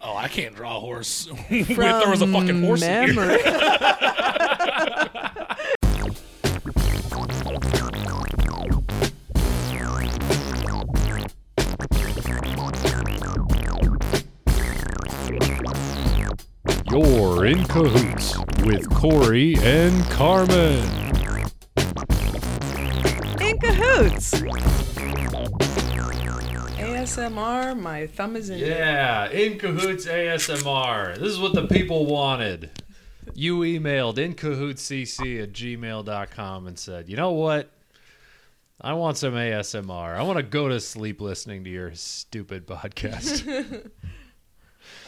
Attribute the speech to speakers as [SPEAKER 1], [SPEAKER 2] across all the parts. [SPEAKER 1] Oh, I can't draw a horse. if there was a fucking horse in here.
[SPEAKER 2] memory.
[SPEAKER 3] You're in cahoots with Corey and Carmen.
[SPEAKER 2] in cahoots. ASMR, my thumb is in
[SPEAKER 4] Yeah, in cahoots ASMR. This is what the people wanted. You emailed in cahootscc at gmail.com and said, you know what? I want some ASMR. I want to go to sleep listening to your stupid podcast.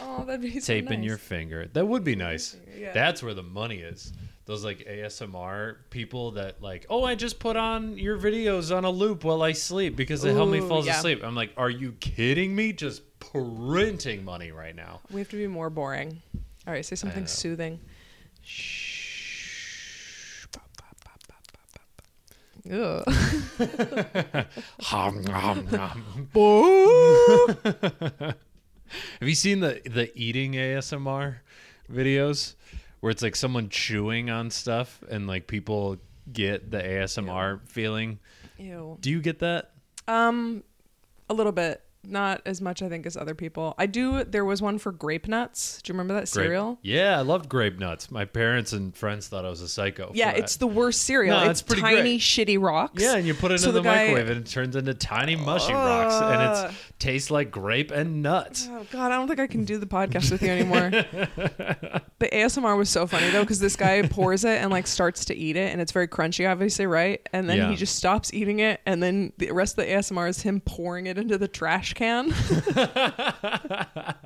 [SPEAKER 2] Oh, that'd be so
[SPEAKER 4] Taping
[SPEAKER 2] nice.
[SPEAKER 4] your finger. That would be nice.
[SPEAKER 2] Yeah.
[SPEAKER 4] That's where the money is. Those like ASMR people that like, oh, I just put on your videos on a loop while I sleep because it helped me
[SPEAKER 2] Ooh,
[SPEAKER 4] fall
[SPEAKER 2] yeah.
[SPEAKER 4] asleep. I'm like, are you kidding me? Just printing money right now.
[SPEAKER 2] We have to be more boring. All right, say something
[SPEAKER 4] know.
[SPEAKER 2] soothing. Ugh.
[SPEAKER 4] Hum, hum, hum. Have you seen the the eating ASMR videos where it's like someone chewing on stuff and like people get the ASMR feeling?
[SPEAKER 2] Ew.
[SPEAKER 4] Do you get that?
[SPEAKER 2] Um, a little bit. Not as much, I think, as other people. I do. There was one for grape nuts. Do you remember that
[SPEAKER 4] Grape-
[SPEAKER 2] cereal?
[SPEAKER 4] Yeah, I loved grape nuts. My parents and friends thought I was a psycho. for
[SPEAKER 2] Yeah,
[SPEAKER 4] that.
[SPEAKER 2] it's the worst cereal.
[SPEAKER 4] No,
[SPEAKER 2] it's
[SPEAKER 4] it's pretty
[SPEAKER 2] tiny,
[SPEAKER 4] great.
[SPEAKER 2] shitty rocks.
[SPEAKER 4] Yeah, and you put it
[SPEAKER 2] So
[SPEAKER 4] in the,
[SPEAKER 2] guy- Ah.
[SPEAKER 4] microwave and it turns into tiny mushy rocks and
[SPEAKER 2] Ugh.
[SPEAKER 4] it tastes like grape and nuts.
[SPEAKER 2] Oh God, I don't think I can do the podcast with you anymore. the ASMR was so funny though, because this guy pours it and like starts to eat it, and it's very crunchy, obviously, right? And then
[SPEAKER 4] Yeah.
[SPEAKER 2] he just stops eating it, and then the rest of the ASMR is him pouring it into the trash can.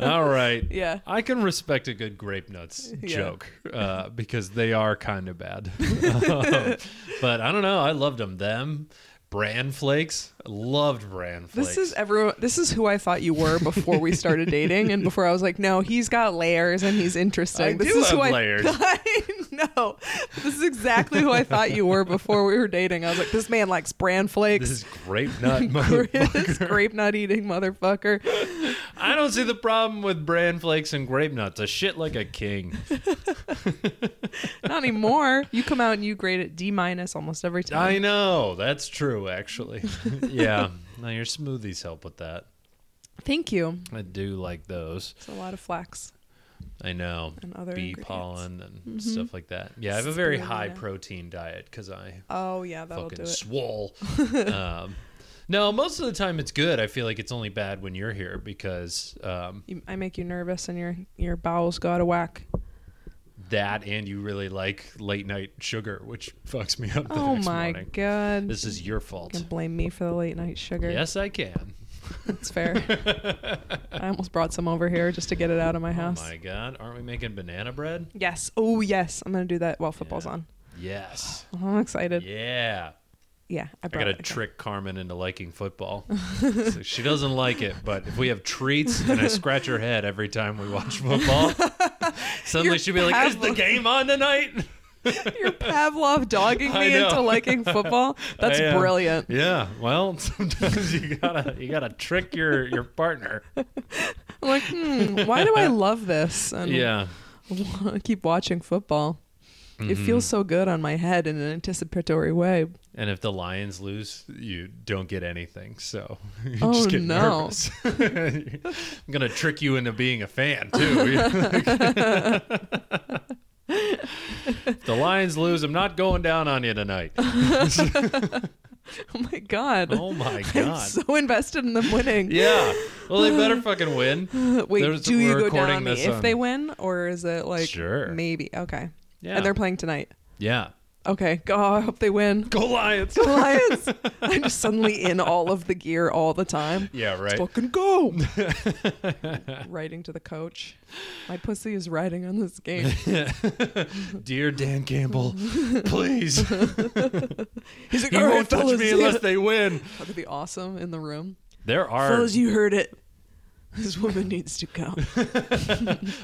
[SPEAKER 4] All right.
[SPEAKER 2] Yeah.
[SPEAKER 4] I can respect a good grape nuts
[SPEAKER 2] Yeah.
[SPEAKER 4] joke uh, because they are kind of bad. Um, but I don't know. I loved them. Them, bran flakes. Loved bran flakes.
[SPEAKER 2] this is everyone. This is who I thought you were before we started dating, and before I was like, no, he's got layers and he's interesting.
[SPEAKER 4] I
[SPEAKER 2] this
[SPEAKER 4] do
[SPEAKER 2] is who
[SPEAKER 4] have
[SPEAKER 2] I-
[SPEAKER 4] layers.
[SPEAKER 2] I know. This is exactly who I thought you were before we were dating. I was like, this man likes bran
[SPEAKER 4] this
[SPEAKER 2] flakes.
[SPEAKER 4] is grape nut.
[SPEAKER 2] This
[SPEAKER 4] motherfucker.
[SPEAKER 2] grape nut eating motherfucker.
[SPEAKER 4] I don't see the problem with bran flakes and grape nuts. A shit like a king.
[SPEAKER 2] Not anymore. You come out and you grade it D minus almost every time.
[SPEAKER 4] I know. That's true, actually. yeah. Now your smoothies help with that.
[SPEAKER 2] Thank you.
[SPEAKER 4] I do like those.
[SPEAKER 2] It's a lot of flax.
[SPEAKER 4] I know.
[SPEAKER 2] And other
[SPEAKER 4] bee
[SPEAKER 2] ingredients. Mm-hmm.
[SPEAKER 4] pollen and stuff like that. Yeah, I have a very high
[SPEAKER 2] Spirulina.
[SPEAKER 4] protein diet because I
[SPEAKER 2] Oh yeah, that'll do
[SPEAKER 4] fucking
[SPEAKER 2] it.
[SPEAKER 4] swole. um, no, most of the time it's good. I feel like it's only bad when you're here because um,
[SPEAKER 2] You, I make you nervous and your your bowels go out of whack.
[SPEAKER 4] that and you really like late night sugar, which fucks me up. The
[SPEAKER 2] Oh
[SPEAKER 4] next
[SPEAKER 2] my
[SPEAKER 4] morning.
[SPEAKER 2] god.
[SPEAKER 4] This is your
[SPEAKER 2] you
[SPEAKER 4] fault.
[SPEAKER 2] can blame me for the late night sugar.
[SPEAKER 4] Yes, I can.
[SPEAKER 2] That's fair. I almost brought some over here just to get it out of my
[SPEAKER 4] Oh
[SPEAKER 2] house.
[SPEAKER 4] my god, aren't we making banana bread?
[SPEAKER 2] Yes. Oh yes. I'm gonna do that while football's on.
[SPEAKER 4] Yes.
[SPEAKER 2] Oh, I'm excited. Yeah,
[SPEAKER 4] Yeah.
[SPEAKER 2] I
[SPEAKER 4] I
[SPEAKER 2] brought
[SPEAKER 4] gotta
[SPEAKER 2] it. Okay.
[SPEAKER 4] trick Carmen into liking football. So she doesn't like it, but if we have treats and I scratch her head every time we watch football, suddenly
[SPEAKER 2] You're
[SPEAKER 4] she'll be like, "Is the
[SPEAKER 2] Pavlov.
[SPEAKER 4] game on tonight?"
[SPEAKER 2] You're Pavlov dogging
[SPEAKER 4] I
[SPEAKER 2] me
[SPEAKER 4] know.
[SPEAKER 2] into liking football. That's
[SPEAKER 4] I am.
[SPEAKER 2] brilliant.
[SPEAKER 4] Yeah. Well, sometimes you gotta you gotta trick your your partner.
[SPEAKER 2] I'm like, hmm, why do I love this? And
[SPEAKER 4] Yeah.
[SPEAKER 2] I keep watching football. It
[SPEAKER 4] Mm-hmm.
[SPEAKER 2] feels so good on my head in an anticipatory way.
[SPEAKER 4] And if the Lions lose, you don't get anything. So you
[SPEAKER 2] Oh,
[SPEAKER 4] just get
[SPEAKER 2] no.
[SPEAKER 4] nervous. I'm gonna trick you into being a fan too. if the Lions lose, I'm not going down on you tonight.
[SPEAKER 2] Oh my god.
[SPEAKER 4] Oh my
[SPEAKER 2] I'm
[SPEAKER 4] god.
[SPEAKER 2] so invested in them winning.
[SPEAKER 4] yeah. Well, they better fucking win.
[SPEAKER 2] Wait,
[SPEAKER 4] There's-
[SPEAKER 2] do you
[SPEAKER 4] we're
[SPEAKER 2] go
[SPEAKER 4] recording
[SPEAKER 2] down on me
[SPEAKER 4] this
[SPEAKER 2] if
[SPEAKER 4] on-
[SPEAKER 2] they win, or is it like
[SPEAKER 4] Sure.
[SPEAKER 2] maybe? Okay.
[SPEAKER 4] Yeah.
[SPEAKER 2] And they're playing tonight.
[SPEAKER 4] Yeah.
[SPEAKER 2] Okay. Oh, I hope they win.
[SPEAKER 4] Go Lions.
[SPEAKER 2] Go Lions. I'm just suddenly in all of the gear all the time.
[SPEAKER 4] Yeah. Right.
[SPEAKER 2] Fucking go! Writing to the coach, my pussy is riding on this game.
[SPEAKER 4] Dear Dan Campbell, please.
[SPEAKER 2] He's like,
[SPEAKER 4] He
[SPEAKER 2] all right,
[SPEAKER 4] won't touch
[SPEAKER 2] fellas."
[SPEAKER 4] me unless they win.
[SPEAKER 2] That'd be awesome in the room.
[SPEAKER 4] There are
[SPEAKER 2] Fellas, you heard it. This woman needs to go.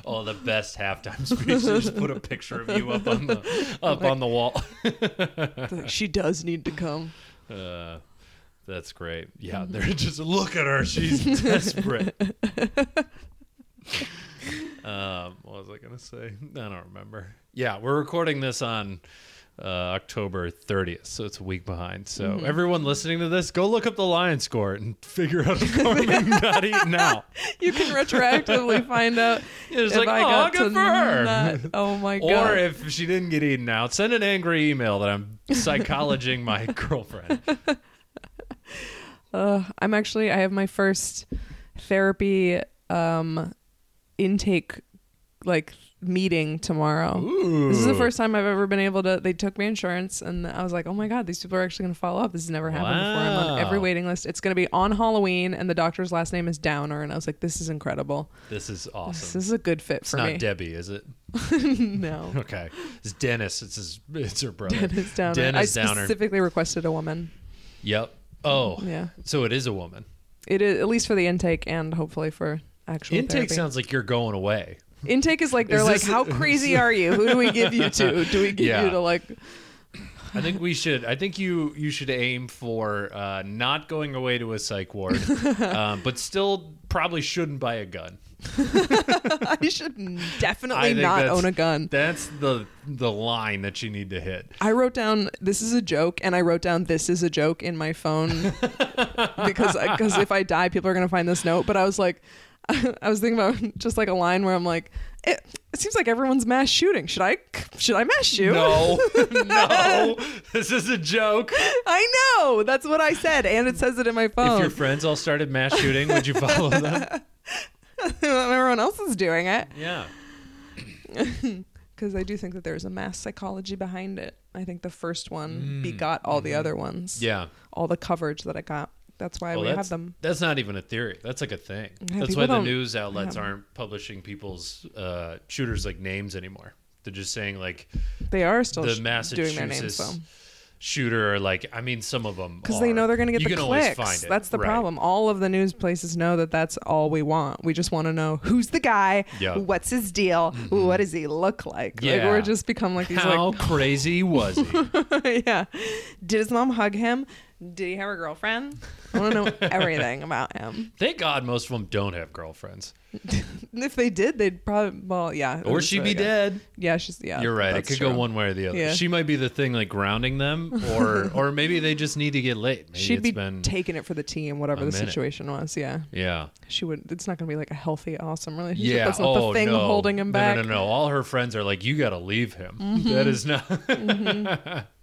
[SPEAKER 4] all the best halftime speeches. Put a picture of you up on the up on the wall.
[SPEAKER 2] Like, she does need to come.
[SPEAKER 4] Uh,
[SPEAKER 2] Mm-hmm.
[SPEAKER 4] that's great. Yeah, they're just look at her. She's desperate. gonna say? Um, I don't remember. Yeah, we're recording this on uh, October 30th, so it's a week behind. So
[SPEAKER 2] Mm-hmm.
[SPEAKER 4] everyone listening to this, go look up the lion score and figure out if Carmen got eaten out.
[SPEAKER 2] You can retroactively find out
[SPEAKER 4] It's
[SPEAKER 2] if
[SPEAKER 4] like,
[SPEAKER 2] I
[SPEAKER 4] "Oh,
[SPEAKER 2] got
[SPEAKER 4] good
[SPEAKER 2] to
[SPEAKER 4] for her."
[SPEAKER 2] not- Oh my god!
[SPEAKER 4] Or if she didn't get eaten out, send an angry email that I'm psychologizing my girlfriend.
[SPEAKER 2] Ugh, I'm actually I have my first therapy um intake like meeting tomorrow. This is the first time I've ever been able to they took my insurance and I was like, "Oh my god, these people are actually going to follow up. This has never happened before. I'm on every
[SPEAKER 4] Wow.
[SPEAKER 2] waiting list. It's going to be on Halloween and the doctor's last name is Downer." And I was like, "This is incredible.
[SPEAKER 4] This is
[SPEAKER 2] This
[SPEAKER 4] awesome.
[SPEAKER 2] is a good fit
[SPEAKER 4] it's
[SPEAKER 2] for
[SPEAKER 4] not
[SPEAKER 2] me."
[SPEAKER 4] Debbie, is it?
[SPEAKER 2] no.
[SPEAKER 4] Okay. It's Dennis. It's his it's her brother.
[SPEAKER 2] Dennis Downer.
[SPEAKER 4] Dennis
[SPEAKER 2] I
[SPEAKER 4] Downer.
[SPEAKER 2] specifically requested a woman.
[SPEAKER 4] Yep. Oh.
[SPEAKER 2] Yeah.
[SPEAKER 4] So it is a woman.
[SPEAKER 2] It is at least for the intake and hopefully for actual
[SPEAKER 4] Intake
[SPEAKER 2] therapy.
[SPEAKER 4] sounds like you're going away.
[SPEAKER 2] Intake is like they're
[SPEAKER 4] Is
[SPEAKER 2] like,
[SPEAKER 4] this-
[SPEAKER 2] how crazy are you? Who do we give you to? Do we give
[SPEAKER 4] Yeah.
[SPEAKER 2] you to like?
[SPEAKER 4] I think we should. I think you you should aim for uh, not going away to a psych ward, um, but still probably shouldn't buy a gun.
[SPEAKER 2] I should
[SPEAKER 4] I
[SPEAKER 2] definitely
[SPEAKER 4] think
[SPEAKER 2] not
[SPEAKER 4] that's-
[SPEAKER 2] own a gun.
[SPEAKER 4] That's the the line that you need to hit.
[SPEAKER 2] I wrote down this is a joke, and I wrote down this is a joke in my phone because because if I die, people are gonna find this note. But I was like, I was thinking about just like a line where I'm like, it, it seems like everyone's mass shooting. Should I should I mass shoot?
[SPEAKER 4] No, no, this is a joke.
[SPEAKER 2] I know that's what I said, and it says it in my
[SPEAKER 4] If
[SPEAKER 2] phone.
[SPEAKER 4] your friends all started mass shooting, would you follow them?
[SPEAKER 2] Everyone else is doing it.
[SPEAKER 4] Yeah.
[SPEAKER 2] because I do think that there's a mass psychology behind it. I think the first one begot all the other ones.
[SPEAKER 4] Mm, mm-hmm. Yeah.
[SPEAKER 2] All the coverage that it got. That's why
[SPEAKER 4] Well,
[SPEAKER 2] we
[SPEAKER 4] that's,
[SPEAKER 2] have them.
[SPEAKER 4] that's not even a theory. That's like a thing.
[SPEAKER 2] Yeah,
[SPEAKER 4] that's
[SPEAKER 2] people
[SPEAKER 4] why the
[SPEAKER 2] don't-
[SPEAKER 4] news outlets
[SPEAKER 2] yeah.
[SPEAKER 4] aren't publishing people's uh, shooters like names anymore. They're just saying like
[SPEAKER 2] They are still
[SPEAKER 4] the
[SPEAKER 2] sh- doing their names
[SPEAKER 4] Massachusetts
[SPEAKER 2] though.
[SPEAKER 4] shooter. Or like I mean, some of them
[SPEAKER 2] Because they
[SPEAKER 4] are.
[SPEAKER 2] know they're going to get
[SPEAKER 4] You
[SPEAKER 2] the
[SPEAKER 4] can always
[SPEAKER 2] clicks.
[SPEAKER 4] find it.
[SPEAKER 2] That's the
[SPEAKER 4] Right.
[SPEAKER 2] problem. All of the news places know that that's all we want. We just want to know who's the guy,
[SPEAKER 4] Yeah.
[SPEAKER 2] what's his deal, what does he look like. Like
[SPEAKER 4] Mm-hmm. Yeah.
[SPEAKER 2] we're just become like these
[SPEAKER 4] How crazy was he?
[SPEAKER 2] like yeah. Did his mom hug him? Did he have a girlfriend? I want to know everything about him.
[SPEAKER 4] Thank God most of them don't have girlfriends,
[SPEAKER 2] And If they did, they'd probably well, yeah.
[SPEAKER 4] or
[SPEAKER 2] that's
[SPEAKER 4] she'd
[SPEAKER 2] what
[SPEAKER 4] be
[SPEAKER 2] I guess.
[SPEAKER 4] dead.
[SPEAKER 2] Yeah, she's yeah.
[SPEAKER 4] You're right. It
[SPEAKER 2] that's
[SPEAKER 4] could go
[SPEAKER 2] true.
[SPEAKER 4] one way or the other.
[SPEAKER 2] Yeah.
[SPEAKER 4] She might be the thing like grounding them, or or maybe they just need to get laid. Maybe
[SPEAKER 2] She'd
[SPEAKER 4] it's
[SPEAKER 2] be
[SPEAKER 4] been
[SPEAKER 2] taking it for the team, whatever
[SPEAKER 4] a
[SPEAKER 2] the
[SPEAKER 4] minute.
[SPEAKER 2] situation was. Yeah,
[SPEAKER 4] yeah.
[SPEAKER 2] she would. It's not gonna be like a healthy, awesome relationship.
[SPEAKER 4] Yeah.
[SPEAKER 2] that's not
[SPEAKER 4] oh
[SPEAKER 2] the thing
[SPEAKER 4] no.
[SPEAKER 2] holding him back. Mm-hmm.
[SPEAKER 4] No, no, no, no. All her friends are like, you got to leave him. That is not.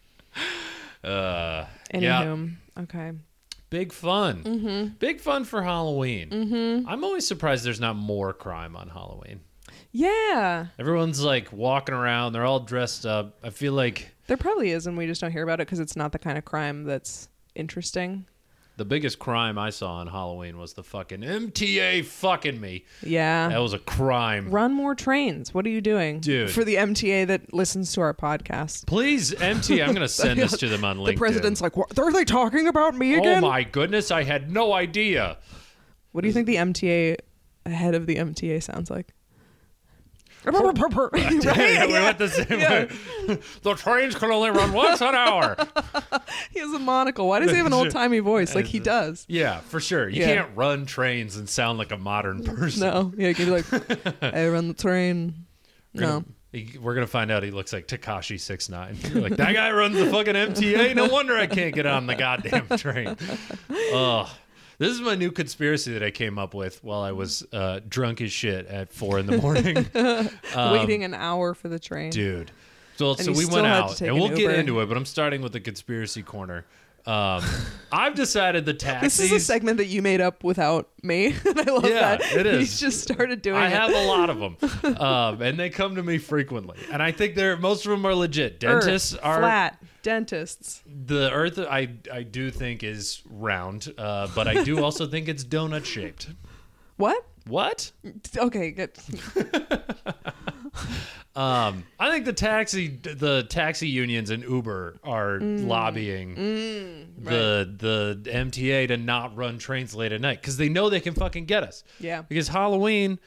[SPEAKER 4] uh, yeah.
[SPEAKER 2] Anywho, okay.
[SPEAKER 4] Big fun.
[SPEAKER 2] Mm-hmm.
[SPEAKER 4] Big fun for Halloween. I'm always surprised there's not more crime on Halloween.
[SPEAKER 2] Yeah,
[SPEAKER 4] Everyone's like walking around. They're all dressed up. I feel like
[SPEAKER 2] there probably is, and we just don't hear about it because it's not the kind of crime that's interesting.
[SPEAKER 4] the biggest crime I saw on Halloween was the fucking MTA fucking me.
[SPEAKER 2] Yeah.
[SPEAKER 4] That was a crime.
[SPEAKER 2] Run more trains. What are you doing,
[SPEAKER 4] Dude.
[SPEAKER 2] For the MTA that listens to our podcast,
[SPEAKER 4] Please, MTA, I'm going to send this to them on LinkedIn.
[SPEAKER 2] the president's like, "What are they talking about me
[SPEAKER 4] Oh
[SPEAKER 2] again?"
[SPEAKER 4] my goodness, I had no idea.
[SPEAKER 2] What do you think the MTA head of the MTA sounds like?
[SPEAKER 4] Yeah,
[SPEAKER 2] Right?
[SPEAKER 4] we went the same way. the trains can only run once an hour.
[SPEAKER 2] He has a monocle. Why does he have an old timey voice like he does?
[SPEAKER 4] Yeah, for sure. You
[SPEAKER 2] Yeah.
[SPEAKER 4] can't run trains and sound like a modern person.
[SPEAKER 2] No, yeah, he can be like, "I run the train." No,
[SPEAKER 4] He- We're gonna find out he looks like Takashi six nine. Like that guy runs the fucking MTA. No wonder I can't get on the goddamn train. Ugh. This is my new conspiracy that I came up with while I was uh, drunk as shit at four in the morning. um,
[SPEAKER 2] waiting an hour for the train.
[SPEAKER 4] dude. So, so
[SPEAKER 2] you
[SPEAKER 4] we
[SPEAKER 2] still
[SPEAKER 4] went
[SPEAKER 2] had to
[SPEAKER 4] out,
[SPEAKER 2] take
[SPEAKER 4] and
[SPEAKER 2] an
[SPEAKER 4] we'll get
[SPEAKER 2] Uber.
[SPEAKER 4] into it. But I'm starting with the conspiracy corner. Um, I've decided the taxis.
[SPEAKER 2] This is a segment that you made up without me, and I love
[SPEAKER 4] Yeah,
[SPEAKER 2] that.
[SPEAKER 4] it is.
[SPEAKER 2] He's just started doing
[SPEAKER 4] I
[SPEAKER 2] it.
[SPEAKER 4] have a lot of them, um, and they come to me frequently. And I think they're most of them are legit.
[SPEAKER 2] Earth,
[SPEAKER 4] Dentists are
[SPEAKER 2] flat dentists.
[SPEAKER 4] the Earth. I I do think is round, uh, but I do also think it's donut shaped.
[SPEAKER 2] What?
[SPEAKER 4] What?
[SPEAKER 2] Okay, good.
[SPEAKER 4] Um, I think the taxi the taxi unions and Uber are
[SPEAKER 2] Mm.
[SPEAKER 4] lobbying the the MTA to not run trains late at night because they know they can fucking get us.
[SPEAKER 2] Yeah.
[SPEAKER 4] Because Halloween,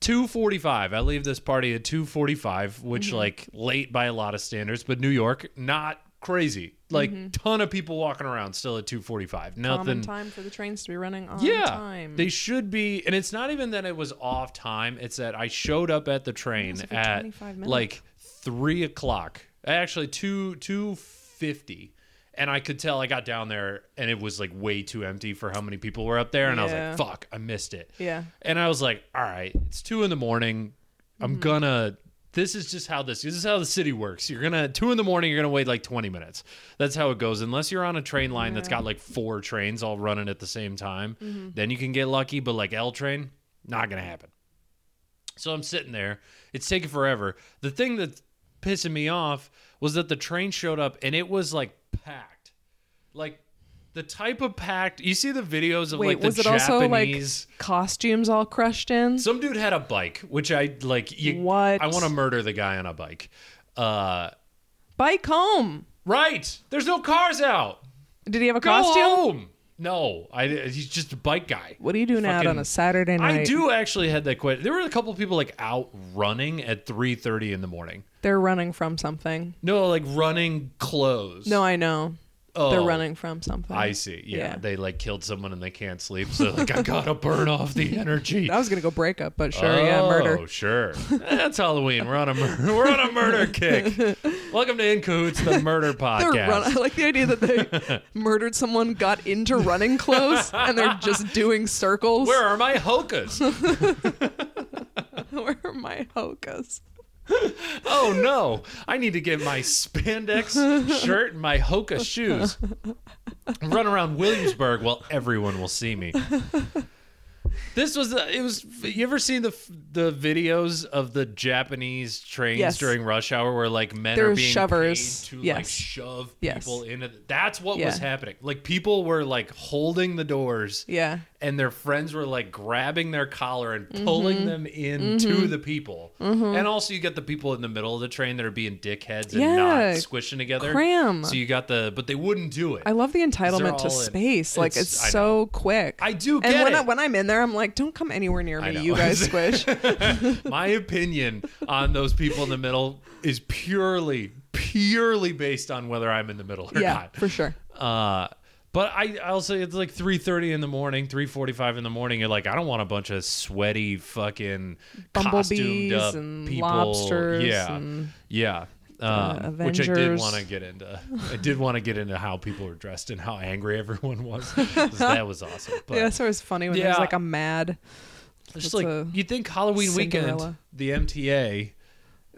[SPEAKER 4] two forty five. I
[SPEAKER 2] Mm-hmm.
[SPEAKER 4] leave this party at two forty five, which like late by a lot of standards, but New York not crazy. Like ton of people walking around still at 2:45.
[SPEAKER 2] Mm-hmm. Common
[SPEAKER 4] Nothing.
[SPEAKER 2] time for the trains to be running on
[SPEAKER 4] Yeah,
[SPEAKER 2] time.
[SPEAKER 4] they should be, and it's not even that it was off time. It's that I showed up at the train
[SPEAKER 2] was like
[SPEAKER 4] at
[SPEAKER 2] 25 minutes.
[SPEAKER 4] like three o'clock, actually two two fifty, and I could tell I got down there and it was like way too empty for how many people were up there, and I
[SPEAKER 2] Yeah.
[SPEAKER 4] was like, "Fuck, I missed it."
[SPEAKER 2] yeah.
[SPEAKER 4] And I was like, all right, it's two in the morning. I'm
[SPEAKER 2] Mm-hmm.
[SPEAKER 4] gonna. This is just how this. This is how the city works. You're gonna two in the morning. You're gonna wait like 20 minutes. That's how it goes. Unless you're on a train line that's got like four trains all running at the same time,
[SPEAKER 2] Mm-hmm.
[SPEAKER 4] then you can get lucky. But like L train, not gonna happen. So I'm sitting there. It's taking forever. The thing that's pissing me off was that the train showed up and it was like packed, like. The type of packed you see the videos of
[SPEAKER 2] Wait,
[SPEAKER 4] like the
[SPEAKER 2] was it also like
[SPEAKER 4] Japanese
[SPEAKER 2] costumes all crushed in?
[SPEAKER 4] some dude had a bike, which I like. You,
[SPEAKER 2] What?
[SPEAKER 4] I want to murder the guy on a bike. Uh,
[SPEAKER 2] Bike home.
[SPEAKER 4] right. There's no cars out.
[SPEAKER 2] Did he have a
[SPEAKER 4] Go
[SPEAKER 2] costume?
[SPEAKER 4] home. No, I. He's just a bike guy.
[SPEAKER 2] What are you doing out on
[SPEAKER 4] Fucking-
[SPEAKER 2] a Saturday night?
[SPEAKER 4] I do actually had that question. There were a couple people like out running at three thirty in the morning.
[SPEAKER 2] They're running from something.
[SPEAKER 4] No, like running clothes.
[SPEAKER 2] No, I know.
[SPEAKER 4] Oh.
[SPEAKER 2] They're running from something.
[SPEAKER 4] I see. Yeah,
[SPEAKER 2] Yeah.
[SPEAKER 4] they like killed someone and they can't sleep, so like I gotta burn off the energy.
[SPEAKER 2] I was gonna go break up, but sure, yeah,
[SPEAKER 4] oh,
[SPEAKER 2] murder.
[SPEAKER 4] sure. That's Halloween. We're on a murder. We're on a murder kick. Welcome to In Cahoots, the murder
[SPEAKER 2] They're
[SPEAKER 4] podcast.
[SPEAKER 2] run- I like the idea that they murdered someone, got into running clothes, and they're just doing circles.
[SPEAKER 4] Where are my hokas?
[SPEAKER 2] Where are my hokas?
[SPEAKER 4] Oh no! I need to get my spandex shirt and my hoka shoes. Run around Williamsburg while everyone will see me. This was the, it was. You ever seen the the videos of the Japanese trains
[SPEAKER 2] Yes.
[SPEAKER 4] during rush hour where like men are
[SPEAKER 2] There's
[SPEAKER 4] being
[SPEAKER 2] shovers.
[SPEAKER 4] paid to like
[SPEAKER 2] Yes.
[SPEAKER 4] shove
[SPEAKER 2] Yes.
[SPEAKER 4] people into? The, that's what was
[SPEAKER 2] Yeah.
[SPEAKER 4] happening. Like people were like holding the doors
[SPEAKER 2] Yeah.
[SPEAKER 4] and their friends were like grabbing their collar and
[SPEAKER 2] Mm-hmm.
[SPEAKER 4] pulling them in to the people. And also, you get the people in the middle of the train that are being dickheads and
[SPEAKER 2] Yeah.
[SPEAKER 4] not squishing together.
[SPEAKER 2] Cram.
[SPEAKER 4] So you got the, but they wouldn't do it.
[SPEAKER 2] I love the
[SPEAKER 4] They're
[SPEAKER 2] entitlement
[SPEAKER 4] all
[SPEAKER 2] to
[SPEAKER 4] in-
[SPEAKER 2] space. Like
[SPEAKER 4] it's-
[SPEAKER 2] it's,
[SPEAKER 4] I
[SPEAKER 2] so quick.
[SPEAKER 4] I do
[SPEAKER 2] and
[SPEAKER 4] get
[SPEAKER 2] when
[SPEAKER 4] it.
[SPEAKER 2] I, when I'm in there, I'm like, don't come anywhere near
[SPEAKER 4] I
[SPEAKER 2] me,
[SPEAKER 4] know.
[SPEAKER 2] you guys squish.
[SPEAKER 4] My opinion on those people in the middle is purely, purely based on whether I'm in the middle or
[SPEAKER 2] yeah,
[SPEAKER 4] not.
[SPEAKER 2] for sure.
[SPEAKER 4] Uh, but I I'll say it's like three thirty in the morning, three forty five in the morning. You're like, I don't want a bunch of sweaty fucking costumed
[SPEAKER 2] Bumblebees
[SPEAKER 4] up
[SPEAKER 2] and
[SPEAKER 4] people.
[SPEAKER 2] lobsters
[SPEAKER 4] yeah,
[SPEAKER 2] and- uh,
[SPEAKER 4] yeah. Um, which I did
[SPEAKER 2] Avengers.
[SPEAKER 4] want to get into. I did want to get into how people were dressed and how angry everyone was. 'cause that was awesome. But
[SPEAKER 2] yeah, that's always funny when
[SPEAKER 4] Yeah.
[SPEAKER 2] there's like a mad.
[SPEAKER 4] just
[SPEAKER 2] That's
[SPEAKER 4] like
[SPEAKER 2] a
[SPEAKER 4] you think Halloween
[SPEAKER 2] Cinderella.
[SPEAKER 4] weekend, the MTA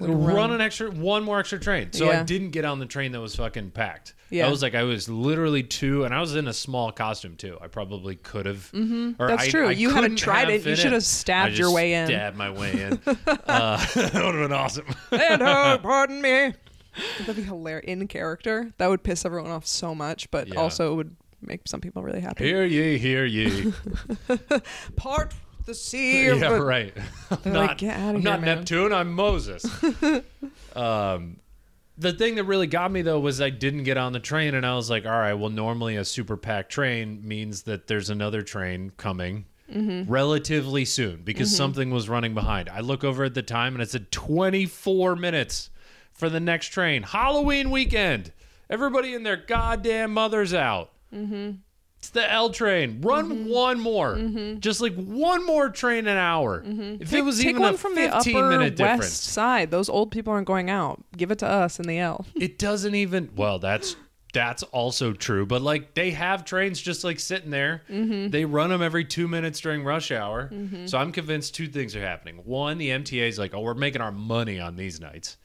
[SPEAKER 2] Would
[SPEAKER 4] run.
[SPEAKER 2] run.
[SPEAKER 4] an extra one more extra train. So I
[SPEAKER 2] Yeah.
[SPEAKER 4] didn't get on the train that was fucking packed. I
[SPEAKER 2] Yeah.
[SPEAKER 4] was like I was literally two and I was in a small costume too. I probably could have mm-hmm.
[SPEAKER 2] That's true. You had tried it. You should have stabbed your way in.
[SPEAKER 4] Stabbed my way in. uh, that would have been awesome.
[SPEAKER 2] And oh, pardon me. That'd be hilarious in character. That would piss everyone off so much, but
[SPEAKER 4] Yeah.
[SPEAKER 2] also it would make some people really happy.
[SPEAKER 4] hear ye, hear ye.
[SPEAKER 2] Part the sea. of
[SPEAKER 4] yeah,
[SPEAKER 2] the-
[SPEAKER 4] right. I'm
[SPEAKER 2] They're
[SPEAKER 4] not,
[SPEAKER 2] like, "Get outta
[SPEAKER 4] I'm
[SPEAKER 2] here,
[SPEAKER 4] not
[SPEAKER 2] man."
[SPEAKER 4] Neptune. I'm Moses. um, the thing that really got me though was I didn't get on the train, and I was like, all right, well, normally a super packed train means that there's another train coming.
[SPEAKER 2] Mm-hmm.
[SPEAKER 4] Relatively soon, because something was running behind. I look over at the time and it said 24 minutes for the next train. Halloween weekend. Everybody in their goddamn mothers out. It's the L train. Run
[SPEAKER 2] Mm-hmm.
[SPEAKER 4] one more, just like one more train an hour. If it was
[SPEAKER 2] Take
[SPEAKER 4] even
[SPEAKER 2] Mm-hmm. one
[SPEAKER 4] a
[SPEAKER 2] from the
[SPEAKER 4] fifteen
[SPEAKER 2] upper
[SPEAKER 4] minute
[SPEAKER 2] west
[SPEAKER 4] difference,
[SPEAKER 2] side. Those old people aren't going out. Give it to us in the L.
[SPEAKER 4] it doesn't even. Well, that's that's also true. But like they have trains just like sitting there.
[SPEAKER 2] Mm-hmm.
[SPEAKER 4] They run them every two minutes during rush hour. So I'm convinced two things are happening. One, the MTA is like, oh, we're making our money on these nights.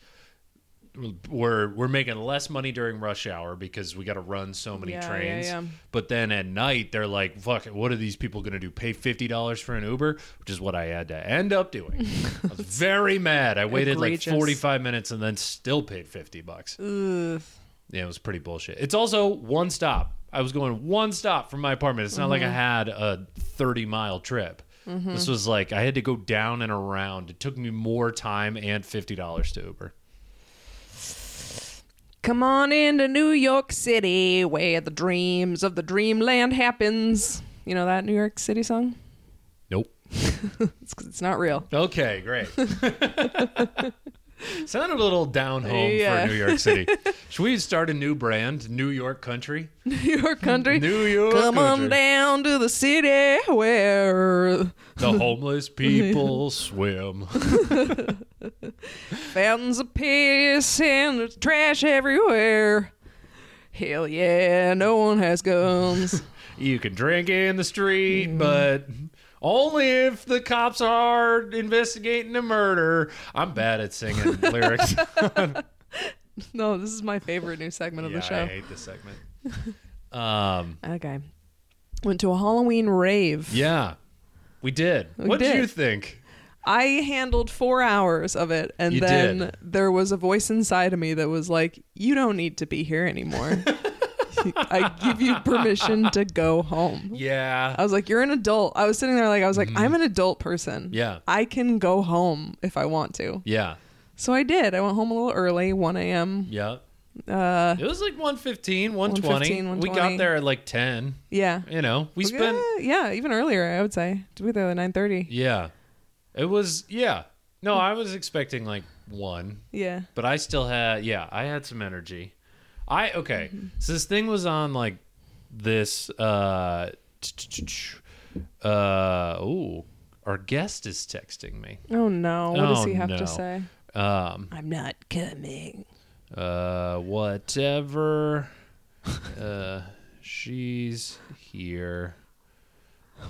[SPEAKER 4] We're we're making less money during rush hour because we got to run so many
[SPEAKER 2] Yeah, yeah,
[SPEAKER 4] trains.
[SPEAKER 2] yeah.
[SPEAKER 4] But then at night, they're like, fuck, it, what are these people going to do? Pay $50 for an Uber? Which is what I had to end up doing. I was very mad. I waited
[SPEAKER 2] Egregious.
[SPEAKER 4] like 45 minutes and then still paid 50 bucks.
[SPEAKER 2] Ugh.
[SPEAKER 4] Yeah, it was pretty bullshit. It's also one stop. I was going one stop from my apartment. It's not like I
[SPEAKER 2] Mm-hmm.
[SPEAKER 4] had a 30 mile trip. This was like I had to go down and around. It took me more time and $50 to Uber.
[SPEAKER 2] Come on into New York City, where the dreams of the dreamland happens. You know that New York City song?
[SPEAKER 4] Nope.
[SPEAKER 2] It's 'cause it's not real.
[SPEAKER 4] Okay, great. Sounded a little down home
[SPEAKER 2] Yeah.
[SPEAKER 4] for New York City. Should we start a new brand, New York Country?
[SPEAKER 2] New York country.
[SPEAKER 4] New York
[SPEAKER 2] Come
[SPEAKER 4] country.
[SPEAKER 2] on down to the city where
[SPEAKER 4] The homeless people swim.
[SPEAKER 2] fountains of piss and there's trash everywhere. Hell yeah, no one has guns.
[SPEAKER 4] You can drink in the street,
[SPEAKER 2] Mm-hmm.
[SPEAKER 4] but only if the cops are investigating a murder. I'm bad at singing lyrics.
[SPEAKER 2] no, this is my favorite new segment of
[SPEAKER 4] Yeah,
[SPEAKER 2] the show.
[SPEAKER 4] I hate this segment. Um,
[SPEAKER 2] Okay. Went to a Halloween rave.
[SPEAKER 4] yeah, we did.
[SPEAKER 2] We
[SPEAKER 4] what did
[SPEAKER 2] did.
[SPEAKER 4] you think?
[SPEAKER 2] I handled four hours of it, and
[SPEAKER 4] You
[SPEAKER 2] then
[SPEAKER 4] did.
[SPEAKER 2] there was a voice inside of me that was like, "You don't need to be here anymore. I give you permission to go home."
[SPEAKER 4] Yeah,
[SPEAKER 2] I was like, "You're an adult." I was sitting there like I was like, "I'm an adult person.
[SPEAKER 4] Mm-hmm. Yeah.
[SPEAKER 2] I can go home if I want to."
[SPEAKER 4] yeah,
[SPEAKER 2] So I did. I went home a little early, 1 a.m.
[SPEAKER 4] yeah.
[SPEAKER 2] Uh,
[SPEAKER 4] It was like 115, 120.
[SPEAKER 2] 115,
[SPEAKER 4] We got
[SPEAKER 2] 120.
[SPEAKER 4] there at like 10.
[SPEAKER 2] yeah.
[SPEAKER 4] You know, we
[SPEAKER 2] Yeah,
[SPEAKER 4] spent.
[SPEAKER 2] yeah, even earlier, I would say. We were there at 9:30.
[SPEAKER 4] Yeah, it was. Yeah, no, I was expecting like one,
[SPEAKER 2] Yeah.
[SPEAKER 4] but I still had yeah, I had some energy. I okay.
[SPEAKER 2] Mm-hmm.
[SPEAKER 4] So this thing was on like this uh uh ooh, our guest is texting me.
[SPEAKER 2] Oh no. What does
[SPEAKER 4] Oh,
[SPEAKER 2] he have
[SPEAKER 4] no.
[SPEAKER 2] to say?
[SPEAKER 4] Um
[SPEAKER 2] I'm not coming.
[SPEAKER 4] uh whatever uh she's here.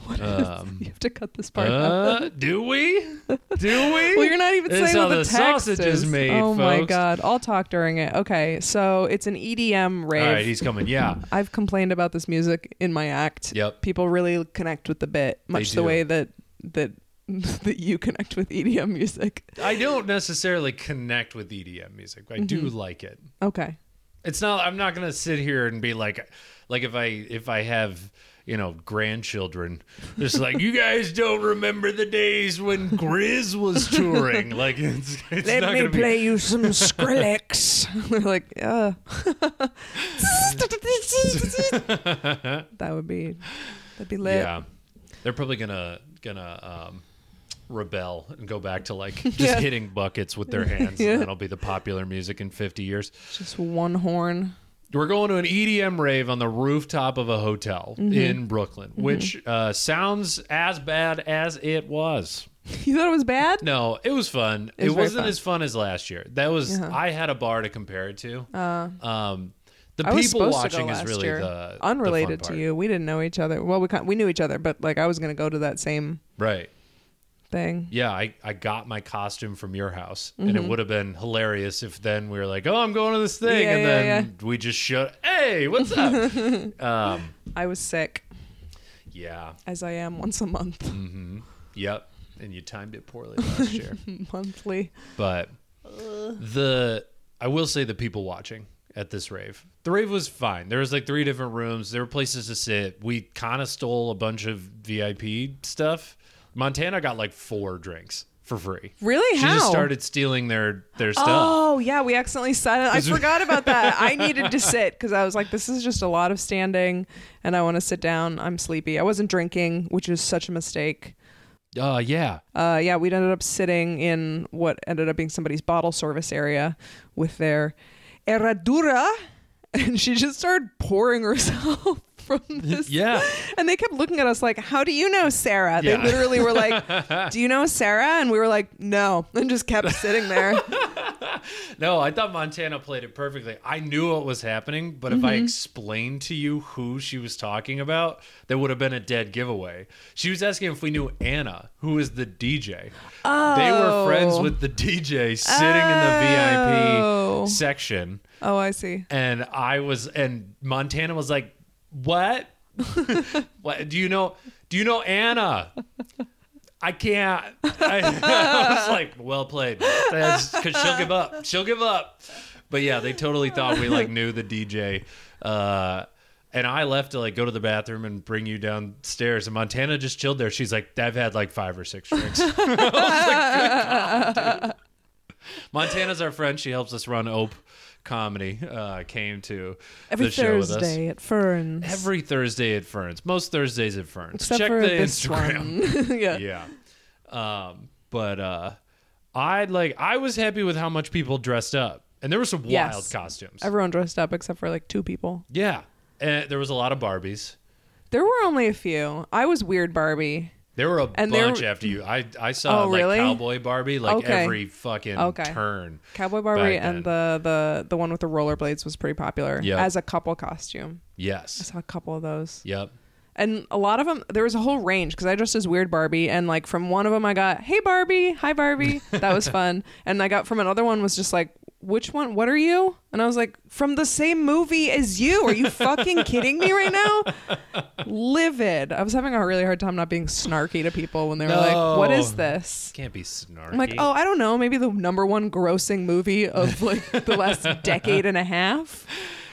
[SPEAKER 2] You have to cut this part out.
[SPEAKER 4] Um, Uh, do we? Do we?
[SPEAKER 2] Well, you're not even
[SPEAKER 4] It's
[SPEAKER 2] saying
[SPEAKER 4] how
[SPEAKER 2] what the,
[SPEAKER 4] the
[SPEAKER 2] text
[SPEAKER 4] sausage is made,
[SPEAKER 2] Oh my
[SPEAKER 4] folks.
[SPEAKER 2] god! I'll talk during it. Okay, so it's an EDM
[SPEAKER 4] All
[SPEAKER 2] rave.
[SPEAKER 4] right, he's coming. Yeah.
[SPEAKER 2] I've complained about this music in my act.
[SPEAKER 4] Yep.
[SPEAKER 2] People really connect with the bit, much the
[SPEAKER 4] do.
[SPEAKER 2] way that that that you connect with EDM music.
[SPEAKER 4] I don't necessarily connect with EDM music. but I do
[SPEAKER 2] Mm-hmm.
[SPEAKER 4] like it.
[SPEAKER 2] Okay.
[SPEAKER 4] It's not. I'm not gonna sit here and be like, like if I if I have you know grandchildren, just like you guys don't remember the days when Grizz was touring. Like it's, it's not gonna be.
[SPEAKER 2] you some Skrillex. They're like, uh. that would be that'd be lit.
[SPEAKER 4] Yeah, they're probably gonna gonna um, rebel and go back to like just
[SPEAKER 2] Yeah.
[SPEAKER 4] hitting buckets with their hands,
[SPEAKER 2] Yeah.
[SPEAKER 4] and that'll be the popular music in 50 years.
[SPEAKER 2] Just one horn.
[SPEAKER 4] We're going to an EDM rave on the rooftop of a hotel
[SPEAKER 2] Mm-hmm.
[SPEAKER 4] in Brooklyn, which uh, sounds as bad as it was.
[SPEAKER 2] You thought it was bad?
[SPEAKER 4] No, it was fun. It,
[SPEAKER 2] was very
[SPEAKER 4] wasn't
[SPEAKER 2] fun.
[SPEAKER 4] as fun as last year. That was
[SPEAKER 2] Uh-huh.
[SPEAKER 4] I had a bar to compare it to. um, the
[SPEAKER 2] Uh, I was
[SPEAKER 4] people
[SPEAKER 2] supposed to
[SPEAKER 4] watching
[SPEAKER 2] go
[SPEAKER 4] is
[SPEAKER 2] last
[SPEAKER 4] really
[SPEAKER 2] year.
[SPEAKER 4] the
[SPEAKER 2] unrelated
[SPEAKER 4] the fun
[SPEAKER 2] to
[SPEAKER 4] part.
[SPEAKER 2] you. We didn't know each other. Well, we kind we knew each other, but like I was gonna go to that same
[SPEAKER 4] right?
[SPEAKER 2] thing.
[SPEAKER 4] Yeah, I, I got my costume from your house, and
[SPEAKER 2] Mm-hmm.
[SPEAKER 4] it would have been hilarious if then we were like, "Oh, I'm going to this thing,"
[SPEAKER 2] Yeah,
[SPEAKER 4] and
[SPEAKER 2] yeah,
[SPEAKER 4] then we just shut. Hey, what's up? um,
[SPEAKER 2] I was sick,
[SPEAKER 4] yeah,
[SPEAKER 2] as I am once a month,
[SPEAKER 4] yep. And you timed it poorly last year.
[SPEAKER 2] monthly.
[SPEAKER 4] but the I will say the people watching at this rave. The rave was fine. There was like three different rooms. There were places to sit. We kind of stole a bunch of VIP stuff. Montana got like four drinks for free.
[SPEAKER 2] Really?
[SPEAKER 4] She just
[SPEAKER 2] How?
[SPEAKER 4] started stealing their their stuff.
[SPEAKER 2] Oh yeah, we accidentally sat. I forgot about that. I needed to sit because I was like, this is just a lot of standing, and I want to sit down. I'm sleepy. I wasn't drinking, which is such a mistake.
[SPEAKER 4] Uh, yeah.
[SPEAKER 2] Uh, yeah, we ended up sitting in what ended up being somebody's bottle service area with their herradura, and she just started pouring herself from this.
[SPEAKER 4] Yeah.
[SPEAKER 2] And they kept looking at us like, How do you know Sarah? They
[SPEAKER 4] Yeah.
[SPEAKER 2] literally were like, Do you know Sarah? And we were like, No, and just kept sitting there.
[SPEAKER 4] No, I thought Montana played it perfectly. I knew what was happening, but if I
[SPEAKER 2] Mm-hmm.
[SPEAKER 4] explained to you who she was talking about, that would have been a dead giveaway. She was asking if we knew Anna, who is the DJ. They were
[SPEAKER 2] Oh.
[SPEAKER 4] friends with the DJ sitting in the
[SPEAKER 2] Oh.
[SPEAKER 4] VIP section.
[SPEAKER 2] oh, I see.
[SPEAKER 4] And I was, and Montana was like, What? what? Do you know? Do you know Anna? I can't. I, I was like, well played, because she'll give up. She'll give up. But yeah, they totally thought we like knew the DJ, uh, and I left to like go to the bathroom and bring you downstairs. And Montana just chilled there. She's like, I've had like five or six drinks. I was like, "Good God, dude." Montana's our friend. She helps us run Ope Comedy. Uh, came to
[SPEAKER 2] Every
[SPEAKER 4] the show with us
[SPEAKER 2] Thursday at Ferns.
[SPEAKER 4] every Thursday at Ferns. Most Thursdays at Ferns.
[SPEAKER 2] Except
[SPEAKER 4] Check
[SPEAKER 2] for
[SPEAKER 4] the
[SPEAKER 2] this
[SPEAKER 4] Instagram.
[SPEAKER 2] one. yeah.
[SPEAKER 4] yeah. Um, but uh I'd like I was happy with how much people dressed up. And there were some
[SPEAKER 2] Yes.
[SPEAKER 4] wild costumes.
[SPEAKER 2] Everyone dressed up except for like two people.
[SPEAKER 4] yeah. And there was a lot of Barbies.
[SPEAKER 2] There were only a few. I was weird Barbie.
[SPEAKER 4] There were a
[SPEAKER 2] And there-
[SPEAKER 4] bunch after you. I I saw
[SPEAKER 2] Oh,
[SPEAKER 4] like
[SPEAKER 2] really?
[SPEAKER 4] cowboy Barbie like
[SPEAKER 2] Okay.
[SPEAKER 4] every fucking
[SPEAKER 2] Okay.
[SPEAKER 4] turn.
[SPEAKER 2] Cowboy Barbie
[SPEAKER 4] Back
[SPEAKER 2] and the, the the one with the rollerblades was pretty popular
[SPEAKER 4] Yeah.
[SPEAKER 2] as a couple costume. I
[SPEAKER 4] Yes.
[SPEAKER 2] saw a couple of those.
[SPEAKER 4] Yep.
[SPEAKER 2] And a lot of them, there was a whole range because I dressed as Weird Barbie. And like from one of them, I got, Hey Barbie, hi Barbie. That was fun. and I got from another one was just like, Which one? What are you? And I was like, From the same movie as you. Are you fucking kidding me right now? Livid. I was having a really hard time not being snarky to people when they were like, What is
[SPEAKER 4] No.
[SPEAKER 2] this?
[SPEAKER 4] Can't be snarky.
[SPEAKER 2] I'm like, oh, I don't know. Maybe the number one grossing movie of like the last decade and a half.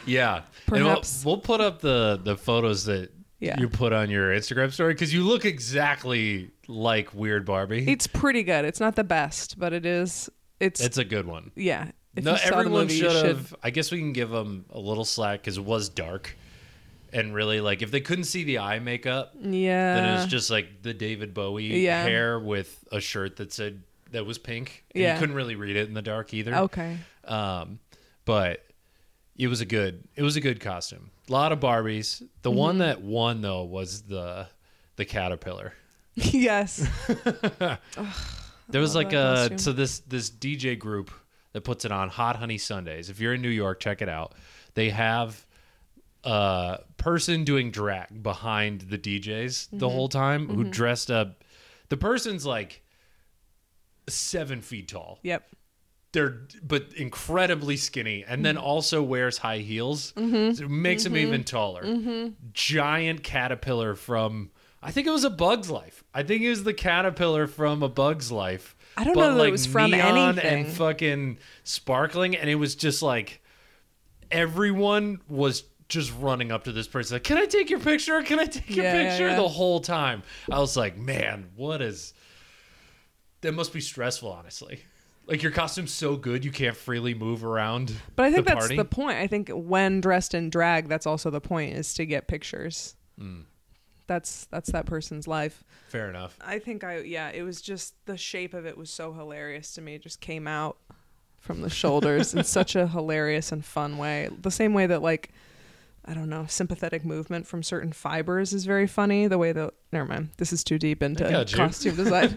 [SPEAKER 4] Yeah.
[SPEAKER 2] Perhaps.
[SPEAKER 4] And we'll, we'll put up the the photos that
[SPEAKER 2] Yeah.
[SPEAKER 4] you put on your Instagram story because you look exactly like Weird Barbie.
[SPEAKER 2] It's pretty good. It's not the best, but it is. It's,
[SPEAKER 4] It's a good one.
[SPEAKER 2] yeah. If
[SPEAKER 4] no,
[SPEAKER 2] you saw the
[SPEAKER 4] everyone
[SPEAKER 2] movie, you
[SPEAKER 4] should have. I guess we can give them a little slack because it was dark, and really like if they couldn't see the eye makeup,
[SPEAKER 2] Yeah.
[SPEAKER 4] then it was just like the David Bowie
[SPEAKER 2] Yeah.
[SPEAKER 4] hair with a shirt that said that was pink. And
[SPEAKER 2] Yeah.
[SPEAKER 4] you couldn't really read it in the dark either.
[SPEAKER 2] okay.
[SPEAKER 4] Um, but it was a good it was a good costume. A lot of Barbies. The
[SPEAKER 2] Mm-hmm.
[SPEAKER 4] one that won though was the the caterpillar.
[SPEAKER 2] yes.
[SPEAKER 4] There was
[SPEAKER 2] love
[SPEAKER 4] like
[SPEAKER 2] that
[SPEAKER 4] a
[SPEAKER 2] costume.
[SPEAKER 4] so this this DJ group that puts it on Hot Honey Sundays. If you're in New York, check it out. They have a person doing drag behind the DJs the
[SPEAKER 2] Mm-hmm.
[SPEAKER 4] whole time who dressed up. The person's like seven feet tall.
[SPEAKER 2] Yep.
[SPEAKER 4] they're but incredibly skinny and
[SPEAKER 2] Mm-hmm.
[SPEAKER 4] then also wears high heels so it makes him even taller
[SPEAKER 2] Mm-hmm.
[SPEAKER 4] giant caterpillar from i think it was a bug's life i think it was the caterpillar from a bug's life
[SPEAKER 2] I don't
[SPEAKER 4] but,
[SPEAKER 2] know that it was from
[SPEAKER 4] neon
[SPEAKER 2] anything.
[SPEAKER 4] and fucking sparkling and it was just like everyone was just running up to this person like can i take your picture can i take your
[SPEAKER 2] Yeah, yeah,
[SPEAKER 4] picture
[SPEAKER 2] yeah.
[SPEAKER 4] the whole time i was like man what is that must be stressful, honestly. Like your costume's so good, you can't freely move around.
[SPEAKER 2] But I think
[SPEAKER 4] the
[SPEAKER 2] that's
[SPEAKER 4] party.
[SPEAKER 2] the point. I think when dressed in drag, that's also the point is to get pictures.
[SPEAKER 4] Hmm.
[SPEAKER 2] That's that's that person's life.
[SPEAKER 4] fair enough.
[SPEAKER 2] I think I yeah, it was just the shape of it was so hilarious to me. It just came out from the shoulders in such a hilarious and fun way. The same way that like I don't know, sympathetic movement from certain fibers is very funny. The way that never mind. This is too deep into
[SPEAKER 4] got you.
[SPEAKER 2] costume design.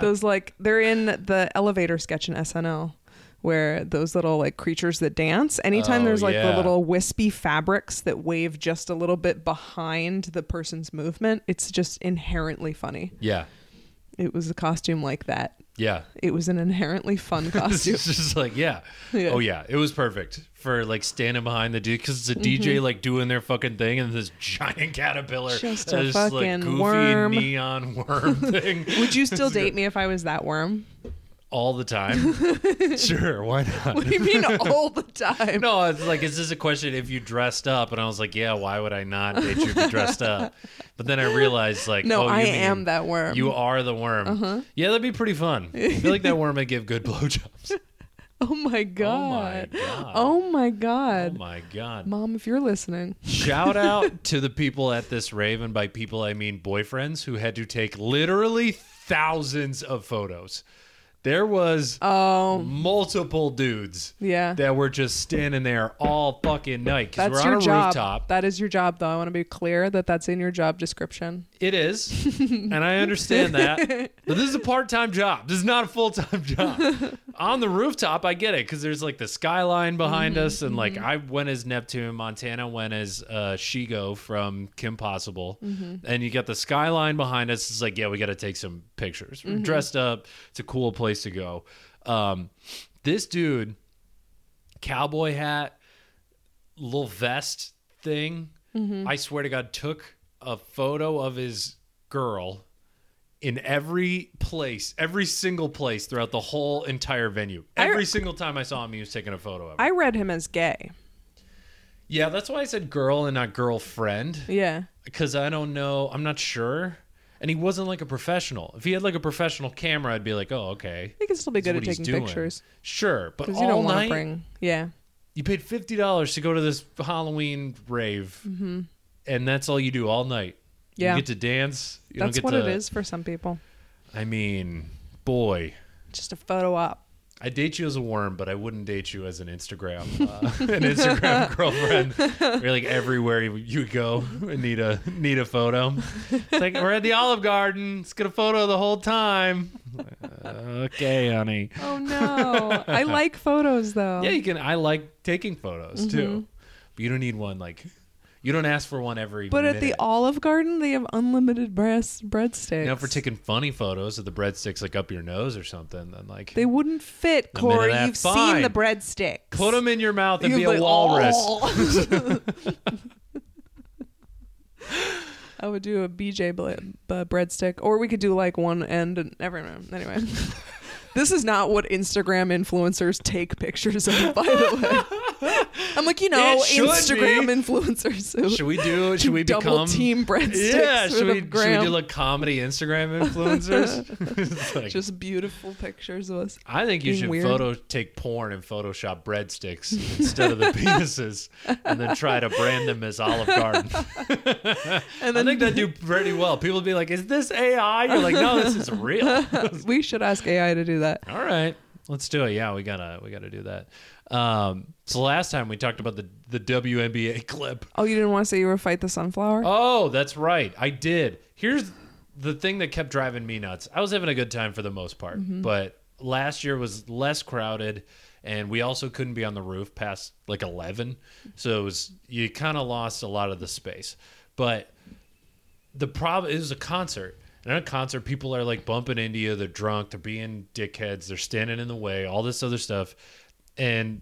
[SPEAKER 2] those like they're in the elevator sketch in SNL where those little like creatures that dance anytime
[SPEAKER 4] Oh,
[SPEAKER 2] there's like
[SPEAKER 4] yeah.
[SPEAKER 2] the little wispy fabrics that wave just a little bit behind the person's movement it's just inherently funny
[SPEAKER 4] Yeah,
[SPEAKER 2] it was a costume like that.
[SPEAKER 4] yeah.
[SPEAKER 2] It was an inherently fun
[SPEAKER 4] It's
[SPEAKER 2] costume.
[SPEAKER 4] just like yeah.
[SPEAKER 2] Yeah.
[SPEAKER 4] oh yeah. It was perfect for like standing behind the dude because
[SPEAKER 2] Mm-hmm.
[SPEAKER 4] it's a DJ like doing their fucking thing and this giant caterpillar,
[SPEAKER 2] Just
[SPEAKER 4] uh,
[SPEAKER 2] a
[SPEAKER 4] this,
[SPEAKER 2] fucking
[SPEAKER 4] like, goofy
[SPEAKER 2] worm.
[SPEAKER 4] neon worm thing
[SPEAKER 2] Would you still date me if I was that worm?
[SPEAKER 4] all the time. sure, why not?
[SPEAKER 2] What do you mean all the time?
[SPEAKER 4] No, it's like, is this a question if you dressed up? And I was like, yeah, why would I not date you if you dressed up? But then I realized, like,
[SPEAKER 2] No,
[SPEAKER 4] oh, you
[SPEAKER 2] I
[SPEAKER 4] mean
[SPEAKER 2] am that worm. Uh-huh.
[SPEAKER 4] You are the worm. Yeah, that'd be pretty fun. I feel like that worm would give good blowjobs.
[SPEAKER 2] oh my
[SPEAKER 4] Oh my
[SPEAKER 2] god.
[SPEAKER 4] god.
[SPEAKER 2] Oh my
[SPEAKER 4] Oh
[SPEAKER 2] god.
[SPEAKER 4] my god.
[SPEAKER 2] Mom, if you're listening,
[SPEAKER 4] Shout out to the people at this rave, and by people I mean boyfriends who had to take literally thousands of photos. There was
[SPEAKER 2] oh
[SPEAKER 4] multiple dudes
[SPEAKER 2] yeah,
[SPEAKER 4] that were just standing there all fucking night because
[SPEAKER 2] that's
[SPEAKER 4] we're
[SPEAKER 2] your
[SPEAKER 4] on a
[SPEAKER 2] job.
[SPEAKER 4] rooftop.
[SPEAKER 2] That is your job, though. I want to be clear that that's in your job description.
[SPEAKER 4] It is, and I understand that. But this is a part-time job. This is not a full-time job. On the rooftop, I get it because there's like the skyline behind us, and like I went as Neptune, Montana went as uh, Shigo from Kim Possible, and you got the skyline behind us. It's like, yeah, we got to take some pictures. We're dressed up. It's a cool place to go. Um, this dude, cowboy hat, little vest thing.
[SPEAKER 2] Mm-hmm.
[SPEAKER 4] I swear to God, took a photo of his girl in every place, every single place throughout the whole entire venue.
[SPEAKER 2] I-
[SPEAKER 4] Every single time I saw him, he was taking a photo of her.
[SPEAKER 2] I read him as gay.
[SPEAKER 4] yeah, that's why I said girl and not girlfriend
[SPEAKER 2] Yeah,
[SPEAKER 4] because I don't know. I'm not sure. And he wasn't like a professional. If he had like a professional camera, I'd be like, oh, okay.
[SPEAKER 2] he can still be
[SPEAKER 4] This is
[SPEAKER 2] good at
[SPEAKER 4] what he's
[SPEAKER 2] taking
[SPEAKER 4] doing.
[SPEAKER 2] pictures
[SPEAKER 4] Sure, but all
[SPEAKER 2] because you don't want
[SPEAKER 4] night
[SPEAKER 2] to bring. Yeah,
[SPEAKER 4] you paid fifty dollars to go to this Halloween rave, and that's all you do all night.
[SPEAKER 2] Mm-hmm. Yeah.
[SPEAKER 4] you get to dance. You
[SPEAKER 2] that's
[SPEAKER 4] don't get
[SPEAKER 2] what
[SPEAKER 4] to,
[SPEAKER 2] it is for some people.
[SPEAKER 4] I mean, boy,
[SPEAKER 2] Just a photo op.
[SPEAKER 4] I date you as a worm, but I wouldn't date you as an Instagram uh, an Instagram girlfriend. You're like everywhere you, you go, need a need a photo. It's like we're at the Olive Garden. Let's get a photo the whole time. Uh, okay, honey.
[SPEAKER 2] Oh no. I like photos though.
[SPEAKER 4] Yeah, you can. I like taking photos
[SPEAKER 2] Mm-hmm.
[SPEAKER 4] too, but you don't need one like. You don't ask for one every.
[SPEAKER 2] But at
[SPEAKER 4] minute.
[SPEAKER 2] the Olive Garden, they have unlimited breast breadsticks.
[SPEAKER 4] now for taking funny photos of the breadsticks like up your nose or something, then like
[SPEAKER 2] They wouldn't fit,
[SPEAKER 4] The minute
[SPEAKER 2] Corey.
[SPEAKER 4] that
[SPEAKER 2] You've
[SPEAKER 4] fine.
[SPEAKER 2] seen the breadsticks.
[SPEAKER 4] put them in your mouth and
[SPEAKER 2] You'd
[SPEAKER 4] be a
[SPEAKER 2] like,
[SPEAKER 4] walrus.
[SPEAKER 2] "Oh." I would do a BJ bl- b- breadstick, or we could do like one end and never mind. Anyway, this is not what Instagram influencers take pictures of. By the way, I'm like you know
[SPEAKER 4] It should
[SPEAKER 2] Instagram
[SPEAKER 4] be.
[SPEAKER 2] influencers. who
[SPEAKER 4] Should we do? Should we
[SPEAKER 2] double
[SPEAKER 4] become
[SPEAKER 2] team breadsticks?
[SPEAKER 4] Yeah,
[SPEAKER 2] for
[SPEAKER 4] should
[SPEAKER 2] the
[SPEAKER 4] we, should we
[SPEAKER 2] gram.
[SPEAKER 4] do like comedy Instagram influencers? It's like,
[SPEAKER 2] just beautiful pictures of us?
[SPEAKER 4] I think you
[SPEAKER 2] being
[SPEAKER 4] should
[SPEAKER 2] weird.
[SPEAKER 4] photo take porn and Photoshop breadsticks instead of the penises, and then try to brand them as Olive Garden.
[SPEAKER 2] And
[SPEAKER 4] I
[SPEAKER 2] then
[SPEAKER 4] think that'd do pretty well. People would be like, "Is this AI?" You're like, "No, this is real." All
[SPEAKER 2] we should ask AI to do that.
[SPEAKER 4] right, let's do it. Yeah, we gotta we gotta do that. Um, so last time we talked about the the WNBA clip.
[SPEAKER 2] Oh, you didn't want to say you were fight the sunflower?
[SPEAKER 4] Oh, that's right. I did. Here's the thing that kept driving me nuts. I was having a good time for the most part, but last year was less crowded and we also couldn't be on the roof past like 11. So it was you kind of lost a lot of the space. But the problem is a concert. And at a concert, people are like bumping into you. They're drunk. They're being dickheads. They're standing in the way. All this other stuff. And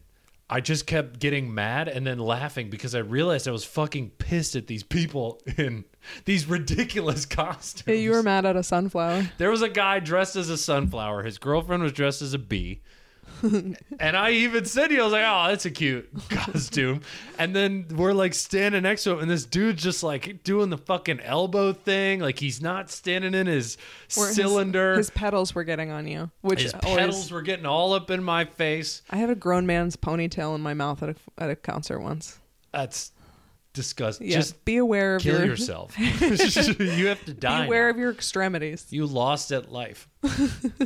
[SPEAKER 4] I just kept getting mad and then laughing because I realized I was fucking pissed at these people in these ridiculous costumes.
[SPEAKER 2] Yeah, you were mad at a sunflower.
[SPEAKER 4] There was a guy dressed as a sunflower. His girlfriend was dressed as a bee. and I even said to you, I was like, oh, that's a cute costume. And then we're like standing next to him, and this dude's just like doing the fucking elbow thing. Like he's not standing in his
[SPEAKER 2] Where his-
[SPEAKER 4] cylinder.
[SPEAKER 2] His,
[SPEAKER 4] His,
[SPEAKER 2] petals were getting on you, which always-
[SPEAKER 4] petals were getting all up in my face.
[SPEAKER 2] I had a grown man's ponytail in my mouth at a, at a concert once.
[SPEAKER 4] That's disgusting.
[SPEAKER 2] Yeah,
[SPEAKER 4] Just
[SPEAKER 2] be aware of
[SPEAKER 4] kill
[SPEAKER 2] your,
[SPEAKER 4] yourself. you have to die.
[SPEAKER 2] Be
[SPEAKER 4] now.
[SPEAKER 2] aware of your extremities.
[SPEAKER 4] You lost at life.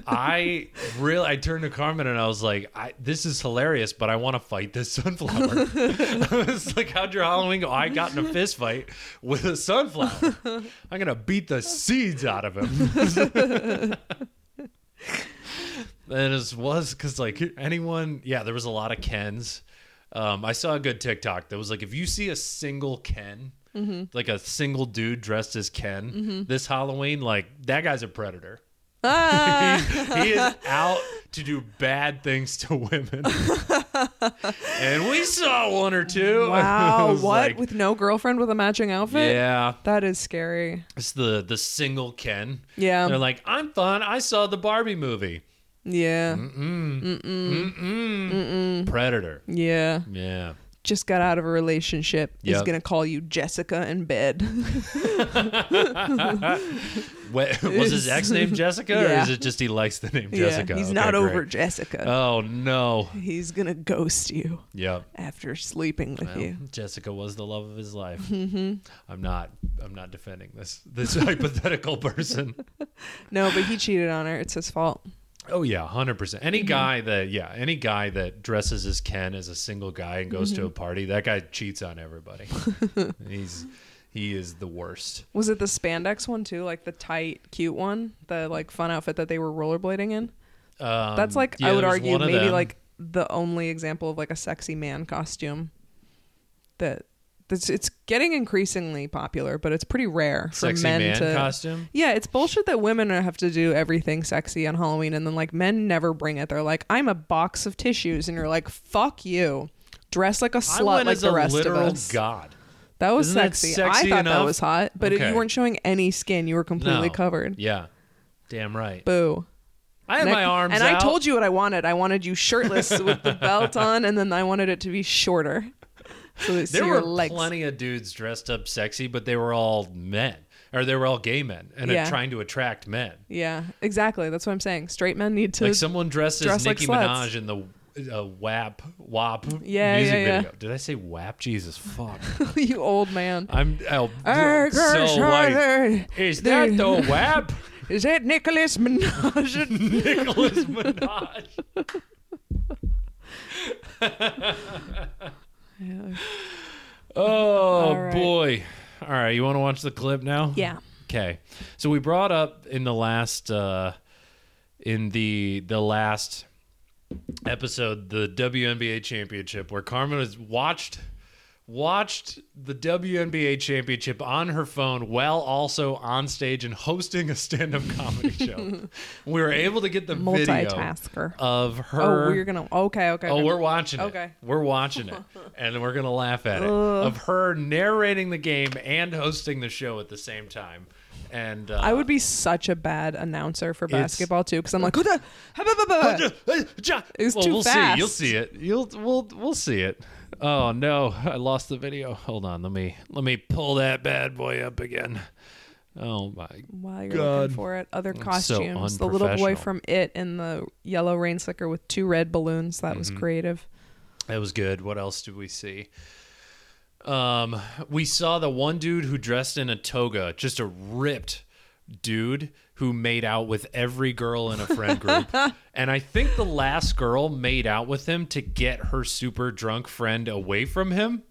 [SPEAKER 4] I really, I turned to Carmen and I was like, I, "This is hilarious, but I want to fight this sunflower." I was like, "How'd your Halloween go?" I got in a fist fight with a sunflower. I'm gonna beat the seeds out of him. and it was because like anyone, yeah, there was a lot of Kens. Um, I saw a good TikTok that was like, if you see a single Ken, like a single dude dressed as Ken
[SPEAKER 2] Mm-hmm.
[SPEAKER 4] this Halloween, like that guy's a predator.
[SPEAKER 2] Ah,
[SPEAKER 4] he is out to do bad things to women. and we saw one or two. I
[SPEAKER 2] wow,
[SPEAKER 4] was
[SPEAKER 2] what
[SPEAKER 4] like,
[SPEAKER 2] with no girlfriend with a matching outfit?
[SPEAKER 4] yeah,
[SPEAKER 2] That is scary.
[SPEAKER 4] it's the the single Ken.
[SPEAKER 2] Yeah.
[SPEAKER 4] they're like, I'm fun. I saw the Barbie movie,
[SPEAKER 2] Yeah. Mm.
[SPEAKER 4] Predator.
[SPEAKER 2] Yeah.
[SPEAKER 4] Yeah,
[SPEAKER 2] Just got out of a relationship. He's
[SPEAKER 4] Yep.
[SPEAKER 2] going to call you Jessica in bed.
[SPEAKER 4] what, was his ex name Jessica, or
[SPEAKER 2] Yeah.
[SPEAKER 4] is it just he likes the name
[SPEAKER 2] yeah.
[SPEAKER 4] Jessica?
[SPEAKER 2] He's
[SPEAKER 4] Okay,
[SPEAKER 2] not over
[SPEAKER 4] great.
[SPEAKER 2] Jessica.
[SPEAKER 4] Oh no.
[SPEAKER 2] He's going to ghost you
[SPEAKER 4] Yep.
[SPEAKER 2] after sleeping with
[SPEAKER 4] Well,
[SPEAKER 2] you. Mm-hmm.
[SPEAKER 4] Jessica was the love of his life. I'm not. I'm not defending this this hypothetical person.
[SPEAKER 2] No, but he cheated on her. It's his fault.
[SPEAKER 4] Oh yeah, hundred percent. Any
[SPEAKER 2] Mm-hmm.
[SPEAKER 4] guy that yeah, any guy that dresses as Ken as a single guy and goes
[SPEAKER 2] Mm-hmm.
[SPEAKER 4] to a party, that guy cheats on everybody. He's he is the worst.
[SPEAKER 2] Was it the spandex one too? Like the tight, cute one, the like fun outfit that they were rollerblading in?
[SPEAKER 4] Um,
[SPEAKER 2] That's like
[SPEAKER 4] yeah,
[SPEAKER 2] I would
[SPEAKER 4] there was
[SPEAKER 2] argue
[SPEAKER 4] one of
[SPEAKER 2] maybe
[SPEAKER 4] them.
[SPEAKER 2] like the only example of like a sexy man costume that that's it's getting increasingly popular, but it's pretty rare for
[SPEAKER 4] sexy
[SPEAKER 2] men
[SPEAKER 4] man
[SPEAKER 2] to
[SPEAKER 4] costume.
[SPEAKER 2] Yeah, it's bullshit that women have to do everything sexy on Halloween and then like men never bring it. They're like, I'm a box of tissues and you're like, fuck you. Dress like a
[SPEAKER 4] I
[SPEAKER 2] slut
[SPEAKER 4] went
[SPEAKER 2] like
[SPEAKER 4] as
[SPEAKER 2] the
[SPEAKER 4] a
[SPEAKER 2] rest of
[SPEAKER 4] literal
[SPEAKER 2] us.
[SPEAKER 4] god.
[SPEAKER 2] That was
[SPEAKER 4] Isn't that
[SPEAKER 2] sexy.
[SPEAKER 4] sexy
[SPEAKER 2] I thought
[SPEAKER 4] enough?
[SPEAKER 2] that was hot, but if
[SPEAKER 4] Okay.
[SPEAKER 2] you weren't showing any skin, you were completely
[SPEAKER 4] No.
[SPEAKER 2] covered.
[SPEAKER 4] Yeah, damn right.
[SPEAKER 2] Boo.
[SPEAKER 4] I had
[SPEAKER 2] and
[SPEAKER 4] my
[SPEAKER 2] I,
[SPEAKER 4] arms
[SPEAKER 2] and I
[SPEAKER 4] out.
[SPEAKER 2] told you what I wanted. I wanted you shirtless with the belt on, and then I wanted it to be shorter, so they see
[SPEAKER 4] There
[SPEAKER 2] your
[SPEAKER 4] were
[SPEAKER 2] legs.
[SPEAKER 4] plenty of dudes dressed up sexy, but they were all men, or they were all gay men, and uh,
[SPEAKER 2] Yeah.
[SPEAKER 4] trying to attract men.
[SPEAKER 2] Yeah, exactly. That's what I'm saying. Straight men need to.
[SPEAKER 4] Like someone dressed
[SPEAKER 2] dress
[SPEAKER 4] as
[SPEAKER 2] like
[SPEAKER 4] Nicki
[SPEAKER 2] sluts.
[SPEAKER 4] Minaj in the uh, WAP WAP
[SPEAKER 2] Yeah,
[SPEAKER 4] music
[SPEAKER 2] yeah, yeah.
[SPEAKER 4] video. Did I say WAP? Jesus fuck!
[SPEAKER 2] you old man.
[SPEAKER 4] I'm oh,
[SPEAKER 2] Hey,
[SPEAKER 4] so
[SPEAKER 2] Gershwin,
[SPEAKER 4] white.
[SPEAKER 2] hey,
[SPEAKER 4] Is
[SPEAKER 2] there-
[SPEAKER 4] that the WAP?
[SPEAKER 2] Is that Nicholas Minaj?
[SPEAKER 4] Nicholas Minaj. Oh
[SPEAKER 2] All right.
[SPEAKER 4] boy. All right, you want to watch the clip now?
[SPEAKER 2] yeah.
[SPEAKER 4] Okay. So we brought up in the last uh in the the last episode the WNBA championship where Carmen has watched watched the WNBA championship on her phone while also on stage and hosting a stand-up comedy show. We were able to get the video
[SPEAKER 2] Multitasker.
[SPEAKER 4] of her
[SPEAKER 2] oh, we're gonna. Okay, okay.
[SPEAKER 4] Uh, Oh,
[SPEAKER 2] okay.
[SPEAKER 4] we're watching it.
[SPEAKER 2] Okay.
[SPEAKER 4] We're watching it. And we're going to laugh at it. Of her narrating the game and hosting the show at the same time. And uh,
[SPEAKER 2] I would be such a bad announcer for
[SPEAKER 4] It's-
[SPEAKER 2] basketball too, because I'm like, "Huda, hubba, bubba."
[SPEAKER 4] It
[SPEAKER 2] was
[SPEAKER 4] well,
[SPEAKER 2] too
[SPEAKER 4] we'll
[SPEAKER 2] fast.
[SPEAKER 4] see. You'll see it. You'll we'll we'll see it. Oh no, I lost the video. Hold on, let me let me pull that bad boy up again. Oh my
[SPEAKER 2] while you're
[SPEAKER 4] God.
[SPEAKER 2] looking for it, other
[SPEAKER 4] so
[SPEAKER 2] costumes. the little boy
[SPEAKER 4] unprofessional.
[SPEAKER 2] from It and the yellow rain slicker with two red balloons. That
[SPEAKER 4] Mm-hmm.
[SPEAKER 2] was creative.
[SPEAKER 4] That was good. What else did we see? Um, we saw the one dude who dressed in a toga, just a ripped dude who made out with every girl in a friend group. and I think the last girl made out with him to get her super drunk friend away from him.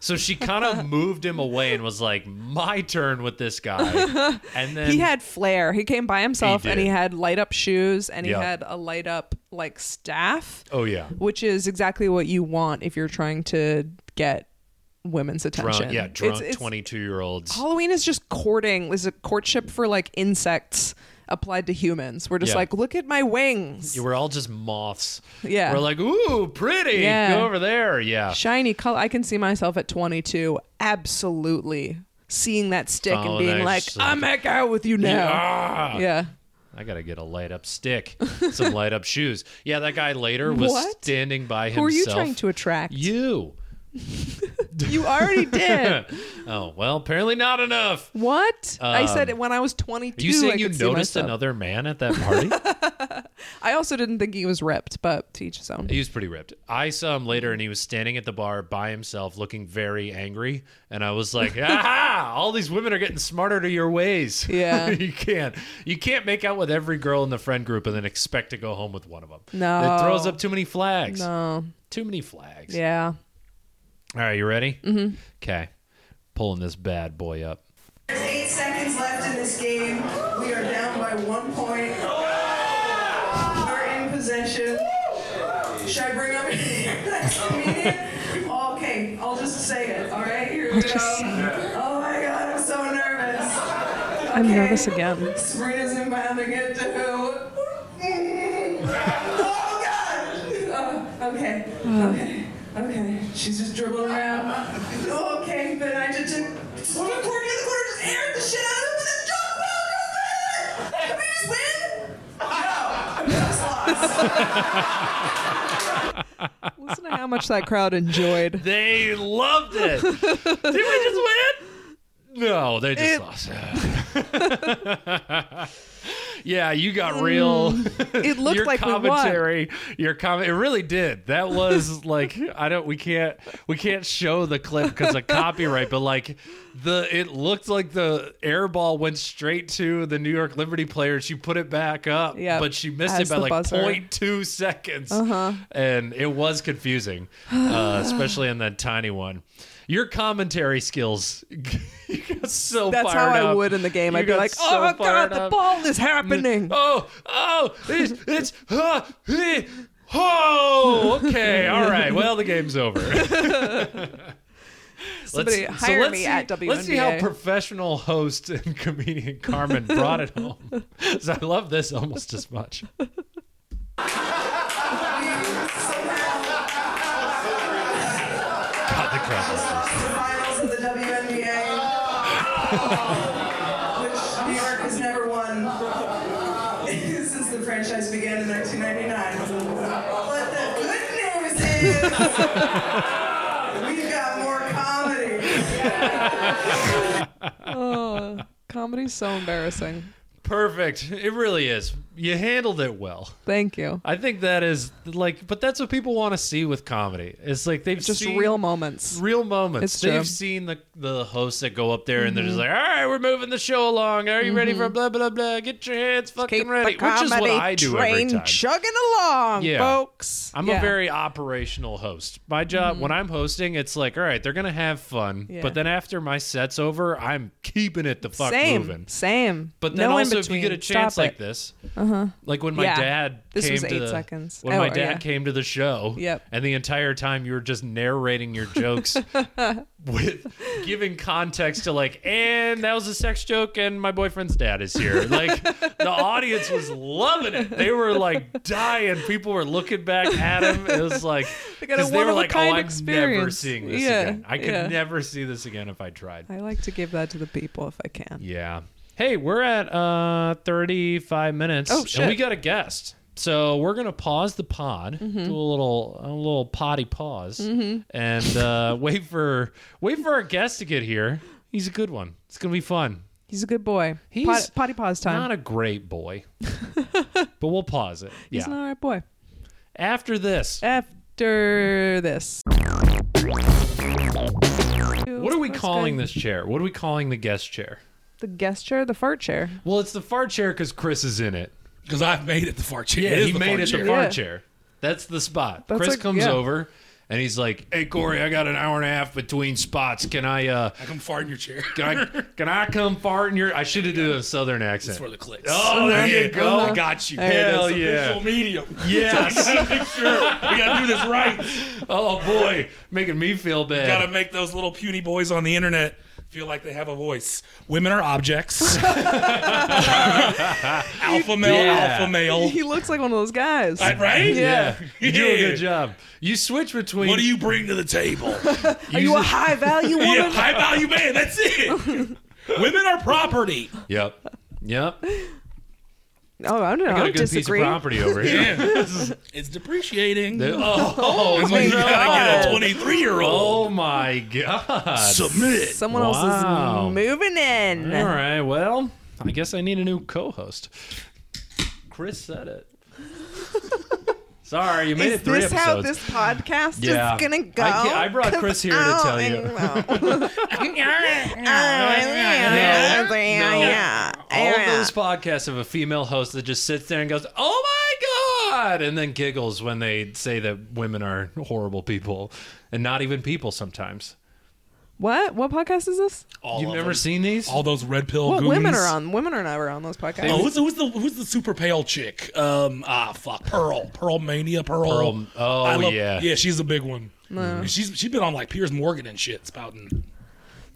[SPEAKER 4] So she kind of moved him away and was like, "My turn with this guy." And then
[SPEAKER 2] he had flair. He came by himself and
[SPEAKER 4] did.
[SPEAKER 2] he had light up shoes and
[SPEAKER 4] Yeah.
[SPEAKER 2] he had a light up like staff,
[SPEAKER 4] Oh yeah.
[SPEAKER 2] which is exactly what you want if you're trying to get women's attention.
[SPEAKER 4] Drunk, yeah,
[SPEAKER 2] It's-
[SPEAKER 4] drunk
[SPEAKER 2] it's-
[SPEAKER 4] 22-year-olds.
[SPEAKER 2] Halloween is just courting. Is a courtship for like insects applied to humans. We're just
[SPEAKER 4] Yeah.
[SPEAKER 2] like, look at my wings.
[SPEAKER 4] Yeah, We're all just moths.
[SPEAKER 2] Yeah.
[SPEAKER 4] We're like, ooh, pretty.
[SPEAKER 2] Yeah.
[SPEAKER 4] Go over there. Yeah.
[SPEAKER 2] Shiny color. I can see myself at 22 absolutely seeing that stick
[SPEAKER 4] Oh,
[SPEAKER 2] and being
[SPEAKER 4] nice.
[SPEAKER 2] like, I'm back out with you now.
[SPEAKER 4] Ah,
[SPEAKER 2] Yeah.
[SPEAKER 4] I gotta get a light up stick, some light up shoes. Yeah, that guy later was
[SPEAKER 2] What?
[SPEAKER 4] standing by
[SPEAKER 2] Who
[SPEAKER 4] himself.
[SPEAKER 2] are you trying to attract?
[SPEAKER 4] You.
[SPEAKER 2] You already did.
[SPEAKER 4] oh well, apparently not enough.
[SPEAKER 2] What? I said it when I was 22.
[SPEAKER 4] Are Um, you
[SPEAKER 2] I
[SPEAKER 4] saying you
[SPEAKER 2] could see
[SPEAKER 4] noticed
[SPEAKER 2] myself.
[SPEAKER 4] another man at that party?
[SPEAKER 2] I also didn't think he was ripped, but to each his own.
[SPEAKER 4] he was pretty ripped. I saw him later, and he was standing at the bar by himself, looking very angry. And I was like, "Aha! All these women are getting smarter to your ways.
[SPEAKER 2] Yeah.
[SPEAKER 4] you can't, you can't make out with every girl in the friend group and then expect to go home with one of them.
[SPEAKER 2] No.
[SPEAKER 4] it throws up too many flags.
[SPEAKER 2] No.
[SPEAKER 4] Too many flags.
[SPEAKER 2] Yeah.
[SPEAKER 4] All right, you ready? Mm-hmm. Okay, pulling this bad boy up.
[SPEAKER 5] There's eight seconds left in this game. We are down by one point. We're in possession. Should I bring up comedian? Oh, okay, I'll just say it. All right, here we go.
[SPEAKER 2] Just say
[SPEAKER 5] Oh my god, I'm so nervous.
[SPEAKER 2] I'm nervous again.
[SPEAKER 5] Sabrina's in bound to get to who? Oh god! Oh, okay, okay, okay. She's just dribbling around. Oh, okay, then I just took. Well, the corner, the corner just aired the shit out of him with a jump ball. Go, Brandon! Can we just win? No, we just lost.
[SPEAKER 2] Listen to how much that crowd enjoyed.
[SPEAKER 4] They loved it. Did we just win? No, they just lost. yeah, you got real.
[SPEAKER 2] It looked
[SPEAKER 4] your
[SPEAKER 2] like we won.
[SPEAKER 4] commentary, your comment, it really did. That was like I don't. We can't. We can't show the clip because of copyright. But like the, it looked like the air ball went straight to the New York Liberty player. She put it back up.
[SPEAKER 2] Yep,
[SPEAKER 4] but she missed it
[SPEAKER 2] as
[SPEAKER 4] by
[SPEAKER 2] the
[SPEAKER 4] like
[SPEAKER 2] buzzer.
[SPEAKER 4] 0.2 seconds, uh-huh. and it was confusing, uh, especially in that tiny one. Your commentary skills, you got so
[SPEAKER 2] That's how
[SPEAKER 4] fired
[SPEAKER 2] I
[SPEAKER 4] up.
[SPEAKER 2] would in the game.
[SPEAKER 4] You
[SPEAKER 2] I'd be
[SPEAKER 4] got
[SPEAKER 2] like,
[SPEAKER 4] so
[SPEAKER 2] oh my
[SPEAKER 4] fired
[SPEAKER 2] god, the
[SPEAKER 4] up."
[SPEAKER 2] ball is happening.
[SPEAKER 4] Oh, oh, it's, it's, huh, eh, oh, okay, all right. Well, the game's over.
[SPEAKER 2] Somebody
[SPEAKER 4] Let's- so
[SPEAKER 2] hire
[SPEAKER 4] let's
[SPEAKER 2] me
[SPEAKER 4] see-
[SPEAKER 2] at WNBA.
[SPEAKER 4] Let's see how professional host and comedian Carmen brought it home. so I love this almost as much. God, the crowd loves this.
[SPEAKER 5] the finals of the WNBA, which New York has never won since the franchise began in 1999. But the good news is we've got more comedy.
[SPEAKER 2] Oh, comedy's so embarrassing.
[SPEAKER 4] Perfect. It really is. you handled it well.
[SPEAKER 2] Thank you.
[SPEAKER 4] I think that is like, but that's what people want to see with comedy. It's like they've
[SPEAKER 2] Just
[SPEAKER 4] seen
[SPEAKER 2] real moments.
[SPEAKER 4] real moments.
[SPEAKER 2] It's
[SPEAKER 4] They've
[SPEAKER 2] true. Mm-hmm.
[SPEAKER 4] seen the the hosts that go up there and they're just like, all right, we're moving the show along. Are you ready for blah blah blah? Get your hands fucking ready, which is what I do every time.
[SPEAKER 2] chugging along,
[SPEAKER 4] Yeah.
[SPEAKER 2] folks.
[SPEAKER 4] I'm
[SPEAKER 2] Yeah. Mm-hmm.
[SPEAKER 4] a very operational host. My job when I'm hosting, it's like, all right, they're gonna have fun,
[SPEAKER 2] Yeah.
[SPEAKER 4] but then after my set's over, I'm keeping it the fuck
[SPEAKER 2] same,
[SPEAKER 4] moving.
[SPEAKER 2] same.
[SPEAKER 4] But then
[SPEAKER 2] no in
[SPEAKER 4] also, if you
[SPEAKER 2] between.
[SPEAKER 4] get a chance
[SPEAKER 2] Stop
[SPEAKER 4] like
[SPEAKER 2] it. Uh-huh.
[SPEAKER 4] this, like when my
[SPEAKER 2] Yeah.
[SPEAKER 4] dad
[SPEAKER 2] This
[SPEAKER 4] came
[SPEAKER 2] was
[SPEAKER 4] to
[SPEAKER 2] eight
[SPEAKER 4] the,
[SPEAKER 2] seconds.
[SPEAKER 4] when
[SPEAKER 2] Oh,
[SPEAKER 4] my
[SPEAKER 2] or-
[SPEAKER 4] dad
[SPEAKER 2] yeah.
[SPEAKER 4] came to the show,
[SPEAKER 2] Yep.
[SPEAKER 4] and the entire time you were just narrating your jokes with giving context to like, and that was a sex joke, and my boyfriend's dad is here. Like the audience was loving it; they were like dying. People were looking back at him. It was like
[SPEAKER 2] got a
[SPEAKER 4] because they were like, "Oh,
[SPEAKER 2] one-of-a-kind
[SPEAKER 4] I'm never
[SPEAKER 2] experience."
[SPEAKER 4] seeing this
[SPEAKER 2] Yeah,
[SPEAKER 4] again. I could
[SPEAKER 2] yeah.
[SPEAKER 4] never see this again if I tried."
[SPEAKER 2] I like to give that to the people if I can.
[SPEAKER 4] Yeah. Hey, we're at uh 35 minutes.
[SPEAKER 2] Oh, shit.
[SPEAKER 4] And we got a guest. So we're gonna pause the pod,
[SPEAKER 2] Mm-hmm.
[SPEAKER 4] do a little a little potty pause, and uh, wait for wait for our guest to get here. He's a good one. It's gonna be fun.
[SPEAKER 2] He's a good boy.
[SPEAKER 4] He's
[SPEAKER 2] Pot- potty pause time.
[SPEAKER 4] Not a great boy, but we'll pause it.
[SPEAKER 2] He's
[SPEAKER 4] yeah.
[SPEAKER 2] an alright boy.
[SPEAKER 4] After this,
[SPEAKER 2] After this,
[SPEAKER 4] what are we calling this chair? What are we calling the guest chair?
[SPEAKER 2] The guest chair, the fart chair.
[SPEAKER 4] Well, it's the fart chair because Chris is in it.
[SPEAKER 1] Because I've made it the fart chair.
[SPEAKER 4] Yeah,
[SPEAKER 1] It is
[SPEAKER 4] he
[SPEAKER 1] the
[SPEAKER 4] made
[SPEAKER 1] fart
[SPEAKER 4] it
[SPEAKER 1] chair.
[SPEAKER 4] the fart
[SPEAKER 2] Yeah.
[SPEAKER 4] chair. That's the spot.
[SPEAKER 2] That's
[SPEAKER 4] Chris
[SPEAKER 2] a-
[SPEAKER 4] comes
[SPEAKER 2] yeah.
[SPEAKER 4] over and he's like, "Hey Corey, I got an hour and a half between spots. Can I uh
[SPEAKER 1] I can fart in your chair.
[SPEAKER 4] can I can I come fart in your I should have done a southern accent.
[SPEAKER 1] That's for the clicks.
[SPEAKER 4] Oh, there you go.
[SPEAKER 1] I got you.
[SPEAKER 2] Uh-huh. it
[SPEAKER 4] Hell
[SPEAKER 1] It's a
[SPEAKER 4] yeah.
[SPEAKER 1] visual medium.
[SPEAKER 4] Yes.
[SPEAKER 1] We gotta do this right.
[SPEAKER 4] oh boy, making me feel bad.
[SPEAKER 1] Gotta make those little puny boys on the internet feel like they have a voice. Women are objects. alpha male,
[SPEAKER 4] Yeah.
[SPEAKER 1] alpha
[SPEAKER 4] Oh.
[SPEAKER 1] male.
[SPEAKER 2] He looks like one of those guys.
[SPEAKER 1] Right? right?
[SPEAKER 4] yeah. You do a
[SPEAKER 1] Yeah.
[SPEAKER 4] good job. You switch between
[SPEAKER 1] What do you bring to the table?
[SPEAKER 2] Are you a high value woman?
[SPEAKER 1] yeah, high value man. That's it. Women are property.
[SPEAKER 4] Yep. Yep.
[SPEAKER 2] Oh, I don't know.
[SPEAKER 4] Got
[SPEAKER 2] I
[SPEAKER 4] a good
[SPEAKER 2] disagree.
[SPEAKER 4] piece of property over here.
[SPEAKER 1] It's depreciating.
[SPEAKER 4] Oh,
[SPEAKER 1] That's why you gotta get a
[SPEAKER 2] God.
[SPEAKER 1] 23 year old.
[SPEAKER 4] oh my god.
[SPEAKER 1] Submit.
[SPEAKER 2] Someone
[SPEAKER 4] Wow.
[SPEAKER 2] else is moving in.
[SPEAKER 4] All right. Well, I guess I need a new co-host. Chris said it. Sorry, you made
[SPEAKER 2] Is
[SPEAKER 4] it three
[SPEAKER 2] this
[SPEAKER 4] episodes.
[SPEAKER 2] how this podcast
[SPEAKER 4] Yeah.
[SPEAKER 2] is gonna go?
[SPEAKER 4] I, ca- I brought Chris here to tell you. No, no. All of those podcasts have a female host that just sits there and goes, "Oh my god," and then giggles when they say that women are horrible people and not even people sometimes.
[SPEAKER 2] What? What podcast is this?
[SPEAKER 1] All
[SPEAKER 4] You've
[SPEAKER 1] of
[SPEAKER 4] never
[SPEAKER 1] them.
[SPEAKER 4] seen these?
[SPEAKER 1] all those red
[SPEAKER 4] Oh,
[SPEAKER 1] pill
[SPEAKER 2] What
[SPEAKER 1] goons.
[SPEAKER 2] women are on? Women are never on those podcasts.
[SPEAKER 1] Oh, who's, who's the who's the super pale chick? Um, ah, fuck, Pearl, Pearl Mania, Pearl.
[SPEAKER 4] Pearl- oh,
[SPEAKER 1] I
[SPEAKER 4] yeah.
[SPEAKER 1] yeah, she's a big one. She's she's been on like Piers Morgan and shit, spouting.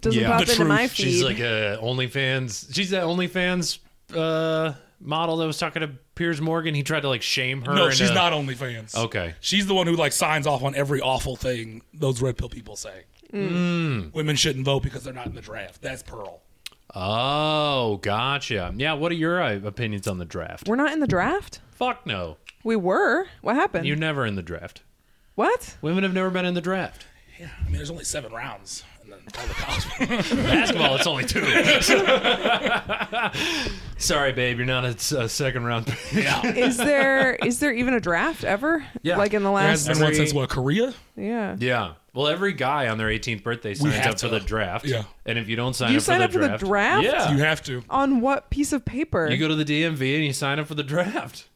[SPEAKER 2] Doesn't
[SPEAKER 4] yeah.
[SPEAKER 2] pop
[SPEAKER 4] The
[SPEAKER 2] into my
[SPEAKER 1] truth.
[SPEAKER 2] feed.
[SPEAKER 4] She's like a OnlyFans. She's that OnlyFans uh, model that was talking to Piers Morgan. He tried to like shame her.
[SPEAKER 1] No,
[SPEAKER 4] in
[SPEAKER 1] she's
[SPEAKER 4] a-
[SPEAKER 1] not OnlyFans.
[SPEAKER 4] Okay.
[SPEAKER 1] she's the one who like signs off on every awful thing those red pill people say.
[SPEAKER 4] Mm.
[SPEAKER 1] Women shouldn't vote because they're not in the draft. That's Pearl.
[SPEAKER 4] Oh, gotcha. Yeah. What are your uh, opinions on the draft?
[SPEAKER 2] We're not in the draft.
[SPEAKER 4] Fuck no.
[SPEAKER 2] We were. What happened?
[SPEAKER 4] You're never in the draft.
[SPEAKER 2] what?
[SPEAKER 4] Women have never been in the draft.
[SPEAKER 1] Yeah, I mean, there's only seven rounds, and then all the college.
[SPEAKER 4] Basketball, it's only two. Sorry, babe, you're not a, s- a second round pick.
[SPEAKER 1] yeah,
[SPEAKER 2] Is there is there even a draft ever?
[SPEAKER 4] Yeah.
[SPEAKER 2] Like in the
[SPEAKER 1] there has
[SPEAKER 2] last.
[SPEAKER 1] been one since what Korea?
[SPEAKER 2] Yeah.
[SPEAKER 4] Yeah. Well, every guy on their 18th birthday
[SPEAKER 1] We
[SPEAKER 4] signs
[SPEAKER 1] have
[SPEAKER 4] up for
[SPEAKER 1] to.
[SPEAKER 4] the draft.
[SPEAKER 1] Yeah.
[SPEAKER 4] And if you don't sign
[SPEAKER 2] You
[SPEAKER 4] up
[SPEAKER 2] sign
[SPEAKER 4] for
[SPEAKER 2] up for
[SPEAKER 4] the
[SPEAKER 2] the
[SPEAKER 4] draft,
[SPEAKER 2] draft?
[SPEAKER 4] yeah,
[SPEAKER 1] You have to.
[SPEAKER 2] On what piece of paper?
[SPEAKER 4] You go to the DMV and you sign up for the draft.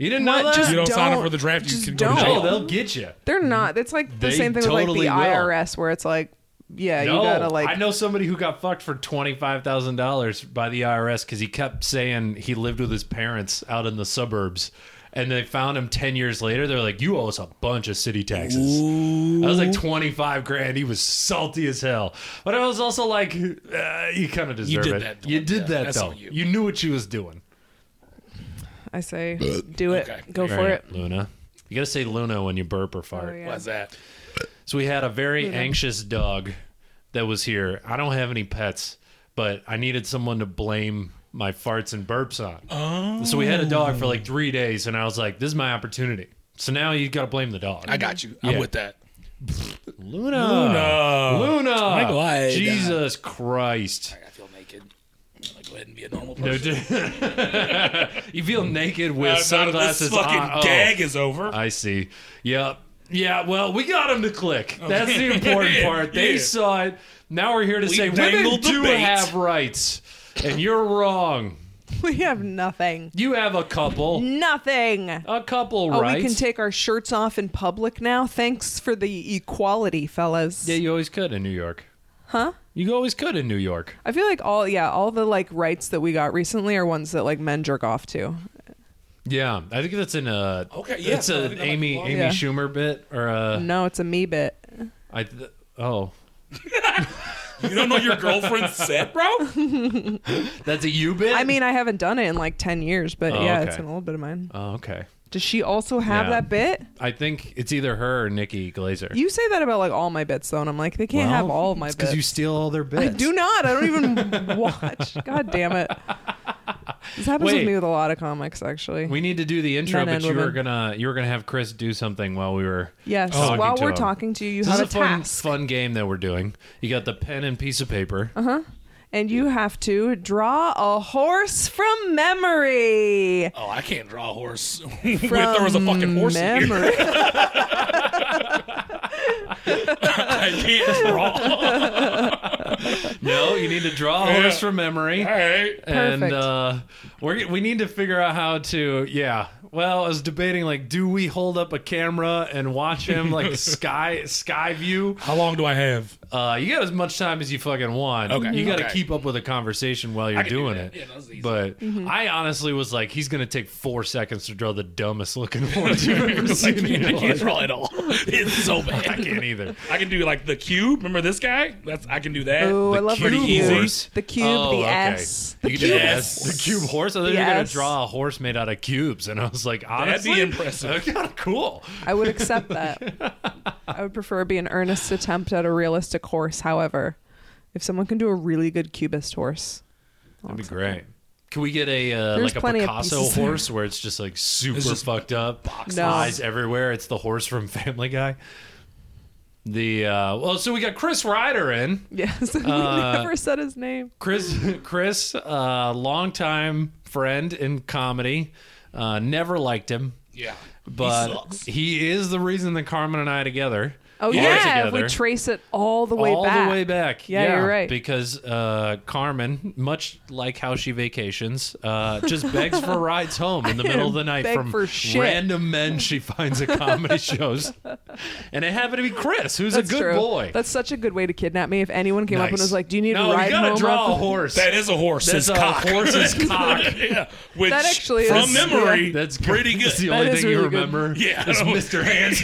[SPEAKER 4] You didn't
[SPEAKER 2] What?
[SPEAKER 4] know that?
[SPEAKER 2] Just
[SPEAKER 1] You don't, sign up
[SPEAKER 2] Don't-
[SPEAKER 1] for the draft. You
[SPEAKER 2] just
[SPEAKER 1] can go to
[SPEAKER 2] don't.
[SPEAKER 4] no,
[SPEAKER 1] jail.
[SPEAKER 4] Oh, they'll get you.
[SPEAKER 2] They're not. It's like the
[SPEAKER 4] Mm-hmm. They
[SPEAKER 2] same thing
[SPEAKER 4] totally
[SPEAKER 2] with
[SPEAKER 4] will.
[SPEAKER 2] like the IRS, where it's like, yeah,
[SPEAKER 4] No,
[SPEAKER 2] you gotta like.
[SPEAKER 4] I know somebody who got fucked for twenty five thousand dollars by the IRS because he kept saying he lived with his parents out in the suburbs, and they found him ten years later. They're like, "You owe us a bunch of city taxes." I was like twenty five grand. He was salty as hell, but I was also like, uh, "You kind of deserve
[SPEAKER 1] did
[SPEAKER 4] it.
[SPEAKER 1] that,
[SPEAKER 4] you
[SPEAKER 1] Dawn.
[SPEAKER 4] did
[SPEAKER 1] Yeah,
[SPEAKER 4] that
[SPEAKER 1] that's
[SPEAKER 4] though.
[SPEAKER 1] on you.
[SPEAKER 4] You knew what she was doing."
[SPEAKER 2] I say, do it.
[SPEAKER 1] Okay.
[SPEAKER 2] Go for
[SPEAKER 4] Right,
[SPEAKER 2] it.
[SPEAKER 4] Luna. You gotta say Luna when you burp or fart.
[SPEAKER 2] Oh, yeah.
[SPEAKER 1] What's that?
[SPEAKER 4] So we had a very anxious dog that was here. I don't have any pets, but I needed someone to blame my farts and burps on. Oh. So we had a dog for like three days, and I was like, "This is my opportunity." So now you gotta blame the dog.
[SPEAKER 1] I got you.
[SPEAKER 4] Yeah.
[SPEAKER 1] I'm with that.
[SPEAKER 4] Luna. Luna.
[SPEAKER 1] my God.
[SPEAKER 4] Jesus Christ.
[SPEAKER 1] I feel naked. Like, go ahead and be a normal person.
[SPEAKER 4] No, dude. you feel naked with
[SPEAKER 1] Uh, now that
[SPEAKER 4] sunglasses
[SPEAKER 1] this fucking
[SPEAKER 4] on. Oh,
[SPEAKER 1] gag is over.
[SPEAKER 4] I see. Yep. Yeah, well, we got them to click. That's the important
[SPEAKER 1] Yeah,
[SPEAKER 4] part. They
[SPEAKER 1] yeah.
[SPEAKER 4] saw it. Now we're here to
[SPEAKER 1] We
[SPEAKER 4] say women
[SPEAKER 1] dangled the
[SPEAKER 4] do
[SPEAKER 1] bait.
[SPEAKER 4] have rights, and you're wrong.
[SPEAKER 2] We have nothing.
[SPEAKER 4] You have a couple,
[SPEAKER 2] Nothing.
[SPEAKER 4] a couple
[SPEAKER 2] Oh,
[SPEAKER 4] rights.
[SPEAKER 2] we can take our shirts off in public now. Thanks for the equality, fellas.
[SPEAKER 4] yeah, you always could in New York.
[SPEAKER 2] Huh?
[SPEAKER 4] You always could in New York.
[SPEAKER 2] I feel like all yeah, all the like rights that we got recently are ones that like men jerk off to.
[SPEAKER 4] Yeah, I think that's in a.
[SPEAKER 1] Okay, yeah,
[SPEAKER 4] it's
[SPEAKER 1] no, I
[SPEAKER 4] an
[SPEAKER 1] think I'm
[SPEAKER 4] Amy
[SPEAKER 1] like,
[SPEAKER 4] Amy
[SPEAKER 2] Yeah.
[SPEAKER 4] Schumer bit or a.
[SPEAKER 2] No, it's a me bit.
[SPEAKER 4] I th- oh,
[SPEAKER 1] you don't know your girlfriend's set, bro?
[SPEAKER 4] that's a you bit.
[SPEAKER 2] I mean, I haven't done it in like ten years, but
[SPEAKER 4] Oh,
[SPEAKER 2] yeah,
[SPEAKER 4] okay.
[SPEAKER 2] it's an old bit of mine.
[SPEAKER 4] oh, okay.
[SPEAKER 2] Does she also have
[SPEAKER 4] Yeah.
[SPEAKER 2] that bit?
[SPEAKER 4] I think it's either her or Nikki Glazer.
[SPEAKER 2] You say that about like all my bits though, and I'm like, they can't have all of my bits.
[SPEAKER 4] because you steal all their bits.
[SPEAKER 2] I do not. I don't even watch. God damn it. This happens
[SPEAKER 4] Wait.
[SPEAKER 2] with me with a lot of comics, actually.
[SPEAKER 4] We need to do the intro,
[SPEAKER 2] Men
[SPEAKER 4] but
[SPEAKER 2] and
[SPEAKER 4] you were
[SPEAKER 2] women.
[SPEAKER 4] gonna you were gonna have Chris do something while we were.
[SPEAKER 2] yes.
[SPEAKER 4] talking
[SPEAKER 2] While
[SPEAKER 4] to
[SPEAKER 2] we're
[SPEAKER 4] him.
[SPEAKER 2] talking to you, you
[SPEAKER 4] Oh, This
[SPEAKER 2] have
[SPEAKER 4] is
[SPEAKER 2] a,
[SPEAKER 4] a fun,
[SPEAKER 2] task,
[SPEAKER 4] fun game that we're doing. You got the pen and piece of paper.
[SPEAKER 2] Uh-huh. and you have to draw a horse from memory.
[SPEAKER 1] Oh, I can't draw a horse. if there was a fucking horse in here,
[SPEAKER 2] memory.
[SPEAKER 1] I can't draw.
[SPEAKER 4] No, you need to draw a horse from memory.
[SPEAKER 1] All right.
[SPEAKER 4] And
[SPEAKER 2] Perfect.
[SPEAKER 4] uh, we're, we need to figure out how to, yeah. Well, I was debating like, do we hold up a camera and watch him like sky sky view?
[SPEAKER 1] How long do I have?
[SPEAKER 4] Uh, you got as much time as you fucking want.
[SPEAKER 1] Okay.
[SPEAKER 4] You got to
[SPEAKER 1] Okay.
[SPEAKER 4] keep up with a conversation while you're
[SPEAKER 1] can do
[SPEAKER 4] doing
[SPEAKER 1] that.
[SPEAKER 4] it.
[SPEAKER 1] Yeah, that was easy.
[SPEAKER 4] But
[SPEAKER 2] Mm-hmm.
[SPEAKER 4] I honestly was like, he's gonna take four seconds to draw the dumbest looking horse you've ever
[SPEAKER 1] I
[SPEAKER 4] seen. in
[SPEAKER 1] can't,
[SPEAKER 4] your
[SPEAKER 1] I can't
[SPEAKER 4] life.
[SPEAKER 1] draw at all. It's so bad.
[SPEAKER 4] I can't either.
[SPEAKER 1] I can do like the cube. Remember this guy? That's I can do that.
[SPEAKER 2] Oh, I
[SPEAKER 4] The
[SPEAKER 2] love the
[SPEAKER 1] cube
[SPEAKER 2] cube.
[SPEAKER 1] horse.
[SPEAKER 2] The cube,
[SPEAKER 4] Oh,
[SPEAKER 2] the
[SPEAKER 4] okay.
[SPEAKER 2] S.
[SPEAKER 4] You
[SPEAKER 2] The
[SPEAKER 4] could
[SPEAKER 2] cube.
[SPEAKER 4] do the S. The cube horse. I thought you were gonna
[SPEAKER 2] Yes.
[SPEAKER 4] draw a horse made out of cubes, and I was like,
[SPEAKER 1] That'd be
[SPEAKER 4] honestly,
[SPEAKER 1] impressive.
[SPEAKER 4] That's kind of cool.
[SPEAKER 2] I would accept that. I would prefer it be an earnest attempt at a realistic horse, however. If someone can do a really good cubist horse.
[SPEAKER 4] That'd be great. Can we get a uh,
[SPEAKER 2] There's
[SPEAKER 4] like a
[SPEAKER 2] plenty of
[SPEAKER 4] Picasso
[SPEAKER 2] pieces there.
[SPEAKER 4] horse where it's just like super
[SPEAKER 1] just
[SPEAKER 4] fucked up,
[SPEAKER 2] No.
[SPEAKER 4] eyes everywhere? It's the horse from Family Guy. The uh, well, so we got Chris Ryder in.
[SPEAKER 2] Yes. we
[SPEAKER 4] Uh,
[SPEAKER 2] never said his name.
[SPEAKER 4] Chris, Chris, uh, longtime friend in comedy. Uh, never liked him,
[SPEAKER 1] Yeah.
[SPEAKER 4] but
[SPEAKER 1] he sucks.
[SPEAKER 4] he is the reason that Carmen and I are together.
[SPEAKER 2] Oh
[SPEAKER 4] are
[SPEAKER 2] yeah, if
[SPEAKER 4] together.
[SPEAKER 2] we trace it all the way
[SPEAKER 4] all
[SPEAKER 2] back.
[SPEAKER 4] the way back.
[SPEAKER 2] Yeah, you're right.
[SPEAKER 4] Because uh, Carmen, much like how she vacations, uh, just begs for rides home in the middle of the night
[SPEAKER 2] Beg
[SPEAKER 4] from
[SPEAKER 2] for shit.
[SPEAKER 4] random men she finds at comedy shows, and it happened to be Chris, who's
[SPEAKER 2] That's
[SPEAKER 4] a good
[SPEAKER 2] true.
[SPEAKER 4] boy.
[SPEAKER 2] That's such a good way to kidnap me. If anyone came up and
[SPEAKER 4] Nice.
[SPEAKER 2] was like, "Do you need
[SPEAKER 4] no,
[SPEAKER 2] a ride
[SPEAKER 4] you gotta
[SPEAKER 2] home?"
[SPEAKER 4] draw
[SPEAKER 2] after-"
[SPEAKER 4] a horse.
[SPEAKER 1] That is a horse.
[SPEAKER 4] That's
[SPEAKER 1] His
[SPEAKER 4] a
[SPEAKER 1] cock.
[SPEAKER 4] horse's cock.
[SPEAKER 1] yeah. Which
[SPEAKER 2] That actually
[SPEAKER 1] from
[SPEAKER 2] is-
[SPEAKER 1] memory,
[SPEAKER 2] yeah.
[SPEAKER 1] that's pretty good.
[SPEAKER 4] That's the
[SPEAKER 2] That
[SPEAKER 4] only
[SPEAKER 2] is
[SPEAKER 4] thing you
[SPEAKER 2] really good.
[SPEAKER 4] remember.
[SPEAKER 1] yeah.
[SPEAKER 4] is
[SPEAKER 1] I don't-
[SPEAKER 4] Mr. Hands.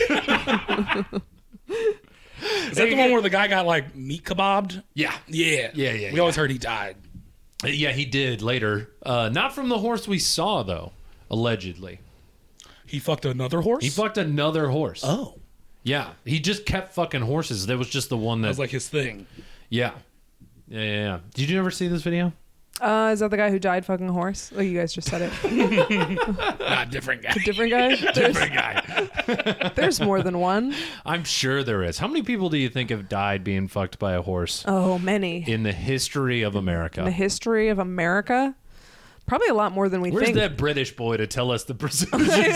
[SPEAKER 1] Is that the one where the guy got like meat kebabbed?
[SPEAKER 4] yeah,
[SPEAKER 1] Yeah.
[SPEAKER 4] Yeah, yeah,
[SPEAKER 1] We always heard he died.
[SPEAKER 4] yeah, he did later. Uh, not from the horse we saw though, allegedly.
[SPEAKER 1] He fucked another horse.
[SPEAKER 4] He fucked another horse.
[SPEAKER 1] Oh.
[SPEAKER 4] Yeah, he just kept fucking horses. That was just the one
[SPEAKER 1] That
[SPEAKER 4] that.
[SPEAKER 1] was like his thing.
[SPEAKER 4] yeah. yeah, yeah, yeah. Did you ever see this video?
[SPEAKER 2] Uh, is that the guy who died fucking a horse? Oh, you guys just said it.
[SPEAKER 1] Not different guy.
[SPEAKER 2] Different guy. There's,
[SPEAKER 4] guy.
[SPEAKER 2] there's more than one.
[SPEAKER 4] I'm sure there is. How many people do you think have died being fucked by a horse
[SPEAKER 2] Oh, many.
[SPEAKER 4] in the history of
[SPEAKER 2] the
[SPEAKER 4] America?
[SPEAKER 2] history of America. Probably a lot more than we
[SPEAKER 4] Where's
[SPEAKER 2] think.
[SPEAKER 4] that British boy to tell us the percentage?
[SPEAKER 2] I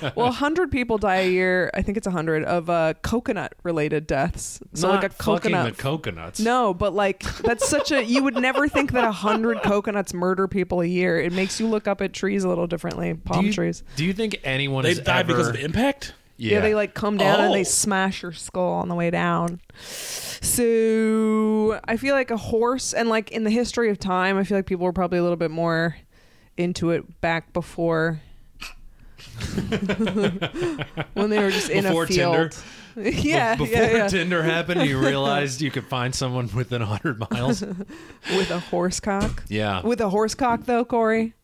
[SPEAKER 2] know. Well, 100 people die a year. I think it's 100 of uh, coconut related deaths. So,
[SPEAKER 4] Not
[SPEAKER 2] like a
[SPEAKER 4] fucking
[SPEAKER 2] coconut.
[SPEAKER 4] the coconuts.
[SPEAKER 2] no, but like that's such a you would never think that 100 coconuts murder people a year. It makes you look up at trees a little differently,
[SPEAKER 4] Do
[SPEAKER 2] palm
[SPEAKER 4] you,
[SPEAKER 2] trees.
[SPEAKER 4] Do you think anyone
[SPEAKER 1] They
[SPEAKER 4] has
[SPEAKER 1] died
[SPEAKER 4] ever?
[SPEAKER 1] because of the impact?
[SPEAKER 2] Yeah. they like come down and
[SPEAKER 1] Oh.
[SPEAKER 2] they smash your skull on the way down. So I feel like a horse, and like in the history of time, I feel like people were probably a little bit more into it back before when they were just in
[SPEAKER 4] Before
[SPEAKER 2] a field. yeah,
[SPEAKER 4] Before
[SPEAKER 2] yeah, yeah.
[SPEAKER 4] Tinder happened, you realized you could find someone within 100 miles.
[SPEAKER 2] With a horse cock.
[SPEAKER 4] Yeah.
[SPEAKER 2] With a horse cock, though, Corey.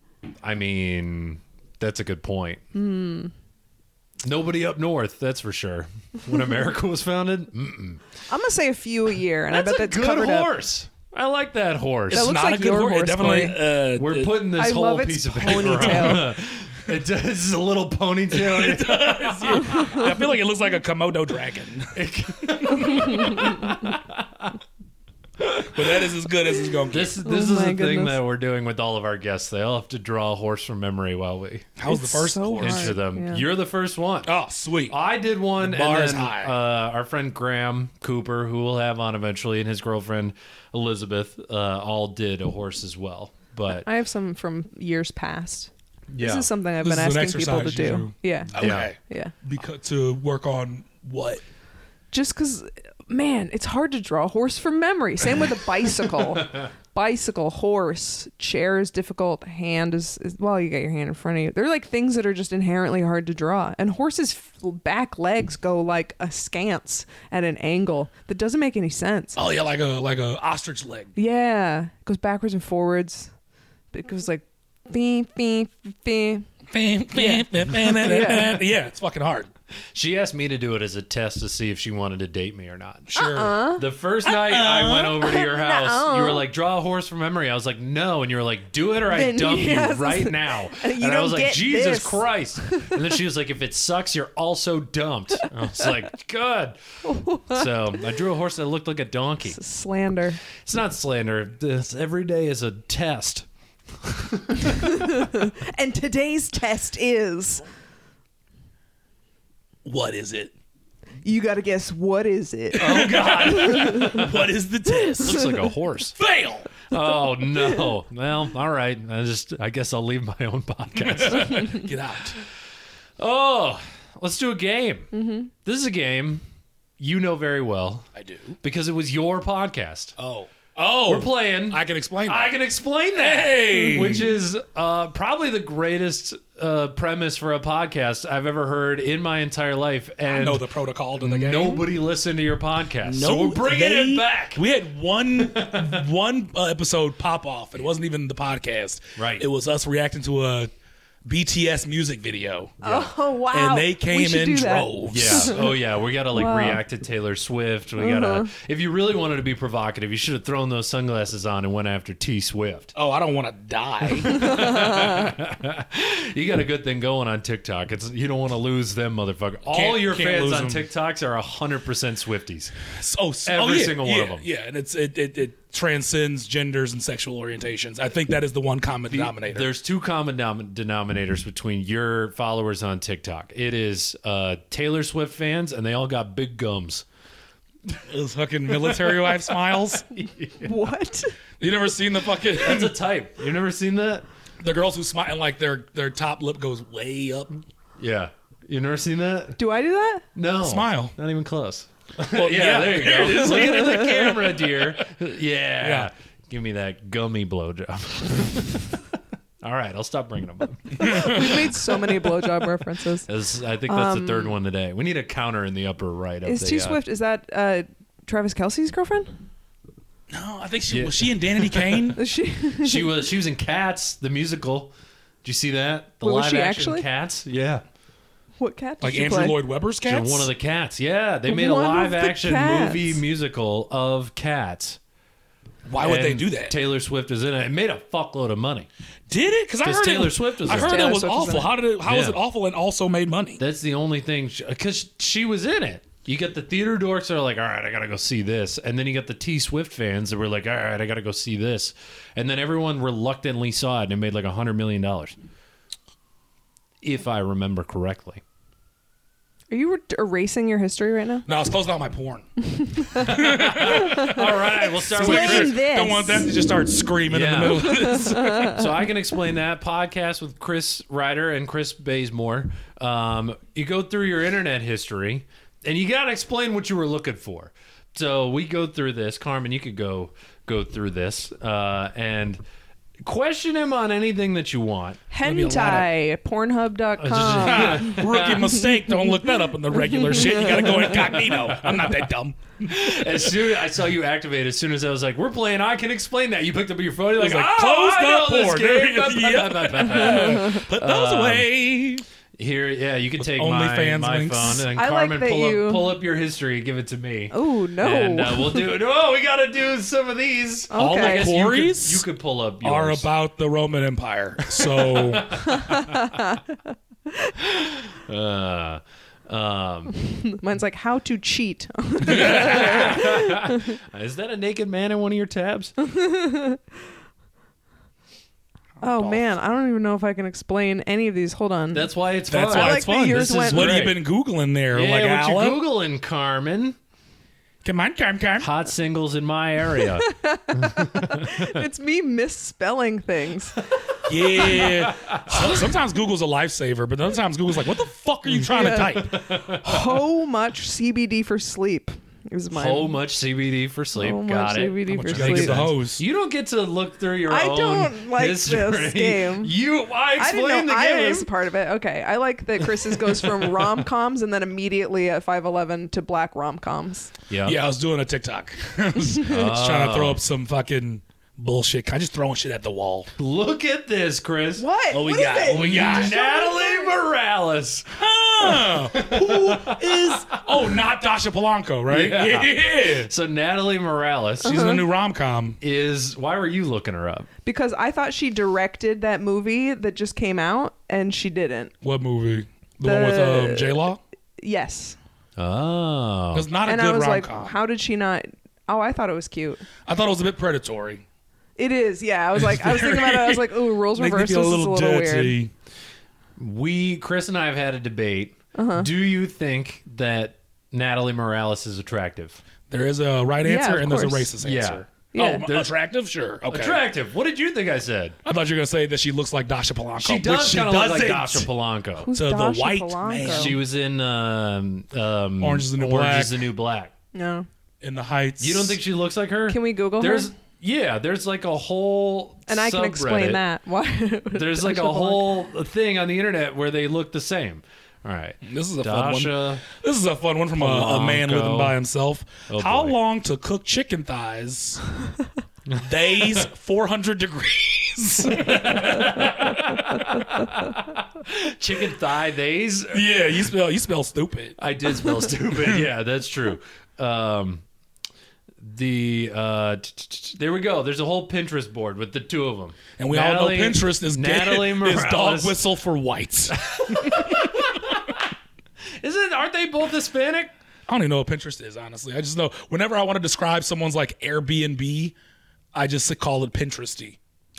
[SPEAKER 4] I mean, that's a good point. Nobody up north, that's for sure. When America was founded, mm-mm.
[SPEAKER 2] I'm gonna say a few a year, and
[SPEAKER 4] that's
[SPEAKER 2] I bet
[SPEAKER 4] a
[SPEAKER 2] that's
[SPEAKER 4] good
[SPEAKER 2] covered up.
[SPEAKER 4] horse. I like that horse.
[SPEAKER 2] That looks
[SPEAKER 1] Not
[SPEAKER 2] like
[SPEAKER 1] a good
[SPEAKER 2] your
[SPEAKER 1] horse.
[SPEAKER 2] horse,
[SPEAKER 1] It definitely. Uh,
[SPEAKER 4] We're
[SPEAKER 1] it-
[SPEAKER 4] putting this
[SPEAKER 2] I
[SPEAKER 4] whole
[SPEAKER 2] love its
[SPEAKER 4] piece of paper on.
[SPEAKER 2] ponytail.
[SPEAKER 4] it does it's a little ponytail. It-
[SPEAKER 1] I feel like it looks like a Komodo dragon. But that is as good as it's going to
[SPEAKER 4] This
[SPEAKER 1] get.
[SPEAKER 4] this is
[SPEAKER 2] Oh
[SPEAKER 4] the
[SPEAKER 2] my
[SPEAKER 4] thing
[SPEAKER 2] goodness.
[SPEAKER 4] that we're doing with all of our guests. They all have to draw a horse from memory while we
[SPEAKER 1] How's the
[SPEAKER 2] It's
[SPEAKER 1] first
[SPEAKER 2] so
[SPEAKER 1] course?
[SPEAKER 2] hard.
[SPEAKER 4] enter them.
[SPEAKER 2] yeah.
[SPEAKER 4] You're the first one.
[SPEAKER 1] Oh, sweet.
[SPEAKER 4] I did one.
[SPEAKER 1] The bar
[SPEAKER 4] and
[SPEAKER 1] is
[SPEAKER 4] then,
[SPEAKER 1] high.
[SPEAKER 4] Uh, our friend Graham Cooper, who we'll have on eventually, and his girlfriend Elizabeth, uh, all did a horse as well. But
[SPEAKER 2] I have some from years past.
[SPEAKER 4] yeah,
[SPEAKER 2] This is something I've
[SPEAKER 1] This
[SPEAKER 2] been
[SPEAKER 1] is an
[SPEAKER 2] asking people to
[SPEAKER 1] exercise
[SPEAKER 2] do.
[SPEAKER 1] you do.
[SPEAKER 2] Yeah.
[SPEAKER 1] Okay.
[SPEAKER 4] Yeah.
[SPEAKER 2] Yeah.
[SPEAKER 1] Because to work on what?
[SPEAKER 2] Just because, man, it's hard to draw a horse from memory. Same with a bicycle. bicycle, horse, chair is difficult. Hand is, is, well, you got your hand in front of you. They're like things that are just inherently hard to draw. And horses' f- back legs go like askance at an angle that doesn't make any sense.
[SPEAKER 1] Oh yeah, like a like a ostrich leg.
[SPEAKER 2] Yeah. It goes backwards and forwards. It goes like, bing, bing, bing.
[SPEAKER 1] yeah.
[SPEAKER 2] Yeah.
[SPEAKER 1] yeah, it's fucking hard.
[SPEAKER 4] she asked me to do it as a test to see if she wanted to date me or not.
[SPEAKER 1] Sure.
[SPEAKER 2] Uh-uh.
[SPEAKER 4] The first night I went over to your house, you were like, "Draw a horse from memory." I was like, "No," and you were like, "Do it or I
[SPEAKER 2] Then
[SPEAKER 4] dump you
[SPEAKER 2] yes.
[SPEAKER 4] right now."
[SPEAKER 2] And you
[SPEAKER 4] I
[SPEAKER 2] don't
[SPEAKER 4] was like,
[SPEAKER 2] get
[SPEAKER 4] "Jesus
[SPEAKER 2] this."
[SPEAKER 4] Christ!" And then she was like, "If it sucks, you're also dumped." I was like, "Good." So I drew a horse that looked like a donkey.
[SPEAKER 2] Slander.
[SPEAKER 4] It's not slander. This every day is a test.
[SPEAKER 2] And today's test is
[SPEAKER 1] What is it?
[SPEAKER 2] you got to guess what is it?
[SPEAKER 1] Oh God! what is the test?
[SPEAKER 4] Looks like a horse.
[SPEAKER 1] Fail.
[SPEAKER 4] Oh no! Well, all right. I just I guess I'll leave my own podcast.
[SPEAKER 1] Get out.
[SPEAKER 4] Oh, let's do a game. Mm-hmm. This is a game you know very well
[SPEAKER 1] I do.
[SPEAKER 4] because it was your podcast.
[SPEAKER 1] Oh. Oh.
[SPEAKER 4] We're playing.
[SPEAKER 1] I can explain. That.
[SPEAKER 4] I can explain that,
[SPEAKER 1] Hey!
[SPEAKER 4] which is uh, probably the greatest uh, premise for a podcast I've ever heard in my entire life. And
[SPEAKER 1] know the protocol to the game.
[SPEAKER 4] nobody listened to your podcast, so we're bringing
[SPEAKER 1] they-
[SPEAKER 4] it back.
[SPEAKER 1] We had one one uh, episode pop off. It wasn't even the podcast.
[SPEAKER 4] Right.
[SPEAKER 1] It was us reacting to a BTS music video.
[SPEAKER 2] Oh wow!
[SPEAKER 1] And they
[SPEAKER 2] We
[SPEAKER 1] came
[SPEAKER 2] should
[SPEAKER 1] in
[SPEAKER 2] do that.
[SPEAKER 1] droves.
[SPEAKER 4] Yeah. Oh, yeah. We gotta like
[SPEAKER 2] Wow.
[SPEAKER 4] react to Taylor Swift. We gotta. If you really wanted to be provocative, you should have thrown those sunglasses on and went after T Swift.
[SPEAKER 1] Oh, I don't want to die.
[SPEAKER 4] You got a good thing going on TikTok. It's you don't want to lose them, motherfucker. All
[SPEAKER 1] Can't-
[SPEAKER 4] your
[SPEAKER 1] can't
[SPEAKER 4] fans
[SPEAKER 1] lose
[SPEAKER 4] on
[SPEAKER 1] them.
[SPEAKER 4] TikToks are hundred percent Swifties.
[SPEAKER 1] oh, s- oh,
[SPEAKER 4] Every
[SPEAKER 1] yeah,
[SPEAKER 4] single one
[SPEAKER 1] yeah,
[SPEAKER 4] of them.
[SPEAKER 1] Yeah, and it's it, it it transcends genders and sexual orientations. I think that is the one common denominator.
[SPEAKER 4] There's two common nom- denominators between your followers on TikTok. It is uh, Taylor Swift fans, and they all got big gums.
[SPEAKER 1] Those fucking military wife smiles.
[SPEAKER 2] What?
[SPEAKER 1] You never seen the fucking
[SPEAKER 4] That's a type. You've never seen that?
[SPEAKER 1] the girls who smile and like their their top lip goes way up.
[SPEAKER 4] Yeah. You've never seen that?
[SPEAKER 2] Do I do that?
[SPEAKER 4] No.
[SPEAKER 1] Smile.
[SPEAKER 4] Not even close.
[SPEAKER 1] Well,
[SPEAKER 4] Yeah, there you go.
[SPEAKER 1] it is.
[SPEAKER 4] Look at the camera, dear. Yeah.
[SPEAKER 1] Yeah.
[SPEAKER 4] Give me that gummy blowjob. all right, I'll stop bringing them up.
[SPEAKER 2] We've made so many blowjob references.
[SPEAKER 4] As- I think that's the third one today. We need a counter in the upper right. Of
[SPEAKER 2] Um, Is
[SPEAKER 4] the,
[SPEAKER 2] T
[SPEAKER 4] uh,
[SPEAKER 2] Swift? Is that uh, Travis Kelsey's girlfriend?
[SPEAKER 1] No, I think she
[SPEAKER 4] Yeah.
[SPEAKER 1] was she and Danny Kane.
[SPEAKER 2] Is she?
[SPEAKER 4] she was she was in Cats the musical. Did you see that? The
[SPEAKER 2] Wait, was
[SPEAKER 4] live
[SPEAKER 2] she
[SPEAKER 4] action
[SPEAKER 2] actually?
[SPEAKER 4] Cats. Yeah,
[SPEAKER 2] what cat? Did
[SPEAKER 1] like
[SPEAKER 2] she
[SPEAKER 1] Andrew
[SPEAKER 2] play?
[SPEAKER 1] Lloyd Webber's
[SPEAKER 4] She
[SPEAKER 1] cats.
[SPEAKER 4] was one of the cats. Yeah, they made a
[SPEAKER 2] One of
[SPEAKER 4] live
[SPEAKER 2] the
[SPEAKER 4] action
[SPEAKER 2] cats.
[SPEAKER 4] movie musical of Cats.
[SPEAKER 1] Why would they
[SPEAKER 4] And
[SPEAKER 1] do that?
[SPEAKER 4] Taylor Swift is in it. It made a fuckload of money.
[SPEAKER 1] did it? Because I
[SPEAKER 4] 'Cause
[SPEAKER 1] heard
[SPEAKER 4] Taylor
[SPEAKER 1] it,
[SPEAKER 4] Swift was
[SPEAKER 1] I
[SPEAKER 4] in
[SPEAKER 1] heard
[SPEAKER 4] it.
[SPEAKER 2] Taylor
[SPEAKER 1] it was
[SPEAKER 2] Swift was in
[SPEAKER 1] awful.
[SPEAKER 2] it.
[SPEAKER 1] How did it? How was
[SPEAKER 4] Yeah.
[SPEAKER 1] it awful and also made money?
[SPEAKER 4] That's the only thing because she was in it. You got the theater dorks that are like, all right, I gotta go see this, and then you got the T Swift fans that were like, all right, I gotta go see this, and then everyone reluctantly saw it and it made like a hundred million dollars, if I remember correctly.
[SPEAKER 2] Are you er- erasing your history right now?
[SPEAKER 1] No, I was closing out my porn.
[SPEAKER 4] All right, we'll start with
[SPEAKER 2] Explain
[SPEAKER 4] Chris.
[SPEAKER 2] this.
[SPEAKER 1] Don't want them to just start screaming
[SPEAKER 4] Yeah.
[SPEAKER 1] in the middle of this.
[SPEAKER 4] So I can explain that podcast with Chris Ryder and Chris Bazemore. Um, you go through your internet history, and you gotta explain what you were looking for. So we go through this. Carmen, you could go go through this uh, and question him on anything that you want.
[SPEAKER 1] be a lot Oh,
[SPEAKER 2] Hentai, Pornhub.com.
[SPEAKER 1] Ah, Rookie mistake. Don't look that up in the regular shit. You gotta go incognito. I'm not that dumb.
[SPEAKER 4] As soon I saw you activate, as soon as I was like, "We're playing," I can explain that. You picked up your phone. You're like, "Oh,
[SPEAKER 1] was like,
[SPEAKER 4] "Close
[SPEAKER 1] "Close the
[SPEAKER 4] that
[SPEAKER 1] porn." Put those away.
[SPEAKER 4] Here, yeah, you can take my,
[SPEAKER 1] OnlyFans
[SPEAKER 4] my
[SPEAKER 1] links.
[SPEAKER 4] phone and
[SPEAKER 2] I like
[SPEAKER 4] Carmen
[SPEAKER 2] that
[SPEAKER 4] pull
[SPEAKER 2] you-
[SPEAKER 4] up pull up your history, give it to me.
[SPEAKER 2] Oh no!
[SPEAKER 4] And uh, we'll do it. Oh, we gotta do some of these.
[SPEAKER 2] All the
[SPEAKER 4] I guess you could-
[SPEAKER 1] quarries
[SPEAKER 4] you could, pull up yours.
[SPEAKER 1] Are about the Roman Empire. So
[SPEAKER 4] Uh, Um,
[SPEAKER 2] Mine's like how to cheat.
[SPEAKER 4] is that a naked man in one of your tabs?
[SPEAKER 2] oh man, I don't even know if I can explain any of these. Hold on.
[SPEAKER 4] That's why it's
[SPEAKER 1] That's
[SPEAKER 4] fun.
[SPEAKER 1] why
[SPEAKER 2] I
[SPEAKER 1] it's
[SPEAKER 2] like that
[SPEAKER 1] fun.
[SPEAKER 2] yours
[SPEAKER 4] This is
[SPEAKER 2] went.
[SPEAKER 1] What have you
[SPEAKER 4] Great.
[SPEAKER 1] been googling there?
[SPEAKER 4] Yeah,
[SPEAKER 1] like
[SPEAKER 4] what
[SPEAKER 1] Alan?
[SPEAKER 4] you googling, Carmen?
[SPEAKER 1] Come on, come, come.
[SPEAKER 4] Hot singles in my area.
[SPEAKER 2] it's me misspelling things.
[SPEAKER 1] Yeah. So- sometimes Google's a lifesaver, but other times Google's like, "What the fuck are you trying
[SPEAKER 2] Yeah.
[SPEAKER 1] to type?"
[SPEAKER 2] How much CBD for sleep is mine.
[SPEAKER 4] so much CBD for sleep.
[SPEAKER 2] How
[SPEAKER 4] Got
[SPEAKER 2] much
[SPEAKER 4] it.
[SPEAKER 2] CBD
[SPEAKER 1] But
[SPEAKER 2] for
[SPEAKER 1] you gotta
[SPEAKER 2] sleep.
[SPEAKER 1] get the hose.
[SPEAKER 4] You don't get to look through your
[SPEAKER 2] I
[SPEAKER 4] own.
[SPEAKER 2] don't like this
[SPEAKER 4] history.
[SPEAKER 2] game.
[SPEAKER 4] You, I
[SPEAKER 2] I
[SPEAKER 4] explained
[SPEAKER 2] didn't know
[SPEAKER 4] the
[SPEAKER 2] I
[SPEAKER 4] game.
[SPEAKER 2] was part of it. Okay, I like that Chris's goes from rom coms and then immediately at five eleven to black rom coms.
[SPEAKER 1] Yeah, I was doing a TikTok. I was just trying to throw up some fucking bullshit. Kind of just throwing shit at the wall.
[SPEAKER 4] Look at this, Chris.
[SPEAKER 2] What?
[SPEAKER 1] What we
[SPEAKER 2] What is
[SPEAKER 1] got?
[SPEAKER 2] it?
[SPEAKER 1] What we got?
[SPEAKER 4] Natalie Morales.
[SPEAKER 1] Huh. Who is? Oh, not Dasha Polanco, right?
[SPEAKER 4] Yeah.
[SPEAKER 1] Yeah.
[SPEAKER 4] So Natalie Morales
[SPEAKER 2] Uh-huh.
[SPEAKER 1] She's in a new rom com.
[SPEAKER 4] is. Why were you looking her up?
[SPEAKER 2] Because I thought she directed that movie that just came out and she didn't.
[SPEAKER 1] What movie? The, one with
[SPEAKER 2] The-
[SPEAKER 1] um, J Law.
[SPEAKER 2] Yes.
[SPEAKER 4] Oh,
[SPEAKER 1] It's not a
[SPEAKER 2] and I
[SPEAKER 1] good
[SPEAKER 2] was
[SPEAKER 1] rom
[SPEAKER 2] like,
[SPEAKER 1] com.
[SPEAKER 2] how did she not? Oh, I thought it was cute.
[SPEAKER 1] I thought it was a bit predatory.
[SPEAKER 2] It is, yeah. I was like, I was thinking about it. I was like, ooh, rules
[SPEAKER 1] Makes me
[SPEAKER 2] reversed. This
[SPEAKER 1] feel
[SPEAKER 2] is
[SPEAKER 1] a
[SPEAKER 2] a
[SPEAKER 1] little
[SPEAKER 2] little weird.
[SPEAKER 1] dirty.
[SPEAKER 4] we Chris and I have had a debate.
[SPEAKER 2] Uh-huh.
[SPEAKER 4] Do you think that Natalie Morales is attractive?
[SPEAKER 1] There is a right
[SPEAKER 2] Yeah,
[SPEAKER 1] answer
[SPEAKER 2] of
[SPEAKER 1] and there's a
[SPEAKER 2] course.
[SPEAKER 1] racist
[SPEAKER 4] Yeah.
[SPEAKER 1] answer.
[SPEAKER 2] Yeah.
[SPEAKER 1] Oh, attractive? Sure. Okay.
[SPEAKER 4] Attractive. What did you think I said?
[SPEAKER 1] I thought you were gonna say that she looks like Dasha Polanco.
[SPEAKER 4] She
[SPEAKER 1] which
[SPEAKER 4] does
[SPEAKER 1] she
[SPEAKER 4] kind of look like
[SPEAKER 1] doesn't.
[SPEAKER 4] Dasha Polanco.
[SPEAKER 2] Who's
[SPEAKER 1] To the
[SPEAKER 2] Dasha
[SPEAKER 1] white
[SPEAKER 2] Polanco?
[SPEAKER 1] man.
[SPEAKER 4] She was in um, um,
[SPEAKER 1] Orange is the New
[SPEAKER 4] Orange
[SPEAKER 1] Black.
[SPEAKER 4] Is the New Black.
[SPEAKER 2] No.
[SPEAKER 1] in the Heights.
[SPEAKER 4] You don't think she looks like her?
[SPEAKER 2] Can we Google her?
[SPEAKER 4] there's, Yeah, there's like a whole
[SPEAKER 2] And I can
[SPEAKER 4] subreddit.
[SPEAKER 2] explain that. Why?
[SPEAKER 4] There's like
[SPEAKER 2] Dasha
[SPEAKER 4] a whole thing on the internet where they look the same. All right.
[SPEAKER 1] this is a fun one?
[SPEAKER 4] Dasha.
[SPEAKER 1] This is a fun one from a, a man
[SPEAKER 4] Polanco.
[SPEAKER 1] living by himself.
[SPEAKER 4] Oh,
[SPEAKER 1] How
[SPEAKER 4] boy.
[SPEAKER 1] long to cook chicken thighs? Days 400 degrees.
[SPEAKER 4] Chicken thigh days.
[SPEAKER 1] yeah, you spell you spell stupid.
[SPEAKER 4] I did spell stupid. Yeah, that's true. Um, the uh, t- t- t- there we go. There's a whole Pinterest board with the two of them,
[SPEAKER 1] And we all know Pinterest is
[SPEAKER 4] Natalie
[SPEAKER 1] getting, is
[SPEAKER 4] Morales.
[SPEAKER 1] dog whistle for whites. I
[SPEAKER 4] Isn't aren't they both Hispanic?
[SPEAKER 1] don't even know what Pinterest is, honestly. I just know whenever I want to describe someone's like Airbnb, I just call it Pinteresty.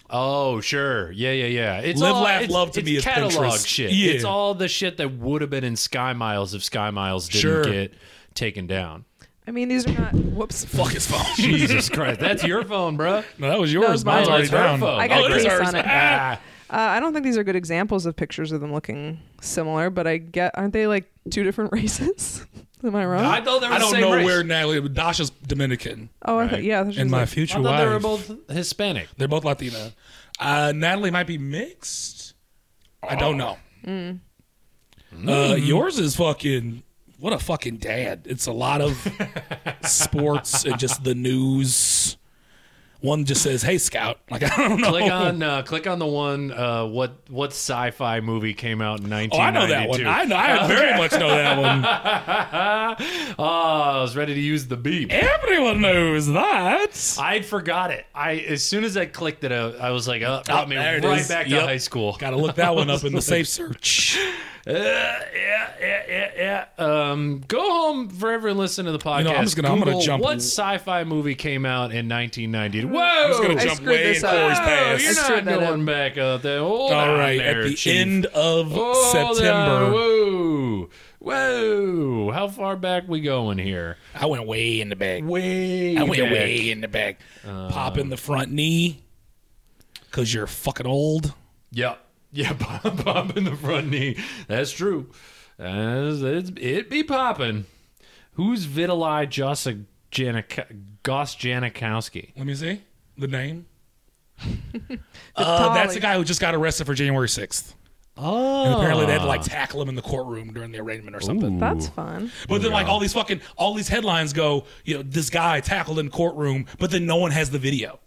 [SPEAKER 4] Oh sure, yeah, yeah, yeah. It's
[SPEAKER 1] Live,
[SPEAKER 4] all,
[SPEAKER 1] laugh,
[SPEAKER 4] it's,
[SPEAKER 1] love to
[SPEAKER 4] it's
[SPEAKER 1] me is
[SPEAKER 4] catalog
[SPEAKER 1] Pinterest.
[SPEAKER 4] shit.
[SPEAKER 1] Yeah.
[SPEAKER 4] It's all the shit that would have been in Sky Miles if Sky Miles didn't
[SPEAKER 1] Sure.
[SPEAKER 4] get taken down.
[SPEAKER 2] I mean, these are not. Whoops.
[SPEAKER 1] Fuck his phone.
[SPEAKER 4] Jesus Christ, that's your phone, bruh.
[SPEAKER 1] no, that
[SPEAKER 2] was
[SPEAKER 1] was yours.
[SPEAKER 2] mine.
[SPEAKER 1] Mine's
[SPEAKER 2] Oh,
[SPEAKER 1] already
[SPEAKER 4] that's her
[SPEAKER 1] down.
[SPEAKER 4] phone.
[SPEAKER 2] I got
[SPEAKER 1] oh, it is
[SPEAKER 2] grease
[SPEAKER 1] hers.
[SPEAKER 2] on it.
[SPEAKER 1] Ah.
[SPEAKER 2] Uh, I don't think these are good examples of pictures of them looking similar, but I get. Aren't they like two different races? Am I wrong?
[SPEAKER 4] I thought they were
[SPEAKER 1] I
[SPEAKER 4] the
[SPEAKER 1] don't
[SPEAKER 4] same
[SPEAKER 1] know
[SPEAKER 4] race.
[SPEAKER 1] where Natalie, but Dasha's Dominican.
[SPEAKER 2] oh, I thought. Yeah. I thought she
[SPEAKER 1] And
[SPEAKER 2] was,
[SPEAKER 1] my
[SPEAKER 2] like-
[SPEAKER 1] future
[SPEAKER 4] I thought they were
[SPEAKER 1] wife,
[SPEAKER 4] both Hispanic.
[SPEAKER 1] they're both Latina. Uh, Natalie might be mixed. I don't know. Uh, yours is fucking. What a fucking dad. It's a lot of sports and just the news. One just says, "Hey, Scout." Like I don't know.
[SPEAKER 4] Click on uh, click on the one uh, what what sci-fi movie came out in
[SPEAKER 1] Oh, I know that
[SPEAKER 4] 1992.
[SPEAKER 1] one. I know. I very much know that one.
[SPEAKER 4] Oh, I was ready to use the beep.
[SPEAKER 1] Everyone knows that.
[SPEAKER 4] I forgot it. I as soon as I clicked it, I, I was like, oh,
[SPEAKER 1] Oh,
[SPEAKER 4] brought me
[SPEAKER 1] there it
[SPEAKER 4] right
[SPEAKER 1] is.
[SPEAKER 4] back
[SPEAKER 1] Yep.
[SPEAKER 4] to high school.
[SPEAKER 1] Got to look that one up in the safe search.
[SPEAKER 4] Uh, yeah, yeah, yeah, yeah. Um, go home for everyone listening to the podcast.
[SPEAKER 1] know, I'm just gonna- I'm gonna
[SPEAKER 4] Google
[SPEAKER 1] jump-
[SPEAKER 4] What sci-fi movie came out in 1990? Whoa!
[SPEAKER 2] I
[SPEAKER 1] gonna jump
[SPEAKER 2] screwed
[SPEAKER 1] way
[SPEAKER 2] this
[SPEAKER 1] in
[SPEAKER 2] up.
[SPEAKER 1] Corey's
[SPEAKER 2] Oh,
[SPEAKER 1] past.
[SPEAKER 4] You're
[SPEAKER 2] I screwed
[SPEAKER 4] not
[SPEAKER 2] that
[SPEAKER 4] going
[SPEAKER 2] up.
[SPEAKER 4] back out there. Hold
[SPEAKER 1] All
[SPEAKER 4] on
[SPEAKER 1] right,
[SPEAKER 4] Ah, there,
[SPEAKER 1] at the
[SPEAKER 4] Chief. Oh,
[SPEAKER 1] end of
[SPEAKER 4] Hold on.
[SPEAKER 1] September.
[SPEAKER 4] Whoa, whoa! How far back we going here?
[SPEAKER 1] I went way in the back.
[SPEAKER 4] Way.
[SPEAKER 1] I went way in the back. Pop
[SPEAKER 4] Uh,
[SPEAKER 1] in the front knee. Cause you're fucking old.
[SPEAKER 4] Yep. Yeah, pop, pop in the front knee. That's true. As it's, it be popping. Who's Vitaly Jossa Goss Janikowski?
[SPEAKER 1] Let me see the name. Uh, that's the guy who just got arrested for January 6th.
[SPEAKER 4] Oh,
[SPEAKER 1] And apparently they had to like tackle him in the courtroom during the arraignment or something.
[SPEAKER 2] That's fun.
[SPEAKER 1] But then like all these fucking all these headlines go, you know, this guy tackled in courtroom, but then no one has the video.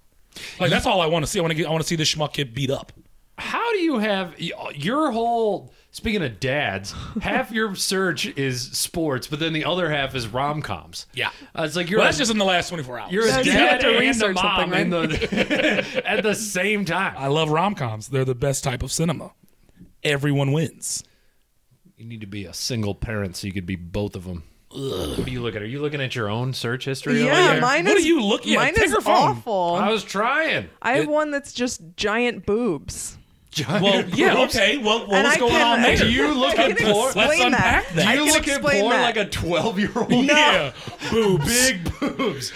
[SPEAKER 1] Like that's all I want to see. I want to get I want to see this schmuck get beat up.
[SPEAKER 4] how do you have y- your whole? Speaking of dads, half your search is sports, but then the other half is rom coms.
[SPEAKER 1] Yeah.
[SPEAKER 4] uh, it's like you're
[SPEAKER 1] Well,
[SPEAKER 4] a-
[SPEAKER 1] that's just in the last 24 hours.
[SPEAKER 4] you're a
[SPEAKER 2] No, you have
[SPEAKER 4] dad
[SPEAKER 2] to
[SPEAKER 4] and a
[SPEAKER 2] research
[SPEAKER 4] mom
[SPEAKER 2] something,
[SPEAKER 4] in the, at the same time.
[SPEAKER 1] I love rom coms. They're the best type of cinema. Everyone wins.
[SPEAKER 4] You need to be a single parent so you could be both of them. What are you looking at? Are you looking at your own search history? over
[SPEAKER 2] Yeah,
[SPEAKER 4] there?
[SPEAKER 2] mine
[SPEAKER 1] What
[SPEAKER 2] is.
[SPEAKER 1] are you looking at?
[SPEAKER 2] Mine
[SPEAKER 1] Take
[SPEAKER 2] is
[SPEAKER 1] her phone.
[SPEAKER 2] awful.
[SPEAKER 4] I was trying.
[SPEAKER 2] I have one that's just giant boobs.
[SPEAKER 1] Well, yeah,
[SPEAKER 4] boobs.
[SPEAKER 1] okay. Well, what
[SPEAKER 2] And
[SPEAKER 1] was
[SPEAKER 2] I
[SPEAKER 1] going
[SPEAKER 2] can-
[SPEAKER 1] on there?
[SPEAKER 4] Do you look
[SPEAKER 2] I
[SPEAKER 4] at
[SPEAKER 2] can
[SPEAKER 4] porn?
[SPEAKER 1] Let's
[SPEAKER 2] explain
[SPEAKER 1] unpack
[SPEAKER 2] that.
[SPEAKER 1] that.
[SPEAKER 2] I
[SPEAKER 4] Do you
[SPEAKER 2] can
[SPEAKER 4] look at
[SPEAKER 2] explain
[SPEAKER 4] porn
[SPEAKER 2] that.
[SPEAKER 4] like a twelve-year-old?
[SPEAKER 1] Yeah, boobs.
[SPEAKER 4] Big boobs.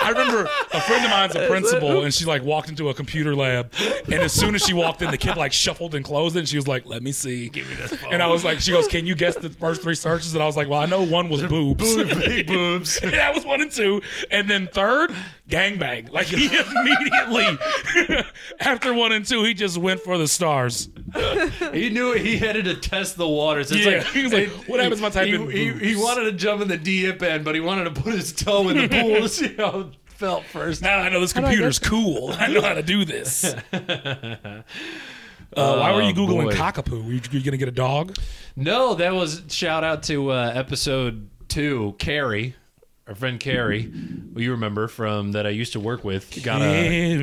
[SPEAKER 1] I remember a friend of mine's a principal, and she like walked into a computer lab, and as soon as she walked in, the kid like shuffled and closed it, and she was like, "Let me see." Give me this And I was like, "She goes, can you guess the first three searches?" And I was like, "Well, I know one was boobs.
[SPEAKER 4] Big boobs.
[SPEAKER 1] that was one and two, and then third, gangbang." Like he immediately after one and two, he just went for the stars.
[SPEAKER 4] He knew it. he headed to test the waters. It's
[SPEAKER 1] Yeah,
[SPEAKER 4] like
[SPEAKER 1] he was like, "What happens if I type
[SPEAKER 4] he,
[SPEAKER 1] in
[SPEAKER 4] He, he
[SPEAKER 1] boobs?"
[SPEAKER 4] wanted to jump in the deep end, but he wanted to put his toe in the pool to see how it felt first.
[SPEAKER 1] Now I know this
[SPEAKER 2] do I
[SPEAKER 1] computer's
[SPEAKER 2] get-
[SPEAKER 1] cool. I know how to do this. Uh, why were you googling
[SPEAKER 4] Oh, boy.
[SPEAKER 1] cockapoo? Were you, you gonna get a dog?
[SPEAKER 4] No, that was shout out to uh, episode two, Carrie. Our friend Carrie, who you remember from that I used to work with, got a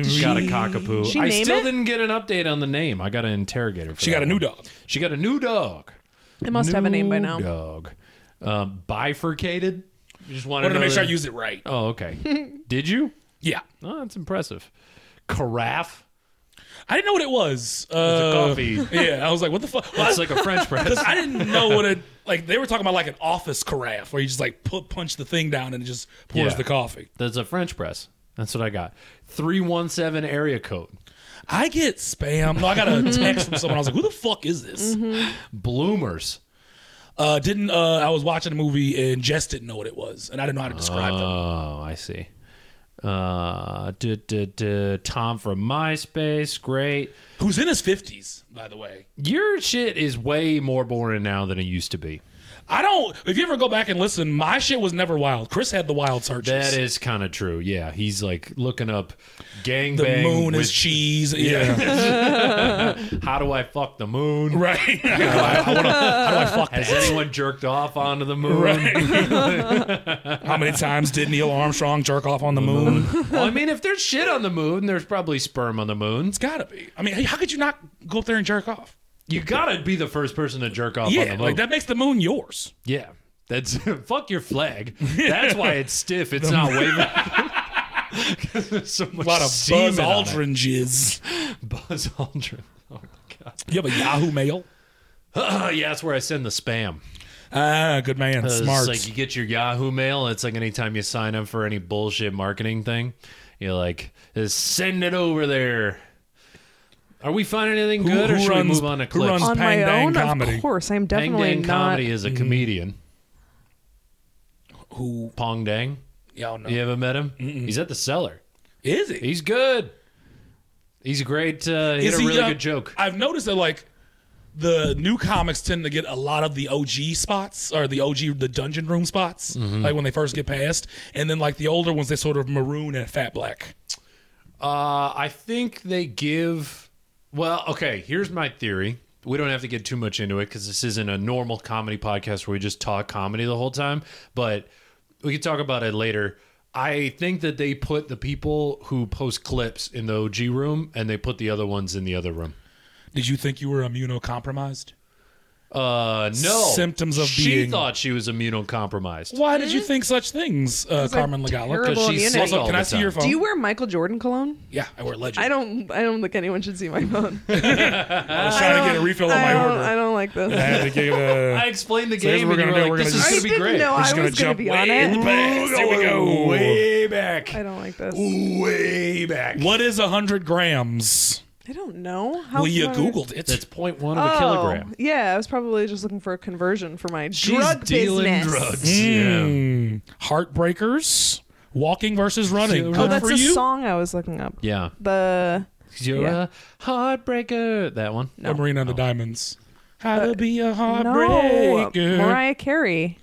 [SPEAKER 1] Carrie.
[SPEAKER 4] got a cockapoo.
[SPEAKER 2] She
[SPEAKER 4] I
[SPEAKER 2] name
[SPEAKER 4] still
[SPEAKER 2] it?
[SPEAKER 4] didn't get an update on the name. I got an interrogator. For
[SPEAKER 1] She
[SPEAKER 4] that
[SPEAKER 1] got a new
[SPEAKER 4] one.
[SPEAKER 1] dog.
[SPEAKER 4] She got a new dog.
[SPEAKER 2] It must have a name by
[SPEAKER 4] New
[SPEAKER 2] now.
[SPEAKER 4] Dog. Um, bifurcated. You just wanted
[SPEAKER 1] Wanted to make
[SPEAKER 4] know
[SPEAKER 1] sure I
[SPEAKER 4] that-
[SPEAKER 1] used it right.
[SPEAKER 4] Oh, okay. Did you?
[SPEAKER 1] Yeah.
[SPEAKER 4] Oh, that's impressive. Carafe.
[SPEAKER 1] I didn't know what it was. Uh,
[SPEAKER 4] a coffee.
[SPEAKER 1] Yeah, I was like, what the fuck? Well,
[SPEAKER 4] That's like a French press.
[SPEAKER 1] I didn't know what it like. They were talking about like an office carafe where you just like put punch the thing down and it just pours
[SPEAKER 4] Yeah.
[SPEAKER 1] the coffee.
[SPEAKER 4] That's a French press. That's what I got. 317 area code.
[SPEAKER 1] I get spam. No, I got a text from someone. I was like, who the fuck is this?
[SPEAKER 4] Bloomers.
[SPEAKER 1] Uh, didn't uh, I was watching a movie and Jess didn't know what it was and I didn't know how to describe them.
[SPEAKER 4] Oh, I see. Uh, duh, duh, duh, Tom from MySpace. Great.
[SPEAKER 1] Who's in his fifties, by the way.
[SPEAKER 4] Your shit is way more boring now than it used to be.
[SPEAKER 1] I don't. If you ever go back and listen, my shit was never wild. Chris had the wild searches.
[SPEAKER 4] That is kind of true. Yeah, he's like looking up gangbang.
[SPEAKER 1] the moon
[SPEAKER 4] with,
[SPEAKER 1] is cheese. yeah.
[SPEAKER 4] How do I fuck the moon?
[SPEAKER 1] Right. I, I wanna, how do I fuck
[SPEAKER 4] Has
[SPEAKER 1] that?
[SPEAKER 4] anyone jerked off onto the moon?
[SPEAKER 1] How many times did Neil Armstrong jerk off on the moon?
[SPEAKER 4] Well, I mean, if there's shit on the moon, there's probably sperm on the moon.
[SPEAKER 1] It's gotta be. I mean, hey, how could you not go up there and jerk off?
[SPEAKER 4] You gotta be the first person to jerk off on the
[SPEAKER 1] Yeah,
[SPEAKER 4] moon.
[SPEAKER 1] like that makes the moon yours.
[SPEAKER 4] Yeah. That's fuck your flag. That's why it's stiff. It's not waving. 'Cause there's so much
[SPEAKER 1] A lot of
[SPEAKER 4] semen
[SPEAKER 1] Buzz
[SPEAKER 4] on it.
[SPEAKER 1] Aldrin jizz.
[SPEAKER 4] Buzz Aldrin. Oh my god.
[SPEAKER 1] You have a Yahoo mail?
[SPEAKER 4] Oh, yeah, that's where I send the spam.
[SPEAKER 1] Ah, good man.
[SPEAKER 4] 'Cause It's
[SPEAKER 1] Smart.
[SPEAKER 4] like you get your Yahoo mail. It's like anytime you sign up for any bullshit marketing thing, you're like, "Just send it over there. Are we finding anything
[SPEAKER 1] Who-
[SPEAKER 4] good, or
[SPEAKER 1] who
[SPEAKER 4] should
[SPEAKER 1] runs-
[SPEAKER 4] we move on to
[SPEAKER 1] who
[SPEAKER 4] clips?
[SPEAKER 1] runs
[SPEAKER 2] On my
[SPEAKER 1] Pang
[SPEAKER 2] own,
[SPEAKER 1] Dang Comedy.
[SPEAKER 2] of course.
[SPEAKER 4] Pang
[SPEAKER 2] I'm definitely
[SPEAKER 4] Dang
[SPEAKER 2] not.
[SPEAKER 4] comedy is a comedian.
[SPEAKER 1] Who?
[SPEAKER 4] Pong Dang.
[SPEAKER 1] Y'all know.
[SPEAKER 4] You ever met him? He's at the cellar.
[SPEAKER 1] Is it?
[SPEAKER 4] He's good. He's a great. Uh, he
[SPEAKER 1] Is
[SPEAKER 4] had a really
[SPEAKER 1] uh,
[SPEAKER 4] good joke.
[SPEAKER 1] I've noticed that like the new comics tend to get a lot of the OG spots or the OG the dungeon room spots,
[SPEAKER 4] Mm-hmm.
[SPEAKER 1] like when they first get passed, and then like the older ones they sort of maroon and fat black.
[SPEAKER 4] Uh, I think they give. Well, okay. Here's my theory. We don't have to get too much into it because this isn't a normal comedy podcast where we just talk comedy the whole time. But we can talk about it later. I think that they put the people who post clips in the OG room and they put the other ones in the other room.
[SPEAKER 1] Did you think you were immunocompromised?
[SPEAKER 4] Uh, no
[SPEAKER 1] Symptoms of
[SPEAKER 4] she
[SPEAKER 1] being-
[SPEAKER 4] thought she was immunocompromised.
[SPEAKER 1] Why did you
[SPEAKER 2] Mm-hmm.
[SPEAKER 1] think such things, uh,
[SPEAKER 2] I'm
[SPEAKER 1] Carmen Lagala?
[SPEAKER 2] terrible.
[SPEAKER 4] Because she's
[SPEAKER 2] immunity.
[SPEAKER 4] sick
[SPEAKER 2] Also,
[SPEAKER 4] all
[SPEAKER 1] Can
[SPEAKER 4] the
[SPEAKER 1] I see
[SPEAKER 4] time.
[SPEAKER 1] your phone?
[SPEAKER 2] Do you wear Michael Jordan cologne?
[SPEAKER 1] yeah, I wear Legend.
[SPEAKER 2] I
[SPEAKER 1] I,
[SPEAKER 2] don't. I don't think anyone should see my phone.
[SPEAKER 1] was trying to get a refill on
[SPEAKER 2] I
[SPEAKER 1] my
[SPEAKER 2] don't.
[SPEAKER 1] order.
[SPEAKER 2] I don't like
[SPEAKER 1] I
[SPEAKER 2] this.
[SPEAKER 1] had to give it
[SPEAKER 4] I explained the
[SPEAKER 1] So here's
[SPEAKER 4] game,
[SPEAKER 1] what
[SPEAKER 4] and
[SPEAKER 1] we're
[SPEAKER 4] you were
[SPEAKER 1] gonna
[SPEAKER 4] like,
[SPEAKER 1] do. We're
[SPEAKER 4] "This
[SPEAKER 1] gonna
[SPEAKER 4] is going
[SPEAKER 2] I
[SPEAKER 1] just-
[SPEAKER 4] to be
[SPEAKER 2] didn't
[SPEAKER 4] great."
[SPEAKER 2] know
[SPEAKER 1] We're
[SPEAKER 2] I
[SPEAKER 1] just gonna
[SPEAKER 2] was going
[SPEAKER 1] jump
[SPEAKER 2] to be
[SPEAKER 1] way
[SPEAKER 2] on
[SPEAKER 1] in
[SPEAKER 2] it.
[SPEAKER 1] the past. Here we go.
[SPEAKER 4] Way back.
[SPEAKER 2] I don't like this.
[SPEAKER 4] Way back.
[SPEAKER 1] a. What is hundred grams?
[SPEAKER 2] I don't know. How
[SPEAKER 1] Well, you
[SPEAKER 2] far-
[SPEAKER 1] googled it.
[SPEAKER 4] That's 0.1 of a
[SPEAKER 2] Oh,
[SPEAKER 4] kilogram.
[SPEAKER 2] yeah. I was probably just looking for a conversion for my
[SPEAKER 4] She's
[SPEAKER 2] drug
[SPEAKER 4] dealing
[SPEAKER 2] business.
[SPEAKER 4] drugs. Yeah.
[SPEAKER 1] Mm. Heartbreakers, walking versus running.
[SPEAKER 2] Oh,
[SPEAKER 1] Good
[SPEAKER 2] that's
[SPEAKER 1] for
[SPEAKER 2] a
[SPEAKER 1] you.
[SPEAKER 2] song I was looking up.
[SPEAKER 4] Yeah.
[SPEAKER 2] The
[SPEAKER 4] You're
[SPEAKER 2] Yeah.
[SPEAKER 4] a heartbreaker. That one.
[SPEAKER 1] Or Marina and the Diamonds. How to be a
[SPEAKER 2] no,
[SPEAKER 1] heartbreaker. Uh,
[SPEAKER 2] Mariah Carey.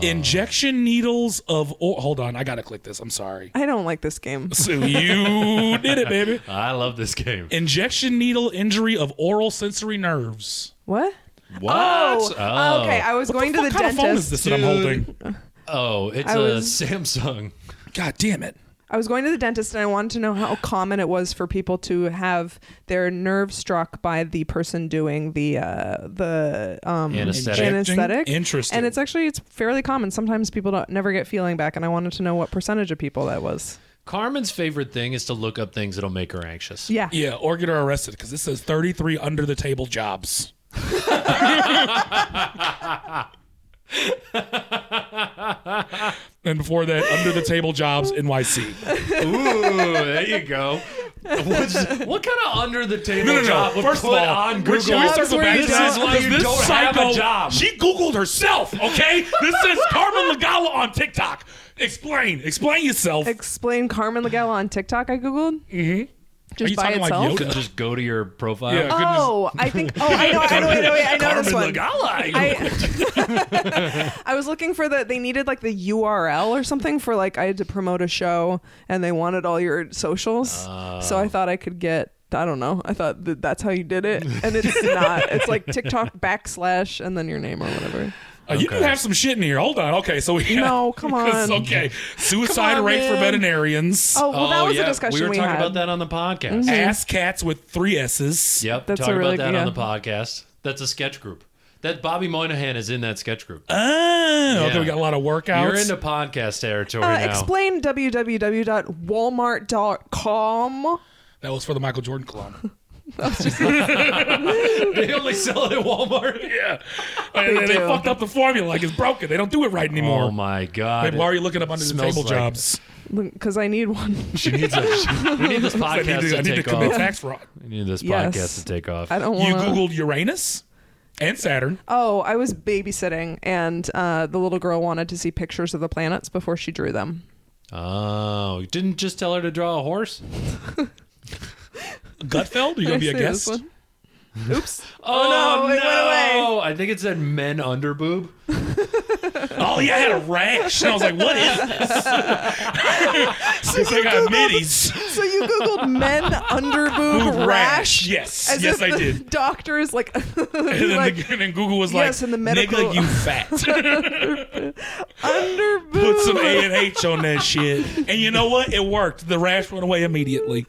[SPEAKER 1] Injection needles of. Or- Hold on, I gotta click this. I'm sorry.
[SPEAKER 2] I don't like this game.
[SPEAKER 1] So you did it, baby.
[SPEAKER 4] I love this game.
[SPEAKER 1] Injection needle injury of oral sensory nerves.
[SPEAKER 2] What?
[SPEAKER 4] What?
[SPEAKER 2] Oh,
[SPEAKER 4] Oh.
[SPEAKER 2] okay. I was going
[SPEAKER 1] what
[SPEAKER 2] to the
[SPEAKER 1] kind
[SPEAKER 2] dentist.
[SPEAKER 1] of phone is this that I'm
[SPEAKER 4] Dude.
[SPEAKER 1] holding?
[SPEAKER 4] Oh, it's
[SPEAKER 2] I
[SPEAKER 4] a
[SPEAKER 2] was-
[SPEAKER 4] Samsung.
[SPEAKER 1] God damn it!
[SPEAKER 2] I was going to the dentist and I wanted to know how common it was for people to have their nerve struck by the person doing the uh, the um,
[SPEAKER 4] Anesthetic.
[SPEAKER 2] anesthetic.
[SPEAKER 1] Interesting.
[SPEAKER 2] And it's actually it's fairly common. Sometimes people don't never get feeling back, and I wanted to know what percentage of people that was.
[SPEAKER 4] Carmen's favorite thing is to look up things that'll make her anxious.
[SPEAKER 2] Yeah.
[SPEAKER 1] yeah, or get her arrested because it says 33 under the table jobs. and before that, under the table jobs NYC.
[SPEAKER 4] Ooh, there you go. What's, what kind of under the table
[SPEAKER 1] No, no,
[SPEAKER 4] job
[SPEAKER 1] no.
[SPEAKER 4] would
[SPEAKER 1] First of
[SPEAKER 4] put
[SPEAKER 1] all,
[SPEAKER 4] on
[SPEAKER 1] Rich,
[SPEAKER 4] Google?
[SPEAKER 1] can we
[SPEAKER 2] Jobs
[SPEAKER 1] circle
[SPEAKER 2] where
[SPEAKER 1] back
[SPEAKER 2] you
[SPEAKER 1] to
[SPEAKER 2] don't-
[SPEAKER 1] this?
[SPEAKER 4] This is why you
[SPEAKER 1] this
[SPEAKER 4] don't have
[SPEAKER 1] psycho,
[SPEAKER 4] a job.
[SPEAKER 1] She Googled herself, okay? This is Carmen Lagala on TikTok. Explain. Explain yourself.
[SPEAKER 2] Explain Carmen Lagella on TikTok. I googled. Mm-hmm. Just
[SPEAKER 1] Are you
[SPEAKER 2] by
[SPEAKER 1] talking like
[SPEAKER 2] itself.
[SPEAKER 1] yoga?
[SPEAKER 4] Couldn't just go to your profile.
[SPEAKER 1] Yeah.
[SPEAKER 2] Oh, I think. Oh, I know. I know. I know. I know
[SPEAKER 1] Carmen
[SPEAKER 2] this one.
[SPEAKER 1] Lagala.
[SPEAKER 2] I, I was looking for the they needed like the URL or something for like I had to promote a show and they wanted all your socials. so I thought I could get I don't know. I thought that that's how you did it, and it's not. It's like TikTok backslash and then your name or whatever.
[SPEAKER 1] Uh, You do have some shit in here. Hold on. Okay, so we have,
[SPEAKER 2] No, come on.
[SPEAKER 1] Okay, suicide
[SPEAKER 4] Come on,
[SPEAKER 1] rate for
[SPEAKER 4] man.
[SPEAKER 1] veterinarians.
[SPEAKER 2] Oh well, that
[SPEAKER 4] Oh,
[SPEAKER 2] was
[SPEAKER 4] yeah.
[SPEAKER 2] a discussion
[SPEAKER 4] we
[SPEAKER 2] we,
[SPEAKER 4] were talking
[SPEAKER 2] had. Mm-hmm.
[SPEAKER 4] about that on the podcast.
[SPEAKER 1] ass cats with three S's.
[SPEAKER 4] Yep,
[SPEAKER 2] That's a
[SPEAKER 4] talking
[SPEAKER 2] really-
[SPEAKER 4] about that on
[SPEAKER 2] yeah.
[SPEAKER 4] the podcast. That's a sketch group. That Bobby Moynihan is in that sketch group.
[SPEAKER 1] Oh, okay,
[SPEAKER 4] Yeah.
[SPEAKER 1] we got a lot of workouts.
[SPEAKER 4] You're into podcast territory
[SPEAKER 2] Uh,
[SPEAKER 4] now.
[SPEAKER 2] explain www.walmart.com.
[SPEAKER 1] that was for the Michael Jordan clone.
[SPEAKER 4] they only sell it at Walmart.
[SPEAKER 1] yeah, they, they
[SPEAKER 2] do.
[SPEAKER 1] fucked up the formula. Like it's broken. They don't do it right anymore.
[SPEAKER 4] Oh my god!
[SPEAKER 1] Babe, why are you looking up under the
[SPEAKER 4] smells
[SPEAKER 1] table
[SPEAKER 4] like-
[SPEAKER 1] jobs?
[SPEAKER 2] Because I need one.
[SPEAKER 4] She needs a, she- we need this
[SPEAKER 1] I
[SPEAKER 4] podcast
[SPEAKER 1] need to,
[SPEAKER 4] to
[SPEAKER 1] I need to
[SPEAKER 4] take
[SPEAKER 1] commit
[SPEAKER 4] off.
[SPEAKER 1] tax fraud.
[SPEAKER 4] We need this
[SPEAKER 2] Yes.
[SPEAKER 4] podcast to take off.
[SPEAKER 2] I don't
[SPEAKER 1] You
[SPEAKER 2] want.
[SPEAKER 1] googled Uranus and Saturn.
[SPEAKER 2] Oh, I was babysitting, and uh, the little girl wanted to see pictures of the planets before she drew them.
[SPEAKER 4] Oh, you didn't just tell her to draw a horse?
[SPEAKER 1] Gutfeld, are you gonna be a
[SPEAKER 2] Can I say this
[SPEAKER 1] guest?
[SPEAKER 2] one? Oops.
[SPEAKER 4] Oh,
[SPEAKER 2] no, it went
[SPEAKER 4] no. I think it said men under boob.
[SPEAKER 1] Oh yeah, I had a rash. And I was like, what is this? Since I got middies.
[SPEAKER 2] so you googled men under boob
[SPEAKER 1] Boob rash.
[SPEAKER 2] rash?
[SPEAKER 1] Yes.
[SPEAKER 2] As
[SPEAKER 1] Yes,
[SPEAKER 2] if
[SPEAKER 1] I
[SPEAKER 2] the
[SPEAKER 1] did.
[SPEAKER 2] Doctor is like,
[SPEAKER 1] And then,
[SPEAKER 2] like
[SPEAKER 1] the, and then Google was
[SPEAKER 2] yes,
[SPEAKER 1] like,
[SPEAKER 2] and the medical-
[SPEAKER 1] nigga, you fat.
[SPEAKER 2] under boob.
[SPEAKER 1] Put some A and H on that shit. And you know what? It worked. The rash went away immediately.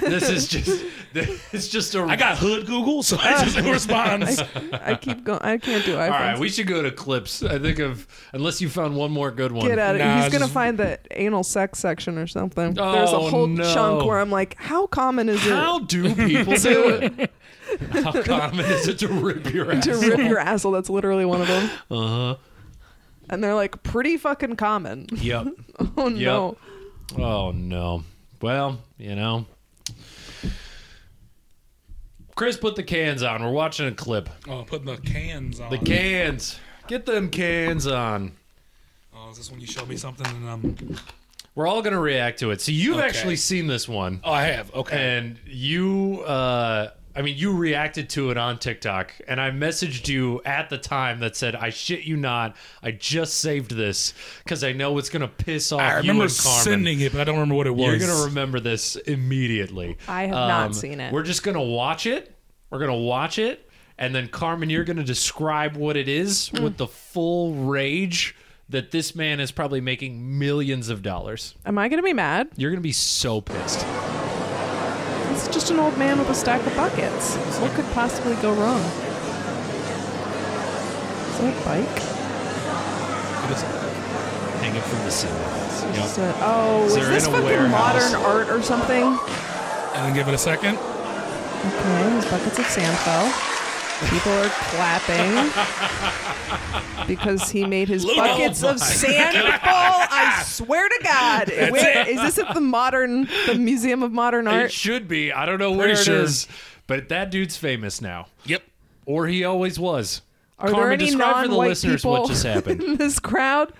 [SPEAKER 4] This is just it's just a
[SPEAKER 1] I got hood Google, so I just responds.
[SPEAKER 2] I keep going. I can't do iPhones.
[SPEAKER 4] All right, we should go to clips. I think of unless you found one more good one.
[SPEAKER 2] Get out of
[SPEAKER 1] Nah,
[SPEAKER 2] He's
[SPEAKER 1] it's
[SPEAKER 2] gonna
[SPEAKER 1] just-
[SPEAKER 2] find the anal sex section or something.
[SPEAKER 4] Oh,
[SPEAKER 2] There's a whole
[SPEAKER 4] no.
[SPEAKER 2] chunk where I'm like, how common is
[SPEAKER 4] How do people do it? How common is it to rip your
[SPEAKER 2] it
[SPEAKER 4] ass?
[SPEAKER 2] to rip your asshole? That's literally one of them.
[SPEAKER 4] Uh huh.
[SPEAKER 2] And they're like, pretty fucking common.
[SPEAKER 4] Yep.
[SPEAKER 2] Oh no.
[SPEAKER 4] Oh no. Well, you know. Chris put the cans on. We're watching a clip.
[SPEAKER 1] Oh, putting the cans on.
[SPEAKER 4] The cans. Get them cans on.
[SPEAKER 1] Oh, is this when you show me something? And um.
[SPEAKER 4] We're all gonna react to it. So you've
[SPEAKER 1] Okay.
[SPEAKER 4] actually seen this one.
[SPEAKER 1] Oh, I have. Okay.
[SPEAKER 4] and you uh I mean you reacted to it on TikTok and I messaged you at the time that said I shit you not I just saved this cuz I know it's going to piss off
[SPEAKER 1] I
[SPEAKER 4] you
[SPEAKER 1] remember
[SPEAKER 4] and Carmen.
[SPEAKER 1] sending it, but I don't remember what it was.
[SPEAKER 4] You're going to remember this immediately. Um,
[SPEAKER 2] I have not seen it.
[SPEAKER 4] We're just going to watch it. We're going to watch it and then Carmen you're going to describe what it is
[SPEAKER 2] Mm.
[SPEAKER 4] with the full rage that this man is probably making millions of dollars.
[SPEAKER 2] Am I gonna be mad?
[SPEAKER 4] You're going to be so pissed.
[SPEAKER 2] It's just an old man with a stack of buckets. What could possibly go wrong? Is that a bike?
[SPEAKER 4] Hanging from the ceiling. You know,
[SPEAKER 2] Is that- oh, is,
[SPEAKER 4] They're
[SPEAKER 2] this
[SPEAKER 4] in a
[SPEAKER 2] fucking
[SPEAKER 4] warehouse.
[SPEAKER 2] modern art or something?
[SPEAKER 1] and then give it a second.
[SPEAKER 2] Okay, his buckets of sand fell. People are clapping because he made his
[SPEAKER 4] oh
[SPEAKER 2] buckets of sand fall. I swear to God. Where, is this at the modern, the Museum of Modern
[SPEAKER 4] It
[SPEAKER 2] Art?
[SPEAKER 4] should be. I don't know where it
[SPEAKER 1] Pretty
[SPEAKER 4] is,
[SPEAKER 1] sure.
[SPEAKER 4] but that dude's famous now,
[SPEAKER 1] Yep.
[SPEAKER 4] or he always was.
[SPEAKER 2] Are
[SPEAKER 4] Carmen,
[SPEAKER 2] there any
[SPEAKER 4] describe for the
[SPEAKER 2] non-white
[SPEAKER 4] listeners
[SPEAKER 2] people
[SPEAKER 4] what just happened.
[SPEAKER 2] in this crowd?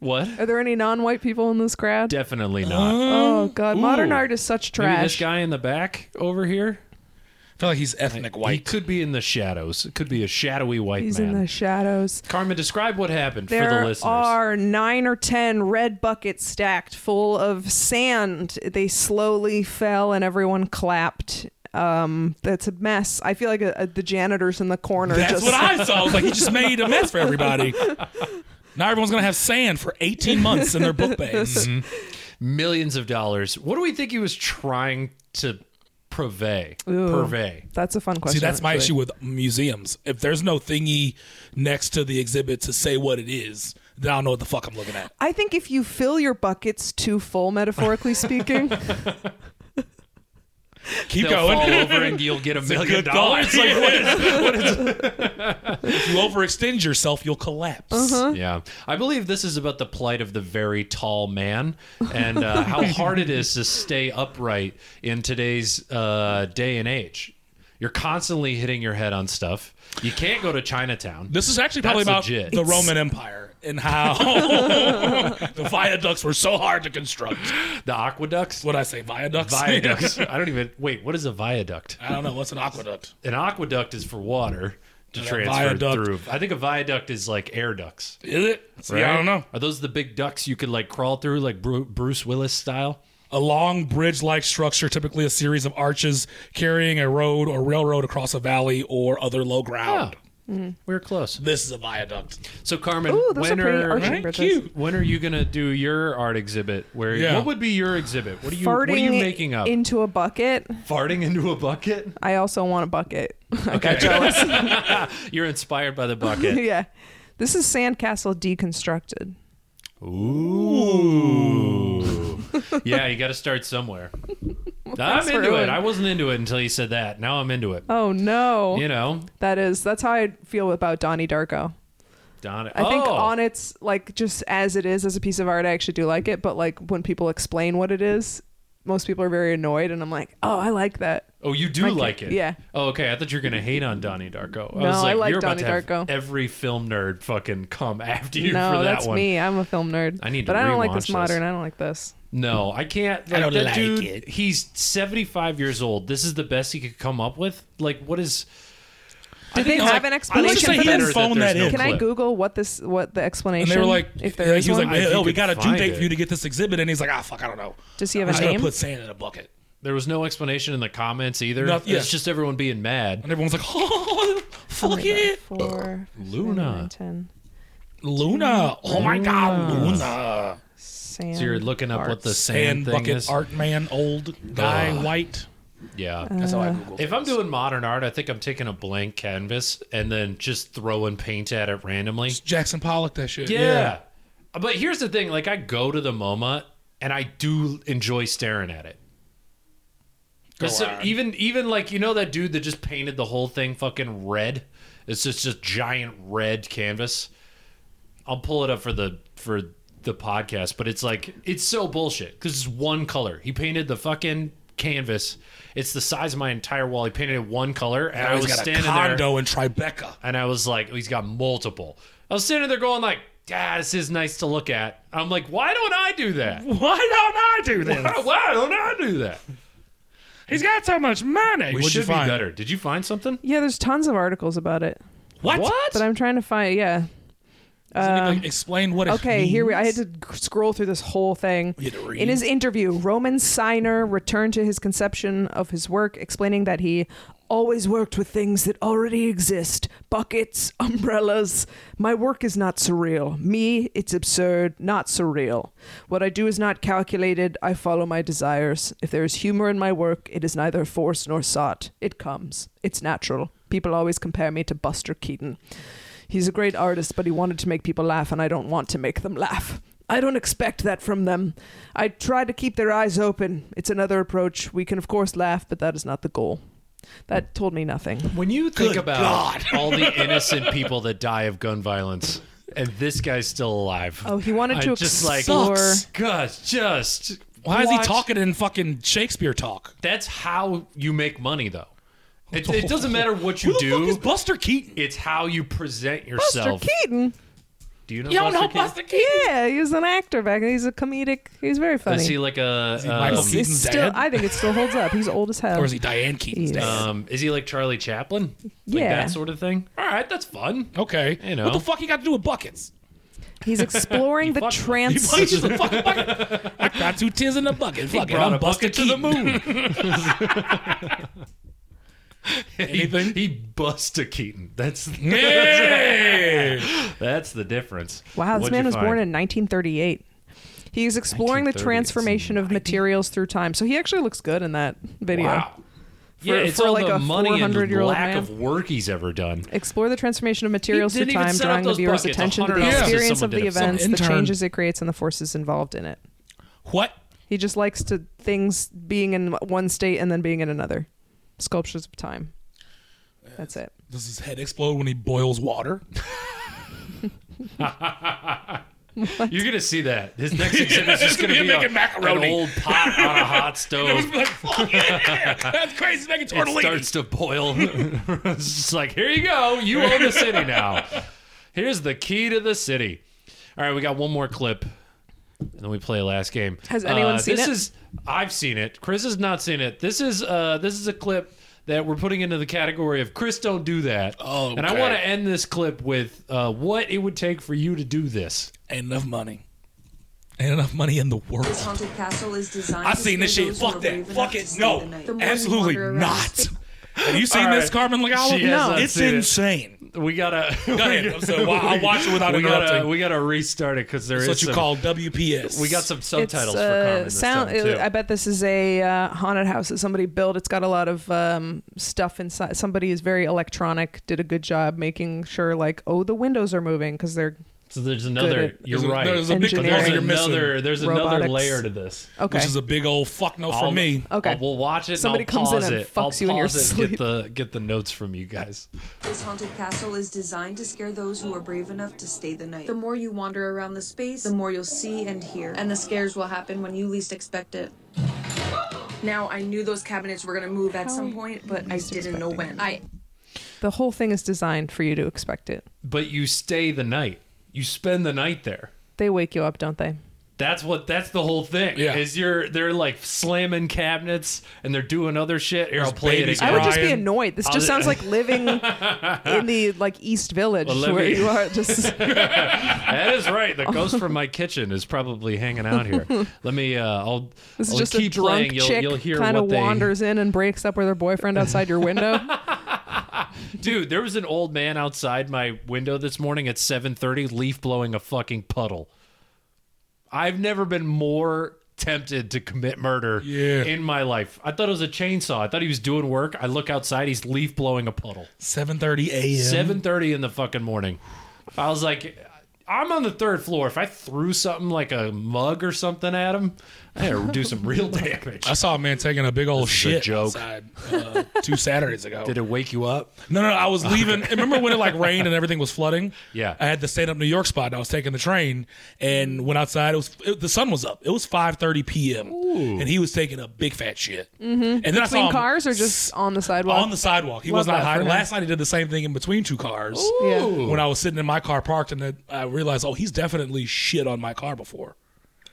[SPEAKER 4] What?
[SPEAKER 2] Are there any non-white people in this crowd?
[SPEAKER 4] Definitely not.
[SPEAKER 2] Oh god, modern
[SPEAKER 4] Ooh.
[SPEAKER 2] art is such
[SPEAKER 4] Maybe this
[SPEAKER 2] trash.
[SPEAKER 4] guy in the back over here.
[SPEAKER 1] I feel like he's ethnic
[SPEAKER 4] He
[SPEAKER 1] white.
[SPEAKER 4] could be in the shadows. It could be a shadowy white
[SPEAKER 2] He's in
[SPEAKER 4] man.
[SPEAKER 2] the shadows.
[SPEAKER 4] Carmen, describe what happened for the
[SPEAKER 2] There
[SPEAKER 4] listeners.
[SPEAKER 2] are nine or ten red buckets stacked full of sand. They slowly fell, and everyone clapped. Um, that's a mess. I feel like a, a- the janitors in the corner.
[SPEAKER 1] That's
[SPEAKER 2] just,
[SPEAKER 1] what I saw. I was like, he just made a mess for everybody. Now everyone's gonna have sand for 18 months in their book bags.
[SPEAKER 4] millions of dollars. What do we think he was trying to purvey?
[SPEAKER 2] Ooh.
[SPEAKER 4] Purvey.
[SPEAKER 2] That's a fun question.
[SPEAKER 1] See, that's my
[SPEAKER 2] actually.
[SPEAKER 1] issue with museums. If there's no thingy next to the exhibit to say what it is, then I don't know what the fuck I'm looking at.
[SPEAKER 2] I think if you fill your buckets too full, metaphorically speaking,
[SPEAKER 1] Keep
[SPEAKER 4] They'll
[SPEAKER 1] going.
[SPEAKER 4] fall over and you'll get a
[SPEAKER 1] It's a
[SPEAKER 4] million
[SPEAKER 1] good thought.
[SPEAKER 4] dollars.
[SPEAKER 1] It's like, what is- what is- if you overextend yourself, you'll collapse.
[SPEAKER 4] Yeah. I believe this is about the plight of the very tall man and uh, how hard it is to stay upright in today's uh, day and age. You're constantly hitting your head on stuff. You can't go to Chinatown.
[SPEAKER 1] This is actually probably
[SPEAKER 4] That's
[SPEAKER 1] about
[SPEAKER 4] legit.
[SPEAKER 1] the
[SPEAKER 4] It's-
[SPEAKER 1] Roman Empire and how the viaducts were so hard to construct.
[SPEAKER 4] The aqueducts?
[SPEAKER 1] What I say, viaducts?
[SPEAKER 4] Viaducts. I don't even. Wait, what is a viaduct?
[SPEAKER 1] I don't know. What's an aqueduct?
[SPEAKER 4] An aqueduct is for water to
[SPEAKER 1] And a
[SPEAKER 4] transfer
[SPEAKER 1] viaduct-
[SPEAKER 4] through. I think a viaduct is like air ducts.
[SPEAKER 1] Is it? See, I
[SPEAKER 4] right?
[SPEAKER 1] don't know.
[SPEAKER 4] Are those the big ducts you could like crawl through, like Bru- Bruce Willis style?
[SPEAKER 1] A long bridge like structure, typically a series of arches carrying a road or railroad across a valley or other low
[SPEAKER 4] Oh,
[SPEAKER 1] ground.
[SPEAKER 4] we were close.
[SPEAKER 1] This is a viaduct.
[SPEAKER 4] So Carmen,
[SPEAKER 2] Mm-hmm. Ooh, those are
[SPEAKER 4] when
[SPEAKER 2] pretty
[SPEAKER 4] are
[SPEAKER 2] arching
[SPEAKER 1] Right?
[SPEAKER 2] bridges.
[SPEAKER 1] Cute.
[SPEAKER 4] when are you gonna do your art exhibit? Where
[SPEAKER 1] Yeah.
[SPEAKER 4] what would be your exhibit? What are you
[SPEAKER 2] farting
[SPEAKER 4] what are you making up?
[SPEAKER 2] into a bucket.
[SPEAKER 4] farting into a bucket?
[SPEAKER 2] I also want a bucket. I got
[SPEAKER 4] Okay.
[SPEAKER 2] jealous.
[SPEAKER 4] You're inspired by the bucket.
[SPEAKER 2] yeah. This is Sandcastle deconstructed.
[SPEAKER 4] Ooh. yeah, you got to start somewhere. I'm
[SPEAKER 2] that's where
[SPEAKER 4] into
[SPEAKER 2] I
[SPEAKER 4] it.
[SPEAKER 2] went.
[SPEAKER 4] I wasn't into it until you said that. Now I'm into it.
[SPEAKER 2] Oh no.
[SPEAKER 4] You know,
[SPEAKER 2] That is that's how I feel about Donnie Darko.
[SPEAKER 4] Don.
[SPEAKER 2] I think
[SPEAKER 4] oh.
[SPEAKER 2] on its like just as it is as a piece of art I actually do like it, but like when people explain what it is, most people are very annoyed and I'm like, "Oh, I like that."
[SPEAKER 4] Oh, you do
[SPEAKER 2] ca-
[SPEAKER 4] like it.
[SPEAKER 2] yeah.
[SPEAKER 4] Oh, okay. I thought you were gonna hate on Donnie Darko. I
[SPEAKER 2] No,
[SPEAKER 4] was like,
[SPEAKER 2] I like
[SPEAKER 4] you're
[SPEAKER 2] Donnie
[SPEAKER 4] about to have
[SPEAKER 2] Darko.
[SPEAKER 4] every film nerd fucking come after you
[SPEAKER 2] no,
[SPEAKER 4] for that
[SPEAKER 2] that's
[SPEAKER 4] one.
[SPEAKER 2] me. I'm a film nerd.
[SPEAKER 4] I need to
[SPEAKER 2] But I don't like
[SPEAKER 4] rewatch
[SPEAKER 2] this
[SPEAKER 4] this.
[SPEAKER 2] modern. I don't like this.
[SPEAKER 4] No, I can't. Like,
[SPEAKER 1] I don't
[SPEAKER 4] that
[SPEAKER 1] like
[SPEAKER 4] dude,
[SPEAKER 1] it.
[SPEAKER 4] He's 75 years old. This is the best he could come up with. Like, what is.
[SPEAKER 2] Did they
[SPEAKER 1] I was
[SPEAKER 2] have an
[SPEAKER 1] like- I was
[SPEAKER 2] explanation
[SPEAKER 1] just
[SPEAKER 2] for
[SPEAKER 1] saying he
[SPEAKER 2] this?
[SPEAKER 1] didn't phone
[SPEAKER 4] That
[SPEAKER 1] that
[SPEAKER 4] there's no
[SPEAKER 1] in.
[SPEAKER 2] Can I
[SPEAKER 4] clip.
[SPEAKER 2] Google what this what the
[SPEAKER 1] And
[SPEAKER 2] explanation?
[SPEAKER 1] they were like,
[SPEAKER 2] if
[SPEAKER 1] yeah,
[SPEAKER 2] there is
[SPEAKER 1] he was
[SPEAKER 2] one,
[SPEAKER 1] like,
[SPEAKER 4] if you
[SPEAKER 1] "Oh, we
[SPEAKER 4] could
[SPEAKER 1] got a due
[SPEAKER 4] find
[SPEAKER 1] date
[SPEAKER 4] it."
[SPEAKER 1] for you to get this exhibit," and he's like, "Ah, fuck, I don't know.
[SPEAKER 2] does he have
[SPEAKER 1] I'm
[SPEAKER 2] a
[SPEAKER 1] just gonna
[SPEAKER 2] name?
[SPEAKER 1] put sand in a bucket."
[SPEAKER 4] There was no explanation in the comments either.
[SPEAKER 1] Not- yeah.
[SPEAKER 4] It's just everyone being mad.
[SPEAKER 1] And everyone's like, "Oh,
[SPEAKER 2] Oh my
[SPEAKER 1] fuck
[SPEAKER 2] God,
[SPEAKER 1] it,
[SPEAKER 2] Four,
[SPEAKER 4] Luna.
[SPEAKER 2] nine, ten.
[SPEAKER 1] Luna! Oh my God, Luna!"
[SPEAKER 2] Sand.
[SPEAKER 4] So you're looking up what the sand,
[SPEAKER 1] Sand
[SPEAKER 4] thing
[SPEAKER 1] bucket
[SPEAKER 4] is.
[SPEAKER 1] art man, old guy,
[SPEAKER 4] Ugh.
[SPEAKER 1] white. Uh,
[SPEAKER 4] Yeah.
[SPEAKER 2] Uh,
[SPEAKER 1] That's how I googled.
[SPEAKER 4] if I'm doing modern art, I think I'm taking a blank canvas and then just throwing paint at it randomly.
[SPEAKER 1] Jackson Pollock, that shit.
[SPEAKER 4] Yeah. But here's the thing like, I go to the MoMA and I do enjoy staring at it.
[SPEAKER 1] Go
[SPEAKER 4] So
[SPEAKER 1] on.
[SPEAKER 4] even even like you know that dude that just painted the whole thing fucking red. It's just just giant red canvas. I'll pull it up for the for the podcast, but it's like it's so bullshit because it's one color. He painted the fucking canvas. It's the size of my entire wall. He painted it one color, and I
[SPEAKER 1] Now he's
[SPEAKER 4] was
[SPEAKER 1] got a
[SPEAKER 4] standing there
[SPEAKER 1] condo in Tribeca.
[SPEAKER 4] and I was like, he's got multiple. I was standing there going like, ah, this is nice to look at. I'm like, why don't I do that?
[SPEAKER 1] Why don't I do this?
[SPEAKER 4] Why, why don't I do that?
[SPEAKER 1] He's got so much money.
[SPEAKER 4] We
[SPEAKER 1] What'd
[SPEAKER 4] should
[SPEAKER 1] you find?
[SPEAKER 4] be better. Did you find something?
[SPEAKER 2] Yeah, there's tons of articles about it,
[SPEAKER 1] What?
[SPEAKER 2] but I'm trying to find. Yeah.
[SPEAKER 1] Doesn't even explain what it
[SPEAKER 2] Uh, Okay, here we. I had
[SPEAKER 1] means.
[SPEAKER 2] to g- scroll through this whole thing.
[SPEAKER 1] You had to read.
[SPEAKER 2] In his interview, Roman Siner returned to his conception of his work, explaining that he always worked with things that already exist buckets, umbrellas. My work is not surreal. Me, it's absurd, not surreal. What I do is not calculated. I follow my desires. If there is humor in my work, it is neither forced nor sought. It comes, it's natural. People always compare me to Buster Keaton. He's a great artist, but he wanted to make people laugh, and I don't want to make them laugh. I don't expect that from them. I try to keep their eyes open. It's another approach. We can, of course, laugh, but that is not the goal. That told me nothing.
[SPEAKER 4] When you think
[SPEAKER 1] Good
[SPEAKER 4] about
[SPEAKER 1] God.
[SPEAKER 4] all the innocent people that die of gun violence, and this guy's still alive.
[SPEAKER 2] Oh, he wanted to
[SPEAKER 4] I'm just like,
[SPEAKER 2] explore.
[SPEAKER 1] Sucks.
[SPEAKER 4] God, just
[SPEAKER 1] Why is he
[SPEAKER 4] watch-
[SPEAKER 1] talking in fucking Shakespeare talk?
[SPEAKER 4] That's how you make money, though. It, it doesn't matter what you
[SPEAKER 1] Who the fuck is
[SPEAKER 4] do.
[SPEAKER 1] Buster Keaton?
[SPEAKER 4] It's how you present
[SPEAKER 2] Buster
[SPEAKER 4] yourself.
[SPEAKER 2] Keaton.
[SPEAKER 4] do you know
[SPEAKER 1] You don't
[SPEAKER 4] Buster
[SPEAKER 1] know
[SPEAKER 4] Keaton?
[SPEAKER 1] Buster Keaton?
[SPEAKER 2] Yeah, he was an actor back then. He's a comedic. He's very funny.
[SPEAKER 4] Is he like a um,
[SPEAKER 1] Michael
[SPEAKER 4] um,
[SPEAKER 1] Keaton's
[SPEAKER 2] It's still,
[SPEAKER 1] dad?
[SPEAKER 2] I think it still holds up. He's old as hell.
[SPEAKER 1] Or is he Diane Keaton's
[SPEAKER 2] Yes.
[SPEAKER 1] dad?
[SPEAKER 4] um, Is he like Charlie Chaplin? Like
[SPEAKER 2] Yeah.
[SPEAKER 4] that sort of thing. All right, that's fun.
[SPEAKER 1] Okay.
[SPEAKER 4] You know.
[SPEAKER 1] What the fuck he got to do with buckets?
[SPEAKER 2] He's exploring the
[SPEAKER 4] fucked-
[SPEAKER 1] He
[SPEAKER 2] trans.
[SPEAKER 1] plays with a fucking bucket. I got two tears in the bucket. Fuck it.
[SPEAKER 4] brought
[SPEAKER 1] I'm
[SPEAKER 4] a
[SPEAKER 1] Buster
[SPEAKER 4] bucket to the
[SPEAKER 1] Keaton.
[SPEAKER 4] He,
[SPEAKER 1] Anything?
[SPEAKER 4] he bust a Keaton. That's
[SPEAKER 1] Yeah.
[SPEAKER 4] that's the difference.
[SPEAKER 2] Wow, this
[SPEAKER 4] What'd
[SPEAKER 2] man
[SPEAKER 4] you
[SPEAKER 2] was born
[SPEAKER 4] find?
[SPEAKER 2] in 1938. He's exploring the
[SPEAKER 4] 1930s.
[SPEAKER 2] transformation of materials through time. So he actually looks good in that video.
[SPEAKER 4] Wow. yeah, it's
[SPEAKER 2] for
[SPEAKER 4] all
[SPEAKER 2] like
[SPEAKER 4] the
[SPEAKER 2] a
[SPEAKER 4] money and
[SPEAKER 2] 400-year-old
[SPEAKER 4] lack
[SPEAKER 2] man.
[SPEAKER 4] of work he's ever done.
[SPEAKER 2] Explore the transformation of materials
[SPEAKER 4] He
[SPEAKER 2] through
[SPEAKER 4] didn't even
[SPEAKER 2] time,
[SPEAKER 4] set up
[SPEAKER 2] drawing the
[SPEAKER 4] those
[SPEAKER 2] viewer's
[SPEAKER 4] buckets.
[SPEAKER 2] attention to the
[SPEAKER 4] $100
[SPEAKER 1] that
[SPEAKER 2] experience of
[SPEAKER 4] someone
[SPEAKER 2] the
[SPEAKER 4] did it. Some
[SPEAKER 2] events, the
[SPEAKER 1] intern.
[SPEAKER 2] changes it creates, and the forces involved in it.
[SPEAKER 1] What?
[SPEAKER 2] He just likes to things being in one state and then being in another. Sculptures of time. That's it.
[SPEAKER 1] Does his head explode when he boils water?
[SPEAKER 4] You're gonna see that. His next exhibit is just
[SPEAKER 1] It's gonna
[SPEAKER 4] gonna
[SPEAKER 1] be
[SPEAKER 4] be,
[SPEAKER 1] him
[SPEAKER 4] a,
[SPEAKER 1] making macaroni.
[SPEAKER 4] an old pot on a hot stove.
[SPEAKER 1] Like, fuck yeah, that's crazy. Making
[SPEAKER 4] it
[SPEAKER 1] tortellini.
[SPEAKER 4] starts to boil. it's just like, here you go. You own the city now. Here's the key to the city. All right, we got one more clip, and then we play last game.
[SPEAKER 2] Has anyone
[SPEAKER 4] Uh,
[SPEAKER 2] seen
[SPEAKER 4] this
[SPEAKER 2] it?
[SPEAKER 4] is I've seen it. Chris has not seen it. This is uh, this is a clip that we're putting into the category of Chris don't do that.
[SPEAKER 1] Oh,
[SPEAKER 4] and I
[SPEAKER 1] okay.
[SPEAKER 4] want to end this clip with uh, what it would take for you to do this.
[SPEAKER 1] Ain't enough money. Ain't enough money in the world.
[SPEAKER 6] This haunted castle is designed.
[SPEAKER 1] I
[SPEAKER 6] to
[SPEAKER 1] seen this
[SPEAKER 6] scare
[SPEAKER 1] shit.
[SPEAKER 6] those who
[SPEAKER 1] Fuck
[SPEAKER 6] are
[SPEAKER 1] that.
[SPEAKER 6] brave
[SPEAKER 1] Fuck
[SPEAKER 6] enough to
[SPEAKER 1] it.
[SPEAKER 6] stay the
[SPEAKER 1] No.
[SPEAKER 6] night. The more you
[SPEAKER 1] Absolutely
[SPEAKER 6] wander around
[SPEAKER 1] not.
[SPEAKER 6] space-
[SPEAKER 1] Have you seen
[SPEAKER 4] All
[SPEAKER 1] this,
[SPEAKER 4] right.
[SPEAKER 1] Carmen Legal?
[SPEAKER 4] She has not
[SPEAKER 1] It's
[SPEAKER 4] seen it.
[SPEAKER 1] insane.
[SPEAKER 4] We gotta
[SPEAKER 1] Go ahead. I'm sorry. Well, I'll watch it without
[SPEAKER 4] we gotta,
[SPEAKER 1] interrupting.
[SPEAKER 4] we gotta restart it because there is
[SPEAKER 1] That's what you
[SPEAKER 4] some-
[SPEAKER 1] call WPS.
[SPEAKER 4] We got some subtitles
[SPEAKER 2] it's,
[SPEAKER 4] for
[SPEAKER 2] uh,
[SPEAKER 4] Carmen this
[SPEAKER 2] sound.
[SPEAKER 4] time, too.
[SPEAKER 2] I bet this is a uh, haunted house that somebody built. It's got a lot of um, stuff inside. Somebody is very electronic. Did a good job making sure, like, oh, the windows are moving because they're
[SPEAKER 4] so there's another.
[SPEAKER 2] at-
[SPEAKER 4] you're
[SPEAKER 1] There's a-
[SPEAKER 4] right.
[SPEAKER 1] there's a big
[SPEAKER 4] but
[SPEAKER 2] engineering.
[SPEAKER 4] there's
[SPEAKER 1] component you're missing,
[SPEAKER 4] another. There's another
[SPEAKER 2] Robotics.
[SPEAKER 4] layer to this.
[SPEAKER 2] okay.
[SPEAKER 1] which is a big old fuck no
[SPEAKER 4] I'll-
[SPEAKER 1] from me.
[SPEAKER 2] Okay.
[SPEAKER 4] I'll- we'll watch it.
[SPEAKER 2] Oh, Somebody
[SPEAKER 4] and I'll
[SPEAKER 2] comes in
[SPEAKER 4] pause
[SPEAKER 2] and
[SPEAKER 4] it. I'll
[SPEAKER 2] fucks you in your
[SPEAKER 4] pause it, Get
[SPEAKER 2] sleep.
[SPEAKER 4] the get the notes from you guys.
[SPEAKER 6] This haunted castle is designed to scare those who are brave enough to stay the night. The more you wander around the space, the more you'll see and hear. And the scares will happen when you least expect it. Now, I knew those cabinets were going to move at some point, but I didn't know when. I
[SPEAKER 2] the whole thing is designed for you to expect it.
[SPEAKER 4] But you stay the night. You spend the night there.
[SPEAKER 2] They wake you up, don't they?
[SPEAKER 4] That's what. That's the whole thing.
[SPEAKER 1] Yeah.
[SPEAKER 4] Is you're they're like slamming cabinets and they're doing other shit. Here, I'll
[SPEAKER 1] There's
[SPEAKER 4] play it
[SPEAKER 1] babies
[SPEAKER 4] again.
[SPEAKER 2] I would just be
[SPEAKER 1] Brian.
[SPEAKER 2] annoyed. This
[SPEAKER 4] I'll-
[SPEAKER 2] just sounds like living in the like East Village
[SPEAKER 4] Well, let
[SPEAKER 2] where
[SPEAKER 4] me-
[SPEAKER 2] you are just
[SPEAKER 4] That is right.
[SPEAKER 2] Oh.
[SPEAKER 4] The ghost from my kitchen is probably hanging out here. Let me. Uh, I'll.
[SPEAKER 2] This is
[SPEAKER 4] I'll
[SPEAKER 2] just a
[SPEAKER 4] keep
[SPEAKER 2] drunk
[SPEAKER 4] playing. You'll,
[SPEAKER 2] chick
[SPEAKER 4] you'll hear
[SPEAKER 2] kind of
[SPEAKER 4] what they-
[SPEAKER 2] wanders in and breaks up with her boyfriend outside your window.
[SPEAKER 4] Dude, there was an old man outside my window this morning at 7:30 leaf blowing a fucking puddle. I've never been more tempted to commit murder
[SPEAKER 1] Yeah.
[SPEAKER 4] in my life. I thought it was a chainsaw. I thought he was doing work. I look outside, he's leaf blowing a puddle.
[SPEAKER 1] 7:30 a.m.
[SPEAKER 4] 7:30 in the fucking morning. I was like I'm on the third floor. If I threw something like a mug or something at him, I would do some real damage.
[SPEAKER 1] I saw a man taking a big old
[SPEAKER 4] is a
[SPEAKER 1] shit
[SPEAKER 4] joke.
[SPEAKER 1] outside uh, two Saturdays ago.
[SPEAKER 4] Did it wake you up?
[SPEAKER 1] No, no, no, I was leaving. Remember when it like rained and everything was flooding?
[SPEAKER 4] Yeah.
[SPEAKER 1] I had the stand up New York spot. And I was taking the train and went outside. It was it, the sun was up. It was five thirty p.m. and he was taking a big fat shit. Mm-hmm. And then I saw
[SPEAKER 2] Between
[SPEAKER 1] him
[SPEAKER 2] cars or just on the sidewalk?
[SPEAKER 1] on the sidewalk. He
[SPEAKER 2] Love
[SPEAKER 1] was
[SPEAKER 2] that
[SPEAKER 1] not
[SPEAKER 2] for
[SPEAKER 1] hiding.
[SPEAKER 2] him.
[SPEAKER 1] Last night he did the same thing in between two cars.
[SPEAKER 2] yeah.
[SPEAKER 1] When I was sitting in my car parked, and then I realized, oh, he's definitely shit on my car before.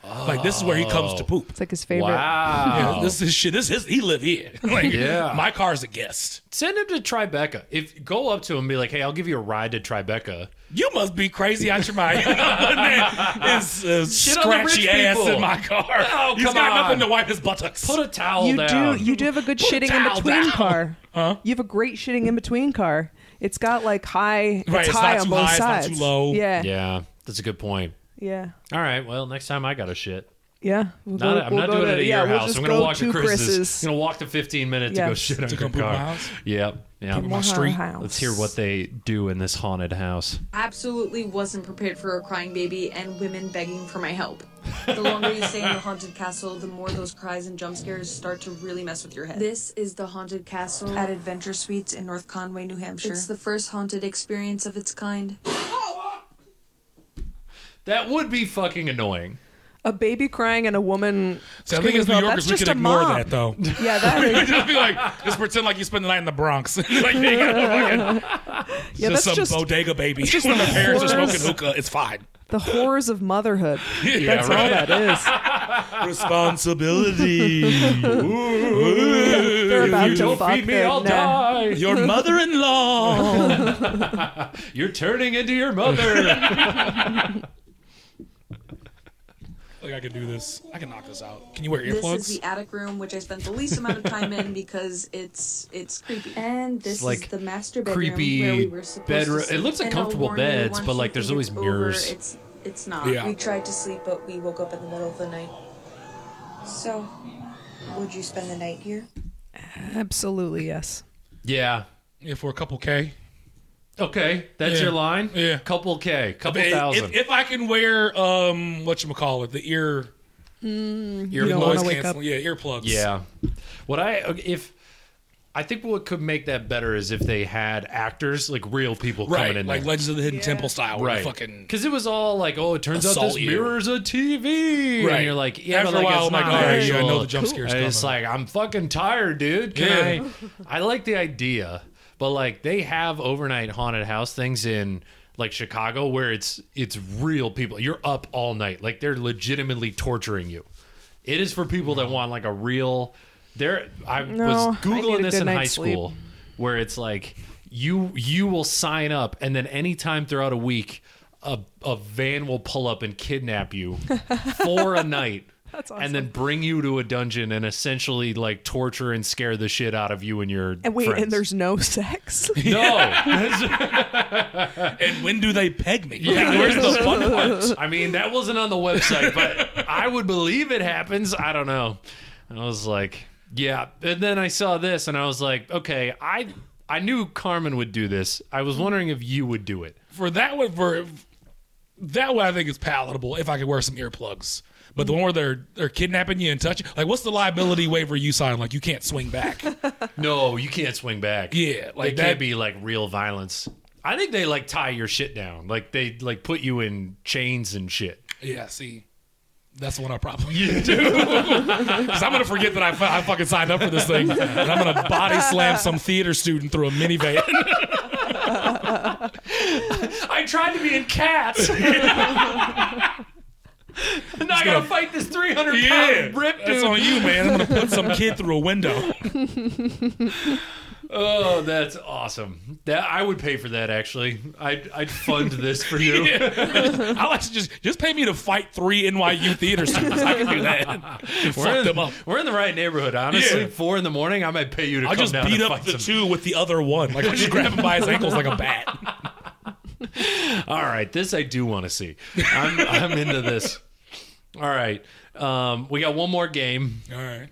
[SPEAKER 1] Like this is where he comes
[SPEAKER 4] Oh.
[SPEAKER 1] to poop.
[SPEAKER 2] It's like his favorite.
[SPEAKER 1] Yeah, this is shit. This is he live here. like,
[SPEAKER 4] Yeah.
[SPEAKER 1] my car's a guest.
[SPEAKER 4] Send him to Tribeca. If go up to him and be like, "Hey, I'll give you a ride to Tribeca."
[SPEAKER 1] You must be crazy out your mind. His uh,
[SPEAKER 4] Shit on the rich
[SPEAKER 1] scratchy ass
[SPEAKER 4] people.
[SPEAKER 1] in my car.
[SPEAKER 4] Oh,
[SPEAKER 1] He's
[SPEAKER 4] come
[SPEAKER 1] got
[SPEAKER 4] on.
[SPEAKER 1] nothing to wipe his buttocks.
[SPEAKER 4] Put a towel
[SPEAKER 2] You
[SPEAKER 4] down.
[SPEAKER 2] do you do have a good shitting in
[SPEAKER 1] towel
[SPEAKER 2] between
[SPEAKER 1] down.
[SPEAKER 2] car. You have a great shitting in between car. It's got like high
[SPEAKER 1] Right,
[SPEAKER 2] it's,
[SPEAKER 1] it's
[SPEAKER 2] high
[SPEAKER 1] not
[SPEAKER 2] on
[SPEAKER 1] too
[SPEAKER 2] both
[SPEAKER 1] high, it's not
[SPEAKER 2] sides.
[SPEAKER 1] too low.
[SPEAKER 2] Yeah. Yeah.
[SPEAKER 4] yeah, that's a good point.
[SPEAKER 2] Yeah.
[SPEAKER 4] All right, well, next time I got a shit.
[SPEAKER 2] We'll
[SPEAKER 4] Not,
[SPEAKER 2] go-
[SPEAKER 4] I'm
[SPEAKER 2] we'll
[SPEAKER 4] not
[SPEAKER 2] go
[SPEAKER 4] doing
[SPEAKER 2] to-
[SPEAKER 4] it at
[SPEAKER 2] yeah,
[SPEAKER 4] your
[SPEAKER 2] we'll
[SPEAKER 4] house.
[SPEAKER 2] just
[SPEAKER 4] I'm gonna
[SPEAKER 2] go
[SPEAKER 4] walk to Chris's. I'm gonna walk the 15 minutes to go
[SPEAKER 2] Yes.
[SPEAKER 4] shit on
[SPEAKER 1] To
[SPEAKER 4] your
[SPEAKER 1] come poop
[SPEAKER 4] car.
[SPEAKER 1] my house?
[SPEAKER 4] Yep, yep.
[SPEAKER 1] my street.
[SPEAKER 4] Let's hear what they do in this haunted house.
[SPEAKER 6] absolutely wasn't prepared for a crying baby and women begging for my help. The longer you stay in the haunted castle, the more those cries and jump scares start to really mess with your head. This is the haunted castle at Adventure Suites in North Conway, New Hampshire. It's the first haunted experience of its kind.
[SPEAKER 4] That would be fucking annoying.
[SPEAKER 2] a baby crying and a woman
[SPEAKER 1] See, I think
[SPEAKER 2] screaming
[SPEAKER 1] as New
[SPEAKER 2] about,
[SPEAKER 1] Yorkers,
[SPEAKER 2] that's
[SPEAKER 1] we
[SPEAKER 2] just
[SPEAKER 1] can
[SPEAKER 2] a
[SPEAKER 1] ignore
[SPEAKER 2] mom.
[SPEAKER 1] that though.
[SPEAKER 2] Yeah, that is
[SPEAKER 1] just be like, just pretend like you spend the night in the Bronx. like, they got a fucking,
[SPEAKER 2] yeah,
[SPEAKER 1] just
[SPEAKER 2] that's
[SPEAKER 1] some
[SPEAKER 2] just
[SPEAKER 1] bodega baby. Just when the parents are
[SPEAKER 2] horrors.
[SPEAKER 1] smoking hookah, it's fine.
[SPEAKER 2] the horrors of motherhood.
[SPEAKER 1] Yeah,
[SPEAKER 2] That's all that is.
[SPEAKER 1] Responsibility.
[SPEAKER 2] They're about
[SPEAKER 4] you
[SPEAKER 2] to
[SPEAKER 4] don't
[SPEAKER 2] fuck
[SPEAKER 4] feed me,
[SPEAKER 2] their-
[SPEAKER 4] I'll
[SPEAKER 2] nah.
[SPEAKER 4] die.
[SPEAKER 1] Your mother-in-law.
[SPEAKER 4] You're turning into your mother.
[SPEAKER 1] like I can do this. I can knock this out. Can you wear
[SPEAKER 6] This is
[SPEAKER 1] earplugs?
[SPEAKER 6] the attic room, which I spent the least amount of time in because it's it's creepy. And this
[SPEAKER 4] It's like
[SPEAKER 6] is the master bedroom
[SPEAKER 4] creepy
[SPEAKER 6] where we were supposed
[SPEAKER 4] bedroom.
[SPEAKER 6] to
[SPEAKER 4] It looks like
[SPEAKER 6] And I'll
[SPEAKER 4] comfortable
[SPEAKER 6] warn you,
[SPEAKER 4] beds,
[SPEAKER 6] once
[SPEAKER 4] but
[SPEAKER 6] you
[SPEAKER 4] like there's
[SPEAKER 6] think
[SPEAKER 4] always
[SPEAKER 6] it's over,
[SPEAKER 4] mirrors.
[SPEAKER 6] it's it's not.
[SPEAKER 1] Yeah.
[SPEAKER 6] We tried to sleep, but we woke up in the middle of the night. So, would you spend the night here?
[SPEAKER 2] Absolutely, yes.
[SPEAKER 4] Yeah.
[SPEAKER 1] Yeah, for a couple K.
[SPEAKER 4] Okay, that's
[SPEAKER 1] Yeah.
[SPEAKER 4] your line.
[SPEAKER 1] Yeah.
[SPEAKER 4] Couple K, couple
[SPEAKER 1] If,
[SPEAKER 4] thousand.
[SPEAKER 1] if, if I can wear um what you call it, the ear Hmm,
[SPEAKER 2] you don't want
[SPEAKER 1] noise
[SPEAKER 2] to wake up.
[SPEAKER 1] canceling, yeah, earplugs.
[SPEAKER 4] yeah. What I if I think what could make that better is if they had actors like real people
[SPEAKER 1] right.
[SPEAKER 4] coming in
[SPEAKER 1] like
[SPEAKER 4] there.
[SPEAKER 1] Legends of the Hidden Temple style, where
[SPEAKER 4] Right,
[SPEAKER 1] they fucking
[SPEAKER 4] because it was all like, oh, it turns out
[SPEAKER 1] Assault
[SPEAKER 4] this
[SPEAKER 1] you.
[SPEAKER 4] mirrors a TV,
[SPEAKER 1] Right.
[SPEAKER 4] and you're like, yeah,
[SPEAKER 1] After
[SPEAKER 4] but
[SPEAKER 1] a
[SPEAKER 4] like,
[SPEAKER 1] while,
[SPEAKER 4] it's
[SPEAKER 1] I'm like,
[SPEAKER 4] not
[SPEAKER 1] all right,
[SPEAKER 4] actual.
[SPEAKER 1] yeah, I know the jump scare's
[SPEAKER 4] And It's
[SPEAKER 1] coming.
[SPEAKER 4] like I'm fucking tired, dude. Can
[SPEAKER 1] Yeah.
[SPEAKER 4] I? I like the idea, but like they have overnight haunted house things in like Chicago where it's it's real people. You're up all night, like they're legitimately torturing you. It is for people that want like a real. There, I
[SPEAKER 2] No,
[SPEAKER 4] was
[SPEAKER 2] I need
[SPEAKER 4] googling
[SPEAKER 2] a
[SPEAKER 4] this
[SPEAKER 2] good
[SPEAKER 4] in high
[SPEAKER 2] night's sleep.
[SPEAKER 4] school where it's like you you will sign up and then anytime throughout a week a, a van will pull up and kidnap you for a night
[SPEAKER 2] That's
[SPEAKER 4] and then
[SPEAKER 2] awesome.
[SPEAKER 4] bring you to a dungeon and essentially like torture and scare the shit out of you and your
[SPEAKER 2] And wait,
[SPEAKER 4] friends.
[SPEAKER 2] and there's no sex?
[SPEAKER 4] no
[SPEAKER 1] And when do they peg me?
[SPEAKER 4] yeah where's the fun part i mean that wasn't on the website but i would believe it happens i don't know i was like yeah and then i saw this and i was like okay i i knew carmen would do this i was wondering if you would do it
[SPEAKER 1] for that one for that one I think is palatable if I could wear some earplugs. But the one where they're they're kidnapping you and touching like what's the liability waiver you sign? Like you can't swing back.
[SPEAKER 4] No, you can't swing back.
[SPEAKER 1] Yeah,
[SPEAKER 4] like
[SPEAKER 1] like
[SPEAKER 4] it
[SPEAKER 1] that-
[SPEAKER 4] can't be like real violence. I think they like tie your shit down. Like they like put you in chains and shit.
[SPEAKER 1] yeah, see. That's the one I probably you do. Because I'm gonna forget that I, fu- I fucking signed up for this thing, and I'm gonna body slam some theater student through a minivan.
[SPEAKER 4] I tried to be in cats. and now I gotta
[SPEAKER 1] gonna-
[SPEAKER 4] fight this 300 pound rip dude.
[SPEAKER 1] that's on you, man. I'm gonna put some kid through a window.
[SPEAKER 4] Oh, that's awesome. That I would pay for that actually. I'd I'd fund this for you.
[SPEAKER 1] I like to just just pay me to fight three NYU theater students. I can do that. And
[SPEAKER 4] We're
[SPEAKER 1] fuck
[SPEAKER 4] in,
[SPEAKER 1] them up.
[SPEAKER 4] we're in the right neighborhood, honestly.
[SPEAKER 1] Yeah.
[SPEAKER 4] Four in the morning, I might pay you to
[SPEAKER 1] I'll
[SPEAKER 4] come
[SPEAKER 1] just
[SPEAKER 4] down
[SPEAKER 1] beat
[SPEAKER 4] and
[SPEAKER 1] up
[SPEAKER 4] fight
[SPEAKER 1] the
[SPEAKER 4] some
[SPEAKER 1] two with the other one. Like I'll just grab him by his ankles like a bat.
[SPEAKER 4] All right, this I do want to see. I'm, I'm into this. All right, um, we got one more game.
[SPEAKER 1] All right.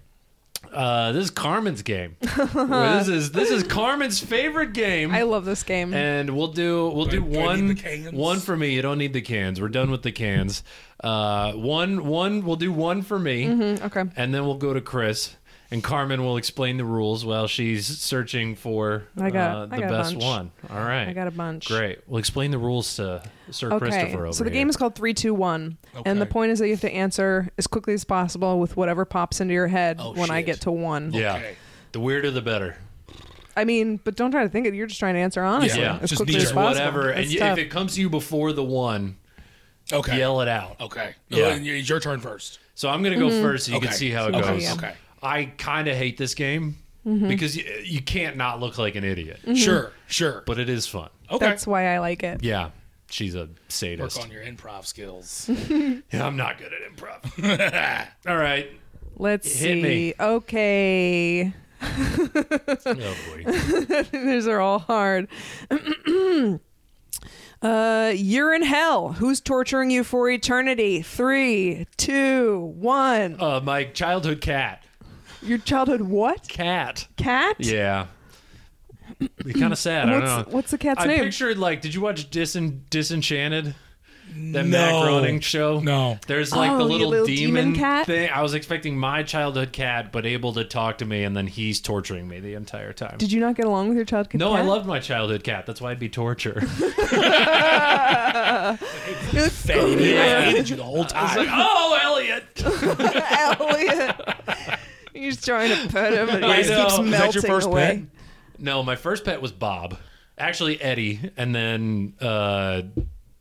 [SPEAKER 4] Uh, this is Carmen's game. this is this is Carmen's favorite game.
[SPEAKER 2] I love this game.
[SPEAKER 4] and we'll do we'll do
[SPEAKER 1] Do I- do I need
[SPEAKER 4] one
[SPEAKER 1] the cans?
[SPEAKER 4] one for me. You don't need the cans. We're done with the cans. Uh, one one we'll do one for me,
[SPEAKER 2] okay.
[SPEAKER 4] and then we'll go to Chris. And Carmen will explain the rules while she's searching for
[SPEAKER 2] I got-
[SPEAKER 4] uh,
[SPEAKER 2] I
[SPEAKER 4] the
[SPEAKER 2] got a
[SPEAKER 4] best
[SPEAKER 2] bunch.
[SPEAKER 4] one. All right,
[SPEAKER 2] I got a bunch.
[SPEAKER 4] Great. We'll explain the rules to Sir
[SPEAKER 2] Okay.
[SPEAKER 4] Christopher over
[SPEAKER 2] So the
[SPEAKER 4] here.
[SPEAKER 2] game is called 321. And the
[SPEAKER 1] Okay.
[SPEAKER 2] point is that you have to answer as quickly as possible with whatever pops into your head
[SPEAKER 1] Oh,
[SPEAKER 2] when I
[SPEAKER 1] shit.
[SPEAKER 2] get to one.
[SPEAKER 4] Yeah.
[SPEAKER 1] Okay.
[SPEAKER 4] The weirder the better.
[SPEAKER 2] I mean, but don't try to think it. You're just trying to answer honestly
[SPEAKER 4] Yeah.
[SPEAKER 2] as
[SPEAKER 1] Just
[SPEAKER 2] quickly
[SPEAKER 1] be
[SPEAKER 2] as
[SPEAKER 1] sure.
[SPEAKER 2] possible.
[SPEAKER 4] Whatever. And
[SPEAKER 2] It's
[SPEAKER 4] you, if
[SPEAKER 2] tough.
[SPEAKER 4] it comes to you before the one,
[SPEAKER 1] Okay.
[SPEAKER 4] yell it out.
[SPEAKER 1] Okay.
[SPEAKER 4] Yeah.
[SPEAKER 1] Yeah. it's your turn first.
[SPEAKER 4] So I'm going to
[SPEAKER 2] Mm-hmm.
[SPEAKER 4] go first so you can
[SPEAKER 1] Okay.
[SPEAKER 4] see how it
[SPEAKER 1] Okay,
[SPEAKER 4] goes.
[SPEAKER 1] yeah. Okay.
[SPEAKER 4] I kind of hate this game
[SPEAKER 2] Mm-hmm.
[SPEAKER 4] because you, you can't not look like an idiot,
[SPEAKER 1] Sure. Sure.
[SPEAKER 4] but it is fun.
[SPEAKER 1] okay.
[SPEAKER 2] That's why I like it.
[SPEAKER 4] Yeah. She's a
[SPEAKER 1] Work
[SPEAKER 4] sadist.
[SPEAKER 1] on your improv skills.
[SPEAKER 4] Yeah, I'm not good at improv. All right.
[SPEAKER 2] Let's
[SPEAKER 4] Hit
[SPEAKER 2] see.
[SPEAKER 4] me.
[SPEAKER 2] Okay.
[SPEAKER 4] Oh, boy.
[SPEAKER 2] These are all hard. uh, you're in hell. Who's torturing you for eternity? Three, two, one.
[SPEAKER 4] Uh, my childhood cat.
[SPEAKER 2] Your childhood what?
[SPEAKER 4] Cat.
[SPEAKER 2] Cat?
[SPEAKER 4] Yeah. It's kind of sad. I don't
[SPEAKER 2] What's,
[SPEAKER 4] know.
[SPEAKER 2] what's the cat's
[SPEAKER 4] I
[SPEAKER 2] name?
[SPEAKER 4] pictured like, did you watch Disen- Disenchanted? That Matt
[SPEAKER 1] No.
[SPEAKER 4] Groening show?
[SPEAKER 1] No.
[SPEAKER 4] There's like the
[SPEAKER 2] Oh, your
[SPEAKER 4] little,
[SPEAKER 2] little
[SPEAKER 4] demon,
[SPEAKER 2] demon cat?
[SPEAKER 4] thing. I was expecting my childhood cat, but able to talk to me, and then he's torturing me the entire time.
[SPEAKER 2] Did you not get along with your childhood
[SPEAKER 4] no,
[SPEAKER 2] cat?
[SPEAKER 4] I loved my childhood cat. That's why I'd be torture.
[SPEAKER 1] Fat idiot. I hated you the whole
[SPEAKER 4] I was like,
[SPEAKER 1] time.
[SPEAKER 4] oh, Elliot.
[SPEAKER 2] Elliot. He's trying to pet him, and he
[SPEAKER 4] I
[SPEAKER 2] just
[SPEAKER 4] know.
[SPEAKER 2] keeps
[SPEAKER 4] Is that
[SPEAKER 2] melting
[SPEAKER 4] your
[SPEAKER 1] first
[SPEAKER 2] away.
[SPEAKER 4] No, my first pet was Bob. Actually, Eddie, and then uh,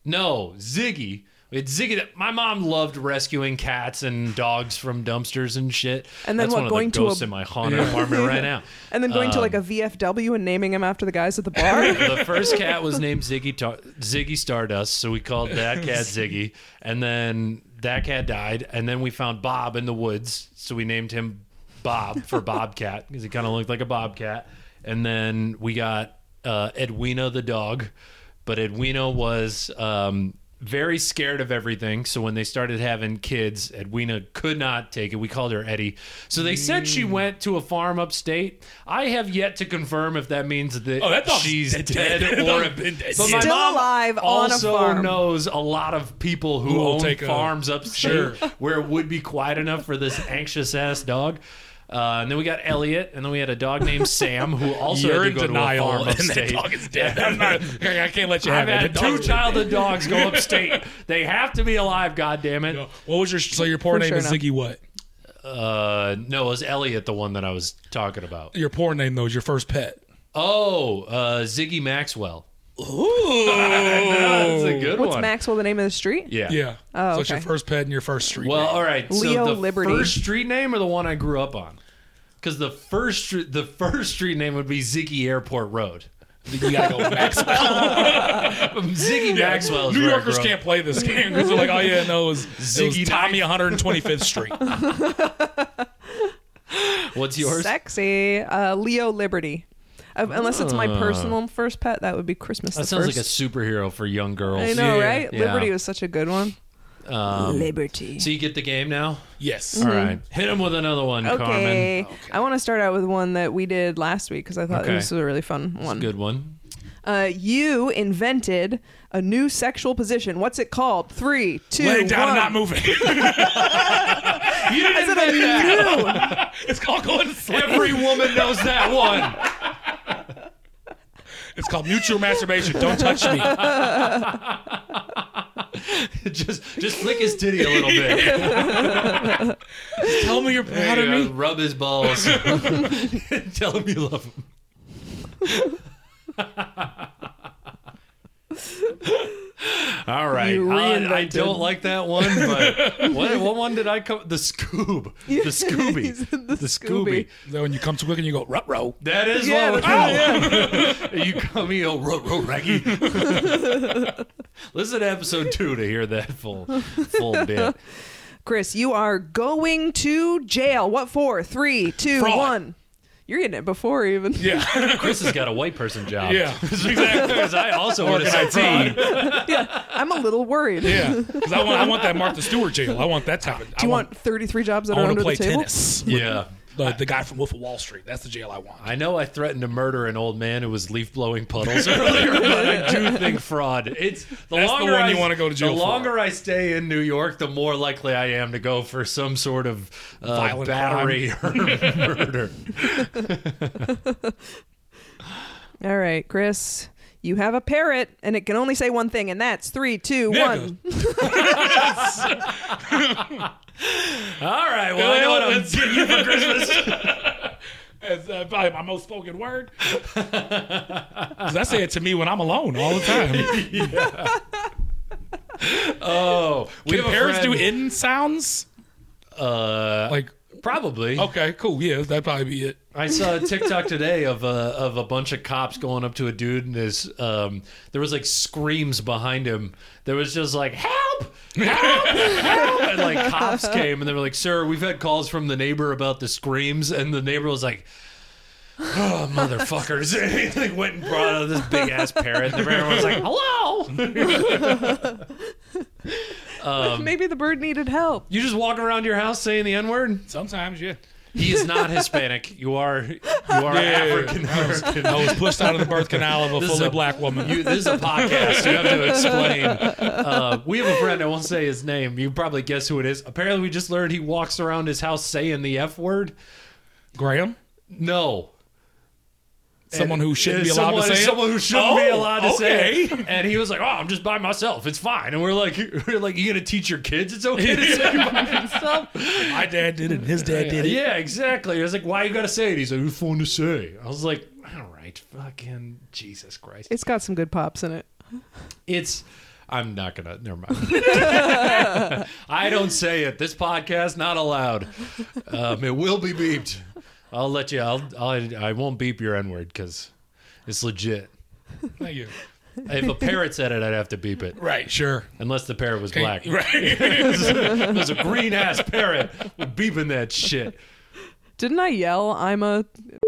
[SPEAKER 4] no Ziggy. We had Ziggy. that- My mom loved rescuing cats and dogs from dumpsters and shit.
[SPEAKER 2] And then
[SPEAKER 4] That's
[SPEAKER 2] what,
[SPEAKER 4] one of
[SPEAKER 2] going
[SPEAKER 4] the
[SPEAKER 2] to a-
[SPEAKER 4] ghosts in my haunted apartment right now.
[SPEAKER 2] And then going to
[SPEAKER 4] Um,
[SPEAKER 2] like a VFW and naming him after the guys at the bar.
[SPEAKER 4] the first cat was named Ziggy Tar- Ziggy Stardust, so we called that cat Ziggy. And then that cat died, and then we found Bob in the woods, so we named him Bob for Bobcat because he kind of looked like a bobcat. And then we got uh, Edwina the dog, but Edwina was um, very scared of everything. So when they started having kids, Edwina could not take it. We called her Eddie. So they said she went to a farm upstate. I have yet to confirm if that means that,
[SPEAKER 1] Oh, that dog's
[SPEAKER 4] she's
[SPEAKER 1] dead.
[SPEAKER 4] dead,
[SPEAKER 1] That
[SPEAKER 4] or
[SPEAKER 1] dog's been dead.
[SPEAKER 4] But my
[SPEAKER 2] Still
[SPEAKER 4] mom
[SPEAKER 2] alive on a
[SPEAKER 4] also
[SPEAKER 2] farm.
[SPEAKER 4] knows a lot of people who,
[SPEAKER 1] Who will
[SPEAKER 4] own
[SPEAKER 1] take a-
[SPEAKER 4] farms upstate
[SPEAKER 1] Sure.
[SPEAKER 4] where it would be quiet enough for this anxious ass dog. Uh, and then we got Elliot, and then we had a dog named Sam who also
[SPEAKER 1] You're
[SPEAKER 4] had
[SPEAKER 1] in
[SPEAKER 4] to go to a
[SPEAKER 1] denial,
[SPEAKER 4] farm
[SPEAKER 1] and that
[SPEAKER 4] upstate.
[SPEAKER 1] dog is dead. I'm not, I can't let you
[SPEAKER 4] I've
[SPEAKER 1] have it.
[SPEAKER 4] had
[SPEAKER 1] The
[SPEAKER 4] two
[SPEAKER 1] dog's dead.
[SPEAKER 4] childhood dogs go upstate. They have to be alive, goddammit.
[SPEAKER 1] What was your so your poor
[SPEAKER 2] For
[SPEAKER 1] name
[SPEAKER 2] sure
[SPEAKER 1] is
[SPEAKER 2] enough.
[SPEAKER 1] Ziggy? What
[SPEAKER 4] Uh, no, it was Elliot the one that I was talking about.
[SPEAKER 1] your poor name though is your first pet.
[SPEAKER 4] Oh, uh, Ziggy Maxwell.
[SPEAKER 1] Ooh,
[SPEAKER 4] That's a good
[SPEAKER 2] What's
[SPEAKER 4] one.
[SPEAKER 2] Maxwell the name of the street?
[SPEAKER 4] yeah.
[SPEAKER 1] Oh. yeah.
[SPEAKER 2] Oh,
[SPEAKER 1] so it's your
[SPEAKER 2] okay.
[SPEAKER 1] first pet and your first street.
[SPEAKER 4] Well,
[SPEAKER 1] name.
[SPEAKER 4] all right.
[SPEAKER 2] Leo
[SPEAKER 4] so the
[SPEAKER 2] Liberty.
[SPEAKER 4] first street name or the one I grew up on? Because the first stre- the first street name would be Ziggy Airport Road.
[SPEAKER 1] you gotta go Maxwell.
[SPEAKER 4] Ziggy Maxwell. Is
[SPEAKER 1] New
[SPEAKER 4] where I
[SPEAKER 1] Yorkers
[SPEAKER 4] grew up.
[SPEAKER 1] can't play this game because they're like, oh yeah, no, it was, it was
[SPEAKER 4] Ziggy
[SPEAKER 1] Tommy 125th Street.
[SPEAKER 4] What's yours?
[SPEAKER 2] Sexy. Uh, Leo Liberty. Uh, unless it's my
[SPEAKER 4] Ah.
[SPEAKER 2] personal first pet, that would be Christmas.
[SPEAKER 4] that
[SPEAKER 2] the
[SPEAKER 4] sounds
[SPEAKER 2] first.
[SPEAKER 4] like a superhero for young girls.
[SPEAKER 2] I know,
[SPEAKER 1] Yeah,
[SPEAKER 2] right?
[SPEAKER 4] yeah. Um,
[SPEAKER 2] Liberty was such a good one. Liberty.
[SPEAKER 4] So you get the game now.
[SPEAKER 1] Yes.
[SPEAKER 4] All right. Hit him with another one, Carmen.
[SPEAKER 2] Okay. I want to start out with one that we did last week because I thought
[SPEAKER 4] Okay.
[SPEAKER 2] this was a really fun one.
[SPEAKER 4] Good one.
[SPEAKER 2] Uh, you invented a new sexual position. What's it called? Three, two,
[SPEAKER 1] Laying down
[SPEAKER 2] one.
[SPEAKER 1] and not moving.
[SPEAKER 4] You didn't
[SPEAKER 2] I said a new.
[SPEAKER 1] it's called going to sleep.
[SPEAKER 4] Every woman knows that one.
[SPEAKER 1] It's called mutual masturbation. Don't touch me.
[SPEAKER 4] just just flick his titty a little bit.
[SPEAKER 1] Tell me you're
[SPEAKER 4] There
[SPEAKER 1] proud
[SPEAKER 4] you
[SPEAKER 1] of
[SPEAKER 4] go.
[SPEAKER 1] me.
[SPEAKER 4] Rub his balls. Tell him you love him. All right,
[SPEAKER 2] You
[SPEAKER 4] I, I
[SPEAKER 2] reinvented.
[SPEAKER 4] don't like that one. But what, what one did I come? The Scoob, the
[SPEAKER 2] He
[SPEAKER 4] Scooby,
[SPEAKER 2] said the
[SPEAKER 4] the Scooby.
[SPEAKER 2] Scooby.
[SPEAKER 1] Then when you come too quick and you go, rut row.
[SPEAKER 4] That is
[SPEAKER 2] Yeah,
[SPEAKER 4] one.
[SPEAKER 2] that's right,
[SPEAKER 4] you come here, ro ro raggy. Listen to episode two to hear that full full bit.
[SPEAKER 2] Chris, you are going to jail. What for? Three, two,
[SPEAKER 1] Fraud.
[SPEAKER 2] one. You're getting it before even.
[SPEAKER 1] Yeah.
[SPEAKER 4] Chris has got a white person job.
[SPEAKER 1] Yeah. Exactly.
[SPEAKER 4] Because I also want to
[SPEAKER 1] Organized
[SPEAKER 4] say tea.
[SPEAKER 2] I'm a little worried.
[SPEAKER 1] Yeah. Because I want, I want that Martha Stewart jail. I want that type of
[SPEAKER 2] Do you want 33 jobs that
[SPEAKER 1] I
[SPEAKER 2] are
[SPEAKER 1] want
[SPEAKER 2] under
[SPEAKER 1] to play
[SPEAKER 2] the table?
[SPEAKER 1] tennis.
[SPEAKER 4] Yeah.
[SPEAKER 1] The, the guy from Wolf of Wall Street. That's the jail I want.
[SPEAKER 4] I know I threatened to murder an old man who was leaf blowing puddles earlier, but I do think fraud. It's the
[SPEAKER 1] That's the
[SPEAKER 4] longer
[SPEAKER 1] one
[SPEAKER 4] I,
[SPEAKER 1] you wanna go to jail
[SPEAKER 4] The
[SPEAKER 1] for.
[SPEAKER 4] longer I stay in New York, the more likely I am to go for some sort of uh,
[SPEAKER 1] Violent
[SPEAKER 4] battery or murder.
[SPEAKER 2] All right, Chris, you have a parrot and it can only say one thing, and that's three, two,
[SPEAKER 1] Nigga.
[SPEAKER 2] one.
[SPEAKER 4] All right, well, I know what I'm
[SPEAKER 1] That's-
[SPEAKER 4] getting you for Christmas.
[SPEAKER 1] That's uh, probably my most spoken word. 'Cause I say it to me when I'm alone all the time.
[SPEAKER 4] Oh, we
[SPEAKER 1] Can
[SPEAKER 4] have a
[SPEAKER 1] parents do
[SPEAKER 4] friend-
[SPEAKER 1] in sounds?
[SPEAKER 4] Uh,
[SPEAKER 1] Like,
[SPEAKER 4] probably.
[SPEAKER 1] okay, cool. Yeah, that'd probably be it.
[SPEAKER 4] I saw a TikTok today of a of a bunch of cops going up to a dude and his um there was like screams behind him. There was just like help, help, help, and like cops came and they were like, "Sir, we've had calls from the neighbor about the screams," and the neighbor was like. Oh, motherfuckers! And he like went and brought out this big ass parrot, and everyone was like, "Hello!"
[SPEAKER 1] Um,
[SPEAKER 2] Maybe the bird needed help.
[SPEAKER 4] You just walk around your house saying the n word.
[SPEAKER 1] Sometimes, yeah.
[SPEAKER 4] He is not Hispanic. You are, you are African American.
[SPEAKER 1] I was pushed out of the birth canal of a
[SPEAKER 4] This is
[SPEAKER 1] fully
[SPEAKER 4] a-
[SPEAKER 1] black woman.
[SPEAKER 4] You, this is a podcast. You have to explain. Uh, we have a friend. I won't say his name. You probably guess who it is. Apparently, we just learned he walks around his house saying the f word.
[SPEAKER 1] Graham?
[SPEAKER 4] No,
[SPEAKER 1] Someone who shouldn't be
[SPEAKER 4] It's
[SPEAKER 1] allowed
[SPEAKER 4] someone,
[SPEAKER 1] to say
[SPEAKER 4] it's
[SPEAKER 1] it?
[SPEAKER 4] Someone who shouldn't be
[SPEAKER 1] Oh,
[SPEAKER 4] allowed to say
[SPEAKER 1] okay.
[SPEAKER 4] it. And he was like, "Oh, I'm just by myself. It's fine." And we're like, "We're like, you gonna teach your kids it's okay to say by yourself?"
[SPEAKER 1] My dad did it and his dad did it.
[SPEAKER 4] Yeah, exactly. I was like, "Why you gotta say it?" He's like, "It's fun to say." I was like, "All right, fucking Jesus Christ."
[SPEAKER 2] It's got some good pops in it.
[SPEAKER 4] It's. I'm not gonna. Never mind. I don't say it. This podcast not allowed. Um, it will be beeped. I'll let you. I'll. I'll I won't beep your N word because it's legit.
[SPEAKER 1] Thank you.
[SPEAKER 4] If a parrot said it, I'd have to beep it.
[SPEAKER 1] Right, sure.
[SPEAKER 4] Unless the parrot was black.
[SPEAKER 1] Right.
[SPEAKER 4] It was a green ass parrot. We're beeping that shit.
[SPEAKER 2] Didn't I yell I'm a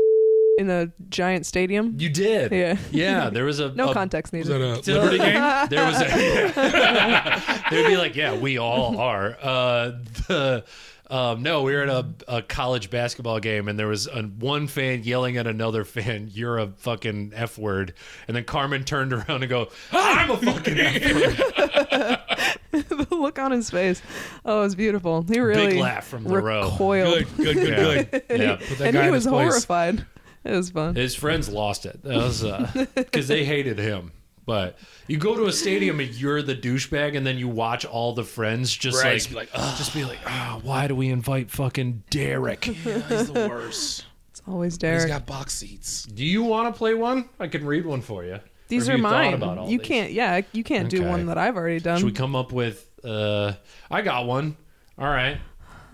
[SPEAKER 2] in a giant stadium.
[SPEAKER 4] You did.
[SPEAKER 2] Yeah.
[SPEAKER 4] Yeah. There was a
[SPEAKER 2] No
[SPEAKER 1] um,
[SPEAKER 4] a-
[SPEAKER 2] context
[SPEAKER 1] Is
[SPEAKER 2] needed.
[SPEAKER 1] that a
[SPEAKER 4] Did
[SPEAKER 1] Liberty
[SPEAKER 4] I-
[SPEAKER 1] game?
[SPEAKER 4] There was a. they'd be like, yeah, we all are. Uh, the. Um, no, we were at a, a college basketball game, and there was a, one fan yelling at another fan, "You're a fucking f word," and then Carmen turned around and go, "I'm a fucking F word."
[SPEAKER 2] the look on his face. Oh, it was beautiful. He really
[SPEAKER 4] laugh from Leroux.
[SPEAKER 2] recoiled.
[SPEAKER 1] Good, good, good,
[SPEAKER 4] Yeah.
[SPEAKER 1] good.
[SPEAKER 4] yeah,
[SPEAKER 1] Put that
[SPEAKER 2] And
[SPEAKER 1] guy
[SPEAKER 2] he
[SPEAKER 1] in
[SPEAKER 2] was
[SPEAKER 1] his place.
[SPEAKER 2] horrified. It was fun.
[SPEAKER 4] His friends lost it. That was because they hated him. But you go to a stadium and you're the douchebag, and then you watch all the friends just
[SPEAKER 1] Right,
[SPEAKER 4] like,
[SPEAKER 1] just be like,
[SPEAKER 4] just be like, "Ah, why do we invite fucking Derek?
[SPEAKER 1] Yeah, he's the worst.
[SPEAKER 2] it's always
[SPEAKER 1] He's
[SPEAKER 2] Derek.
[SPEAKER 1] got box seats.
[SPEAKER 4] do you want to play one? I can read one for you. Or
[SPEAKER 2] these
[SPEAKER 4] have
[SPEAKER 2] are
[SPEAKER 4] you thought
[SPEAKER 2] mine.
[SPEAKER 4] about all
[SPEAKER 2] you
[SPEAKER 4] these?
[SPEAKER 2] can't. Yeah, you can't do
[SPEAKER 4] Okay.
[SPEAKER 2] one that I've already
[SPEAKER 4] Should we
[SPEAKER 2] done.
[SPEAKER 4] come up with? Uh, I got one. All right.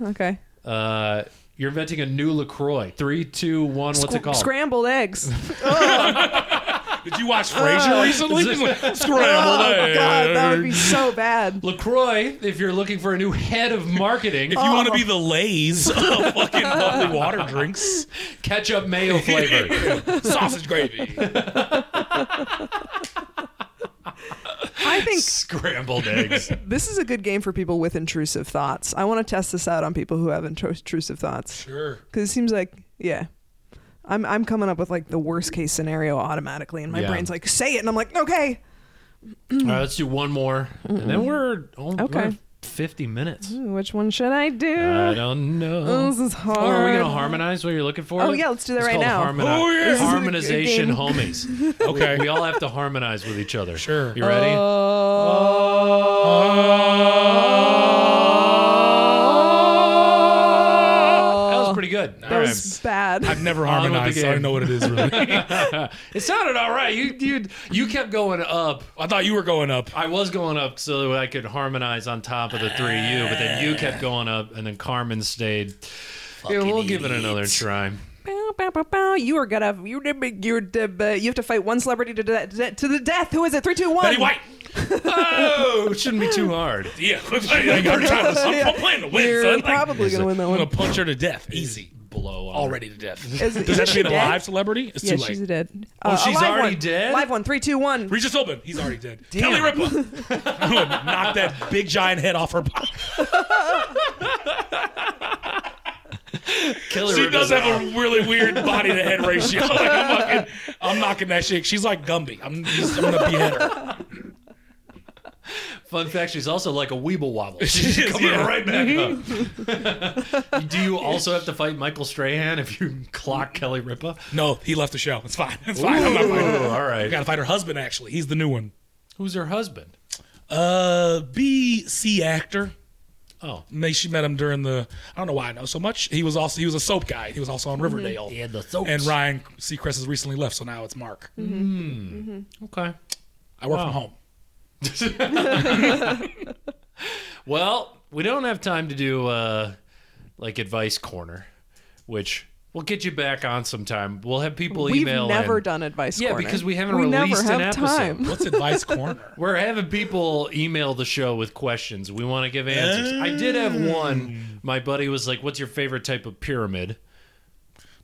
[SPEAKER 2] okay.
[SPEAKER 4] Uh, you're inventing a new Lacroix. Three, two, one. What's it
[SPEAKER 2] Scr-
[SPEAKER 4] called?
[SPEAKER 2] Scrambled eggs.
[SPEAKER 1] Did you watch Frasier recently? He's like, Scrambled
[SPEAKER 2] oh
[SPEAKER 1] eggs.
[SPEAKER 2] God, that would be so bad.
[SPEAKER 4] Lacroix. If you're looking for a new head of marketing,
[SPEAKER 2] Oh.
[SPEAKER 1] If you want to be the Lays of fucking lovely water drinks,
[SPEAKER 4] ketchup mayo flavor.
[SPEAKER 1] sausage gravy.
[SPEAKER 2] I think
[SPEAKER 4] Scrambled eggs.
[SPEAKER 2] this is a good game for people with intrusive thoughts. I want to test this out on people who have intru- intrusive thoughts
[SPEAKER 1] Sure.
[SPEAKER 2] because it seems like yeah. I'm, I'm coming up with like the worst case scenario automatically, and my
[SPEAKER 4] Yeah.
[SPEAKER 2] brain's like, say it, and I'm like, okay,
[SPEAKER 4] All right, let's do one more, and then we're oh, we're
[SPEAKER 2] Mm-hmm. Okay.
[SPEAKER 4] at fifty minutes.
[SPEAKER 2] which one should I do?
[SPEAKER 4] I don't know.
[SPEAKER 2] Oh, this is hard.
[SPEAKER 4] Oh, are we gonna harmonize what you're looking for?
[SPEAKER 2] Oh, yeah, let's do that
[SPEAKER 4] It's
[SPEAKER 2] right
[SPEAKER 4] called
[SPEAKER 2] now.
[SPEAKER 4] harmoni-
[SPEAKER 1] Oh, yeah. This is
[SPEAKER 2] good
[SPEAKER 1] a
[SPEAKER 4] Harmonization,
[SPEAKER 2] game.
[SPEAKER 4] homies.
[SPEAKER 1] Okay.
[SPEAKER 4] we, we all have to harmonize with each other.
[SPEAKER 1] Sure.
[SPEAKER 4] You ready?
[SPEAKER 2] Oh.
[SPEAKER 4] Ah, that was pretty good.
[SPEAKER 2] that was bad.
[SPEAKER 1] I've never
[SPEAKER 4] On with the
[SPEAKER 1] harmonized, so I
[SPEAKER 4] game.
[SPEAKER 1] don't know what it is really.
[SPEAKER 4] it sounded all right. You you you kept going up.
[SPEAKER 1] I thought you were going up.
[SPEAKER 4] I was going up so that I could harmonize on top of the three of you, but then you kept going up, and then Carmen stayed. Yeah, we'll give it another try.
[SPEAKER 2] Bow, bow, bow, bow. You are gonna. You you you have to fight one celebrity to de- de- to the death. Who is it? Three, two, one.
[SPEAKER 1] Betty White.
[SPEAKER 4] Oh, it shouldn't be too hard.
[SPEAKER 1] Yeah, I got to try this. I'm, I'm playing to win,
[SPEAKER 2] You're
[SPEAKER 1] son. Like,
[SPEAKER 2] probably gonna win that
[SPEAKER 1] I'm
[SPEAKER 2] one.
[SPEAKER 1] gonna punch her to death. Easy.
[SPEAKER 4] Blow on.
[SPEAKER 1] Already to death.
[SPEAKER 2] Is-
[SPEAKER 1] Does that
[SPEAKER 2] is she
[SPEAKER 1] mean a
[SPEAKER 2] dead?
[SPEAKER 1] live celebrity? It's
[SPEAKER 2] Yeah,
[SPEAKER 1] too
[SPEAKER 2] she's
[SPEAKER 1] late.
[SPEAKER 2] dead.
[SPEAKER 4] Oh,
[SPEAKER 2] a
[SPEAKER 4] she's
[SPEAKER 2] live
[SPEAKER 4] already
[SPEAKER 2] one.
[SPEAKER 4] dead?
[SPEAKER 2] Live one. Three, two, one.
[SPEAKER 1] Regis Philbin, he's already dead. Kelly Ripa, I'm gonna knock that big giant head off her body.
[SPEAKER 4] Killer
[SPEAKER 1] She
[SPEAKER 4] Rip
[SPEAKER 1] does
[SPEAKER 4] is
[SPEAKER 1] have
[SPEAKER 4] out.
[SPEAKER 1] a really weird body to head ratio. Like, I'm, fucking, I'm knocking that shit. She's like Gumby. I'm just I'm gonna behead her.
[SPEAKER 4] Fun fact: she's also like a weeble wobble.
[SPEAKER 1] She is,
[SPEAKER 4] coming
[SPEAKER 1] yeah.
[SPEAKER 4] right back
[SPEAKER 1] Mm-hmm.
[SPEAKER 4] up. Do you also have to fight Michael Strahan if you clock Kelly Ripa?
[SPEAKER 1] No, he left the show. It's fine. It's fine. I'm not fighting. her.
[SPEAKER 4] all
[SPEAKER 1] I
[SPEAKER 4] right.
[SPEAKER 1] gotta fight her husband. Actually, he's the new one.
[SPEAKER 4] Who's her husband?
[SPEAKER 1] Uh, B C actor.
[SPEAKER 4] Oh,
[SPEAKER 1] May she met him during the. I don't know why I know so much. He was also he was a soap guy. He was also on Riverdale.
[SPEAKER 4] Yeah, the soaps. Mm-hmm.
[SPEAKER 1] And Ryan Seacrest has recently left, so now it's Mark.
[SPEAKER 4] okay.
[SPEAKER 1] I
[SPEAKER 4] Oh.
[SPEAKER 1] work from home.
[SPEAKER 4] Well, we don't have time to do uh, like advice corner, which we'll get you back on sometime. We'll have people
[SPEAKER 2] We've
[SPEAKER 4] email.
[SPEAKER 2] never
[SPEAKER 4] in.
[SPEAKER 2] done advice.
[SPEAKER 4] Yeah,
[SPEAKER 2] corner.
[SPEAKER 4] because we haven't
[SPEAKER 2] we
[SPEAKER 4] released
[SPEAKER 2] never
[SPEAKER 4] an
[SPEAKER 2] have
[SPEAKER 4] episode.
[SPEAKER 2] time.
[SPEAKER 1] What's advice corner?
[SPEAKER 4] We're having people email the show with questions. We want to give answers. I did have one. My buddy was like, "What's your favorite type of pyramid?"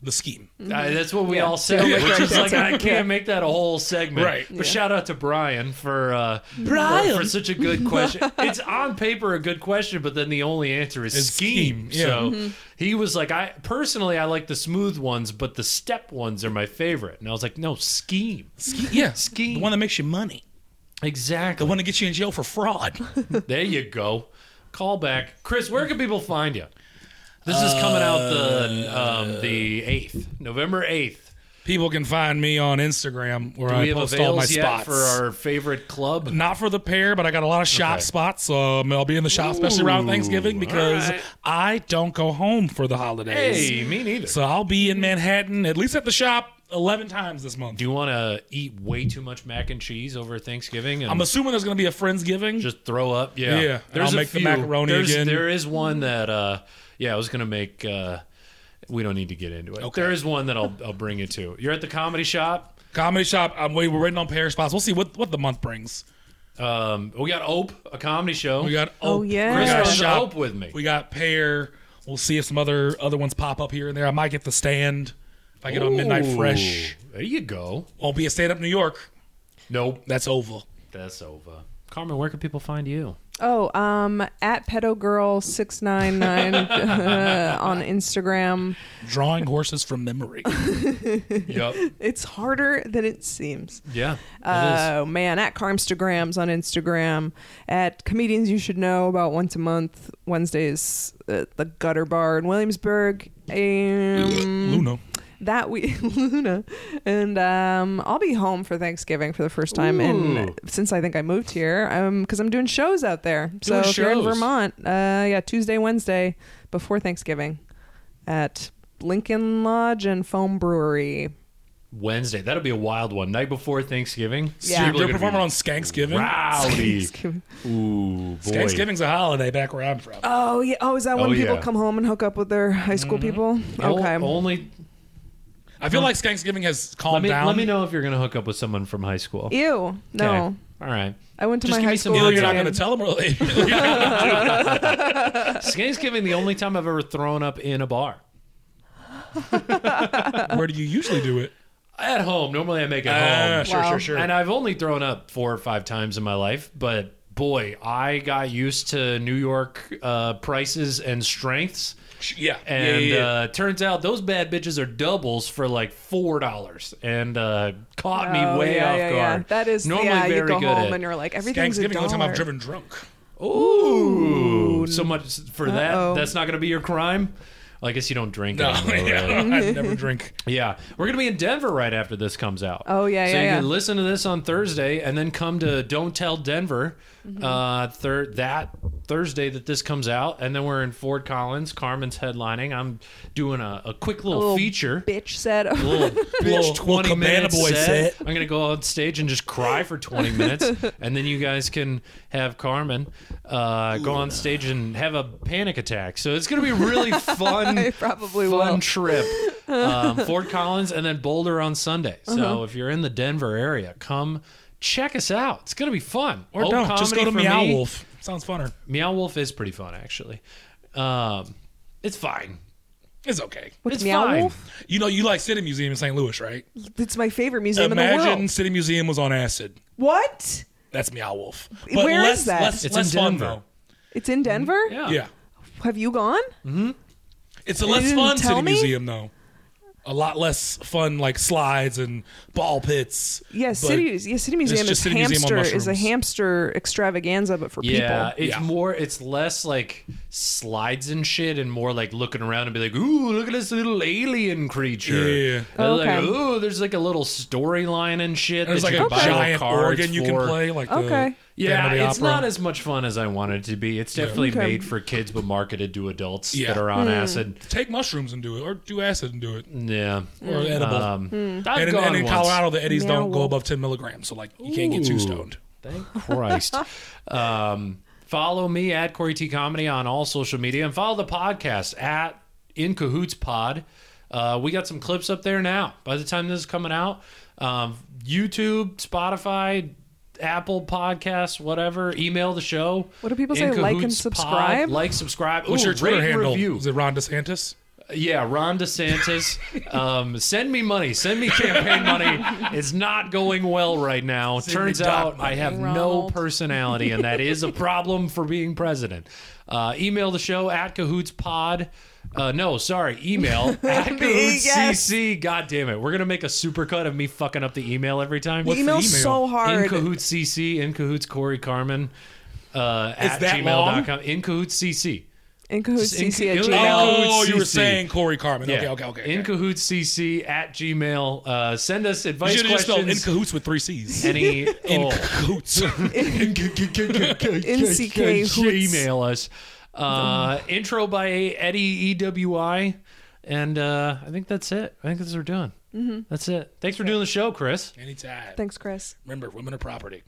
[SPEAKER 1] The scheme.
[SPEAKER 4] Uh, that's what we all said,
[SPEAKER 2] Don't
[SPEAKER 4] which
[SPEAKER 2] make
[SPEAKER 4] is
[SPEAKER 2] that
[SPEAKER 4] like, I
[SPEAKER 2] sound.
[SPEAKER 4] can't make that a whole segment.
[SPEAKER 1] Right.
[SPEAKER 4] But shout out to Brian for uh, Brian for, for such a good question. it's on paper a good question, but then the only answer is
[SPEAKER 1] Is
[SPEAKER 4] scheme.
[SPEAKER 1] scheme, yeah.
[SPEAKER 4] So he was like, I personally I like the smooth ones, but the step ones are my favorite. And I was like, no, scheme,
[SPEAKER 1] Scheme. Yeah.
[SPEAKER 4] Scheme.
[SPEAKER 1] The one that makes you money.
[SPEAKER 4] exactly.
[SPEAKER 1] The one that gets you in jail for fraud.
[SPEAKER 4] There you go. Call back, Chris. Where can people find you? This is coming out the
[SPEAKER 1] Uh,
[SPEAKER 4] um, the eighth, November eighth.
[SPEAKER 1] People can find me on Instagram where
[SPEAKER 4] We
[SPEAKER 1] I
[SPEAKER 4] have
[SPEAKER 1] post all my
[SPEAKER 4] avails yet
[SPEAKER 1] spots.
[SPEAKER 4] for our favorite club.
[SPEAKER 1] Not for the pair, but I got a lot of shop
[SPEAKER 4] Okay.
[SPEAKER 1] spots. Um, I'll be in the shop, especially around Thanksgiving, because
[SPEAKER 4] alright.
[SPEAKER 1] I don't go home for the holidays.
[SPEAKER 4] Hey, me neither.
[SPEAKER 1] So I'll be in Manhattan, at least at the shop, 11 times this month.
[SPEAKER 4] Do you want to eat way too much mac and cheese over Thanksgiving and
[SPEAKER 1] I'm assuming there's going to be a Friendsgiving.
[SPEAKER 4] just throw up? Yeah,
[SPEAKER 1] Yeah, and I'll
[SPEAKER 4] a
[SPEAKER 1] make the macaroni
[SPEAKER 4] There's-
[SPEAKER 1] again.
[SPEAKER 4] There is one that, uh, yeah, I was gonna make. Uh, we don't need to get into it.
[SPEAKER 1] Okay.
[SPEAKER 4] There is one that I'll I'll bring you to. You're at the comedy shop.
[SPEAKER 1] Comedy shop. I'm wait, we're waiting on pair spots. We'll see what, what the month brings.
[SPEAKER 4] Um, we got Ope, a comedy show.
[SPEAKER 1] We got
[SPEAKER 2] Oh,
[SPEAKER 1] Ope.
[SPEAKER 2] yeah.
[SPEAKER 1] We
[SPEAKER 4] Chris
[SPEAKER 1] got
[SPEAKER 4] runs
[SPEAKER 1] shop.
[SPEAKER 4] Ope with me.
[SPEAKER 1] We got pair. We'll see if some other other ones pop up here and there. I might get the stand If I get on Midnight Fresh,
[SPEAKER 4] Ooh, There you go.
[SPEAKER 1] won't be a stand up New York.
[SPEAKER 4] Nope.
[SPEAKER 1] That's over.
[SPEAKER 4] That's over. Carmen, where can people find you?
[SPEAKER 2] Oh, um, at pedogirl699 uh, on Instagram.
[SPEAKER 1] Drawing horses from memory.
[SPEAKER 2] Mm-hmm.
[SPEAKER 4] Yep.
[SPEAKER 2] It's harder than it seems.
[SPEAKER 4] yeah. it
[SPEAKER 2] Oh man, at Carmstagrams on Instagram, at comedians you should know about once a month Wednesdays at the Gutter Bar in Williamsburg. Um,
[SPEAKER 1] Luna.
[SPEAKER 2] that we Luna, and um, I'll be home for Thanksgiving for the first time in since I think I moved here. Um, because I'm doing shows out there. So
[SPEAKER 4] Doing
[SPEAKER 2] if you're in
[SPEAKER 4] shows.
[SPEAKER 2] Vermont, uh, yeah, Tuesday, Wednesday before Thanksgiving, at Lincoln Lodge and Foam Brewery.
[SPEAKER 4] is. Wednesday. That'll be a wild one. Night before Thanksgiving.
[SPEAKER 2] Yeah.
[SPEAKER 1] They're performing on Skanksgiving.
[SPEAKER 4] Rowdy. Ooh, boy.
[SPEAKER 1] Thanksgiving's a holiday back where I'm from.
[SPEAKER 2] Oh yeah. Oh, is that when
[SPEAKER 4] Oh,
[SPEAKER 2] people
[SPEAKER 4] yeah. Mm-hmm. Oh,
[SPEAKER 2] come home and hook up with their high school people?
[SPEAKER 4] O-
[SPEAKER 2] Okay.
[SPEAKER 4] Only
[SPEAKER 1] I
[SPEAKER 2] Uh-huh.
[SPEAKER 1] feel like Skanksgiving has calmed
[SPEAKER 4] let me
[SPEAKER 1] down.
[SPEAKER 4] let me know if you're gonna hook up with someone from high school.
[SPEAKER 2] Ew. No.
[SPEAKER 4] Okay. All right.
[SPEAKER 2] I went to
[SPEAKER 4] Just
[SPEAKER 2] my
[SPEAKER 4] give
[SPEAKER 2] high
[SPEAKER 4] me some
[SPEAKER 2] school.
[SPEAKER 1] Either you're not
[SPEAKER 2] and-
[SPEAKER 1] going to tell them or they- you're not gonna-
[SPEAKER 4] Thanksgiving the only time I've ever thrown up in a bar.
[SPEAKER 1] Where do you usually do it?
[SPEAKER 4] At home. Normally I make it
[SPEAKER 1] Ah,
[SPEAKER 4] home.
[SPEAKER 1] sure,
[SPEAKER 2] Wow.
[SPEAKER 1] sure, sure.
[SPEAKER 4] And I've only thrown up four or five times in my life, but boy, I got used to New York uh, prices and strengths.
[SPEAKER 1] yeah. yeah,
[SPEAKER 4] And
[SPEAKER 1] yeah, yeah.
[SPEAKER 4] Uh, turns out those bad bitches are doubles for like four dollars, and uh, caught
[SPEAKER 2] Oh,
[SPEAKER 4] me way
[SPEAKER 2] yeah,
[SPEAKER 4] off
[SPEAKER 2] yeah, yeah.
[SPEAKER 4] guard.
[SPEAKER 2] That is
[SPEAKER 4] normally
[SPEAKER 2] yeah.
[SPEAKER 4] very
[SPEAKER 2] you go
[SPEAKER 4] good
[SPEAKER 2] home
[SPEAKER 4] at.
[SPEAKER 2] and you're like everything's a
[SPEAKER 1] Thanksgiving, the only time I've
[SPEAKER 2] dollar.
[SPEAKER 1] driven drunk.
[SPEAKER 4] Ooh, so much for
[SPEAKER 2] Uh-oh.
[SPEAKER 4] that. That's not going to be your crime. Well, I guess you don't drink.
[SPEAKER 1] No,
[SPEAKER 4] anymore,
[SPEAKER 1] yeah,
[SPEAKER 4] right?
[SPEAKER 1] I never drink.
[SPEAKER 4] Yeah, we're gonna be in Denver right after this comes out.
[SPEAKER 2] Oh, yeah,
[SPEAKER 4] so
[SPEAKER 2] yeah,
[SPEAKER 4] you
[SPEAKER 2] yeah.
[SPEAKER 4] can listen to this on Thursday and then come to Don't Tell Denver,
[SPEAKER 2] Mm-hmm.
[SPEAKER 4] uh, thir- that Thursday that this comes out, and then we're in Fort Collins. Carmen's headlining. I'm doing a, a quick little,
[SPEAKER 2] Little
[SPEAKER 4] feature.
[SPEAKER 2] Bitch said.
[SPEAKER 4] Little
[SPEAKER 1] Little-
[SPEAKER 4] bitch,
[SPEAKER 1] little
[SPEAKER 4] twenty
[SPEAKER 1] Cabana
[SPEAKER 4] minute
[SPEAKER 1] Boy
[SPEAKER 4] set.
[SPEAKER 1] set.
[SPEAKER 4] I'm gonna go on stage and just cry for twenty minutes, and then you guys can have Carmen uh, go on stage and have a panic attack. So it's gonna be really fun
[SPEAKER 2] I probably
[SPEAKER 4] fun
[SPEAKER 2] will.
[SPEAKER 4] trip. Um, Fort Collins and then Boulder on Sunday. So
[SPEAKER 1] Uh-huh.
[SPEAKER 4] if you're in the Denver area, come check us out. It's gonna be fun.
[SPEAKER 1] Or
[SPEAKER 4] Old
[SPEAKER 1] don't. Just
[SPEAKER 4] comedy
[SPEAKER 1] go to
[SPEAKER 4] for
[SPEAKER 1] Meow
[SPEAKER 4] me.
[SPEAKER 1] Wolf. Sounds funner.
[SPEAKER 4] Meow Wolf is pretty fun actually. Um, it's fine.
[SPEAKER 1] It's okay.
[SPEAKER 2] What's
[SPEAKER 4] it's
[SPEAKER 2] Meow
[SPEAKER 4] fine.
[SPEAKER 2] Wolf?
[SPEAKER 1] You know, you like City Museum in St. Louis, right?
[SPEAKER 2] It's my favorite museum in the
[SPEAKER 1] Imagine
[SPEAKER 2] world.
[SPEAKER 1] City Museum was on acid.
[SPEAKER 2] What?
[SPEAKER 1] That's Meow Wolf.
[SPEAKER 2] Where is
[SPEAKER 1] less,
[SPEAKER 2] that?
[SPEAKER 1] Less,
[SPEAKER 4] It's
[SPEAKER 1] less
[SPEAKER 4] in
[SPEAKER 1] fun
[SPEAKER 4] Denver. Oh.
[SPEAKER 2] It's in Denver.
[SPEAKER 4] Mm-hmm. Yeah. Mm-hmm.
[SPEAKER 1] though. Yeah,
[SPEAKER 2] Have you gone?
[SPEAKER 1] it's a less
[SPEAKER 2] didn't
[SPEAKER 1] fun
[SPEAKER 2] tell
[SPEAKER 1] City
[SPEAKER 2] me?
[SPEAKER 1] Museum though. A lot less fun, like slides and ball pits.
[SPEAKER 2] Yes.
[SPEAKER 1] But
[SPEAKER 2] City. Yeah. City Museum
[SPEAKER 1] just
[SPEAKER 2] is
[SPEAKER 1] City Museum on
[SPEAKER 2] hamster is a
[SPEAKER 1] mushrooms.
[SPEAKER 2] hamster extravaganza, but for
[SPEAKER 4] Yeah,
[SPEAKER 2] people.
[SPEAKER 4] it's
[SPEAKER 1] Yeah.
[SPEAKER 4] more. It's less like slides and shit, and more like looking around and be like, "Ooh, look at this little alien creature."
[SPEAKER 1] Yeah.
[SPEAKER 4] And Like,
[SPEAKER 2] Okay.
[SPEAKER 4] ooh, there's like a little storyline and shit.
[SPEAKER 1] There's
[SPEAKER 4] that
[SPEAKER 1] like
[SPEAKER 4] you
[SPEAKER 1] a
[SPEAKER 4] buy little
[SPEAKER 1] giant
[SPEAKER 4] cards
[SPEAKER 1] organ you can
[SPEAKER 4] for.
[SPEAKER 1] play. Like
[SPEAKER 2] Okay.
[SPEAKER 1] The
[SPEAKER 4] Yeah,
[SPEAKER 1] Phantom of the
[SPEAKER 4] it's
[SPEAKER 1] Opera.
[SPEAKER 4] not as much fun as I want it to be. It's definitely
[SPEAKER 2] Okay. Hmm.
[SPEAKER 4] made for kids, but marketed to adults
[SPEAKER 1] Yeah.
[SPEAKER 4] that are on acid.
[SPEAKER 1] Take mushrooms and do it, or do acid and do it,
[SPEAKER 4] Yeah.
[SPEAKER 2] Hmm.
[SPEAKER 1] or edible.
[SPEAKER 4] Um, I've
[SPEAKER 1] and, in-
[SPEAKER 4] gone
[SPEAKER 1] and in
[SPEAKER 4] once.
[SPEAKER 1] Colorado, the eddies
[SPEAKER 2] Meow
[SPEAKER 1] don't go
[SPEAKER 2] Wolf.
[SPEAKER 1] above 10 milligrams, so like you can't get
[SPEAKER 4] Ooh.
[SPEAKER 1] too stoned.
[SPEAKER 4] Thank Christ. um, follow me at Corey T Comedy on all social media, and follow the podcast at In Cahoots Pod. Uh, we got some clips up there now. By the time this is coming out, um, YouTube, Spotify. Apple Podcasts, whatever. Email the show.
[SPEAKER 2] What do people
[SPEAKER 4] In
[SPEAKER 2] say? Like and
[SPEAKER 4] Cahoots Pod.
[SPEAKER 2] subscribe?
[SPEAKER 4] Like, subscribe.
[SPEAKER 1] What's
[SPEAKER 4] Ooh,
[SPEAKER 1] your Twitter
[SPEAKER 4] rate and
[SPEAKER 1] handle?
[SPEAKER 4] Review.
[SPEAKER 1] Is it Ron DeSantis?
[SPEAKER 4] Yeah, Ron DeSantis. um, send me money. Send me campaign money. It's not going well right now. Turns
[SPEAKER 1] me dot
[SPEAKER 4] out I have no
[SPEAKER 2] Ronald.
[SPEAKER 4] personality, and that is a problem for being president. Uh, email the show at cahootspod. Uh, no, sorry. Email at CC. God damn it. We're going to make a supercut of me fucking up the email every time.
[SPEAKER 2] The email's
[SPEAKER 1] email?
[SPEAKER 2] so
[SPEAKER 4] In
[SPEAKER 2] hard.
[SPEAKER 4] cahoots CC, in cahoots Corey Carmen, uh, at
[SPEAKER 1] that
[SPEAKER 4] gmail.com. In cahoots CC.
[SPEAKER 2] In cahoots.
[SPEAKER 4] in-
[SPEAKER 2] CC at
[SPEAKER 4] in-
[SPEAKER 2] Gmail.
[SPEAKER 1] Oh, you were
[SPEAKER 4] CC.
[SPEAKER 1] saying Corey Carmen. Okay,
[SPEAKER 4] Yeah.
[SPEAKER 1] okay, okay.
[SPEAKER 4] In
[SPEAKER 1] okay.
[SPEAKER 4] cahoots CC at gmail. Uh, send us
[SPEAKER 1] You
[SPEAKER 4] advice
[SPEAKER 1] should have just spelled in
[SPEAKER 4] questions.
[SPEAKER 1] cahoots with three C's.
[SPEAKER 4] any
[SPEAKER 1] In
[SPEAKER 4] oh,
[SPEAKER 1] cahoots.
[SPEAKER 2] In CK hoots.
[SPEAKER 4] Email us. Uh, intro by Eddie EWI. And uh, I think that's it. I think that's what we're
[SPEAKER 1] Mm-hmm.
[SPEAKER 4] doing. That's it. Thanks for doing the show, Chris.
[SPEAKER 1] Anytime.
[SPEAKER 2] Thanks, Chris.
[SPEAKER 1] Remember, women are property.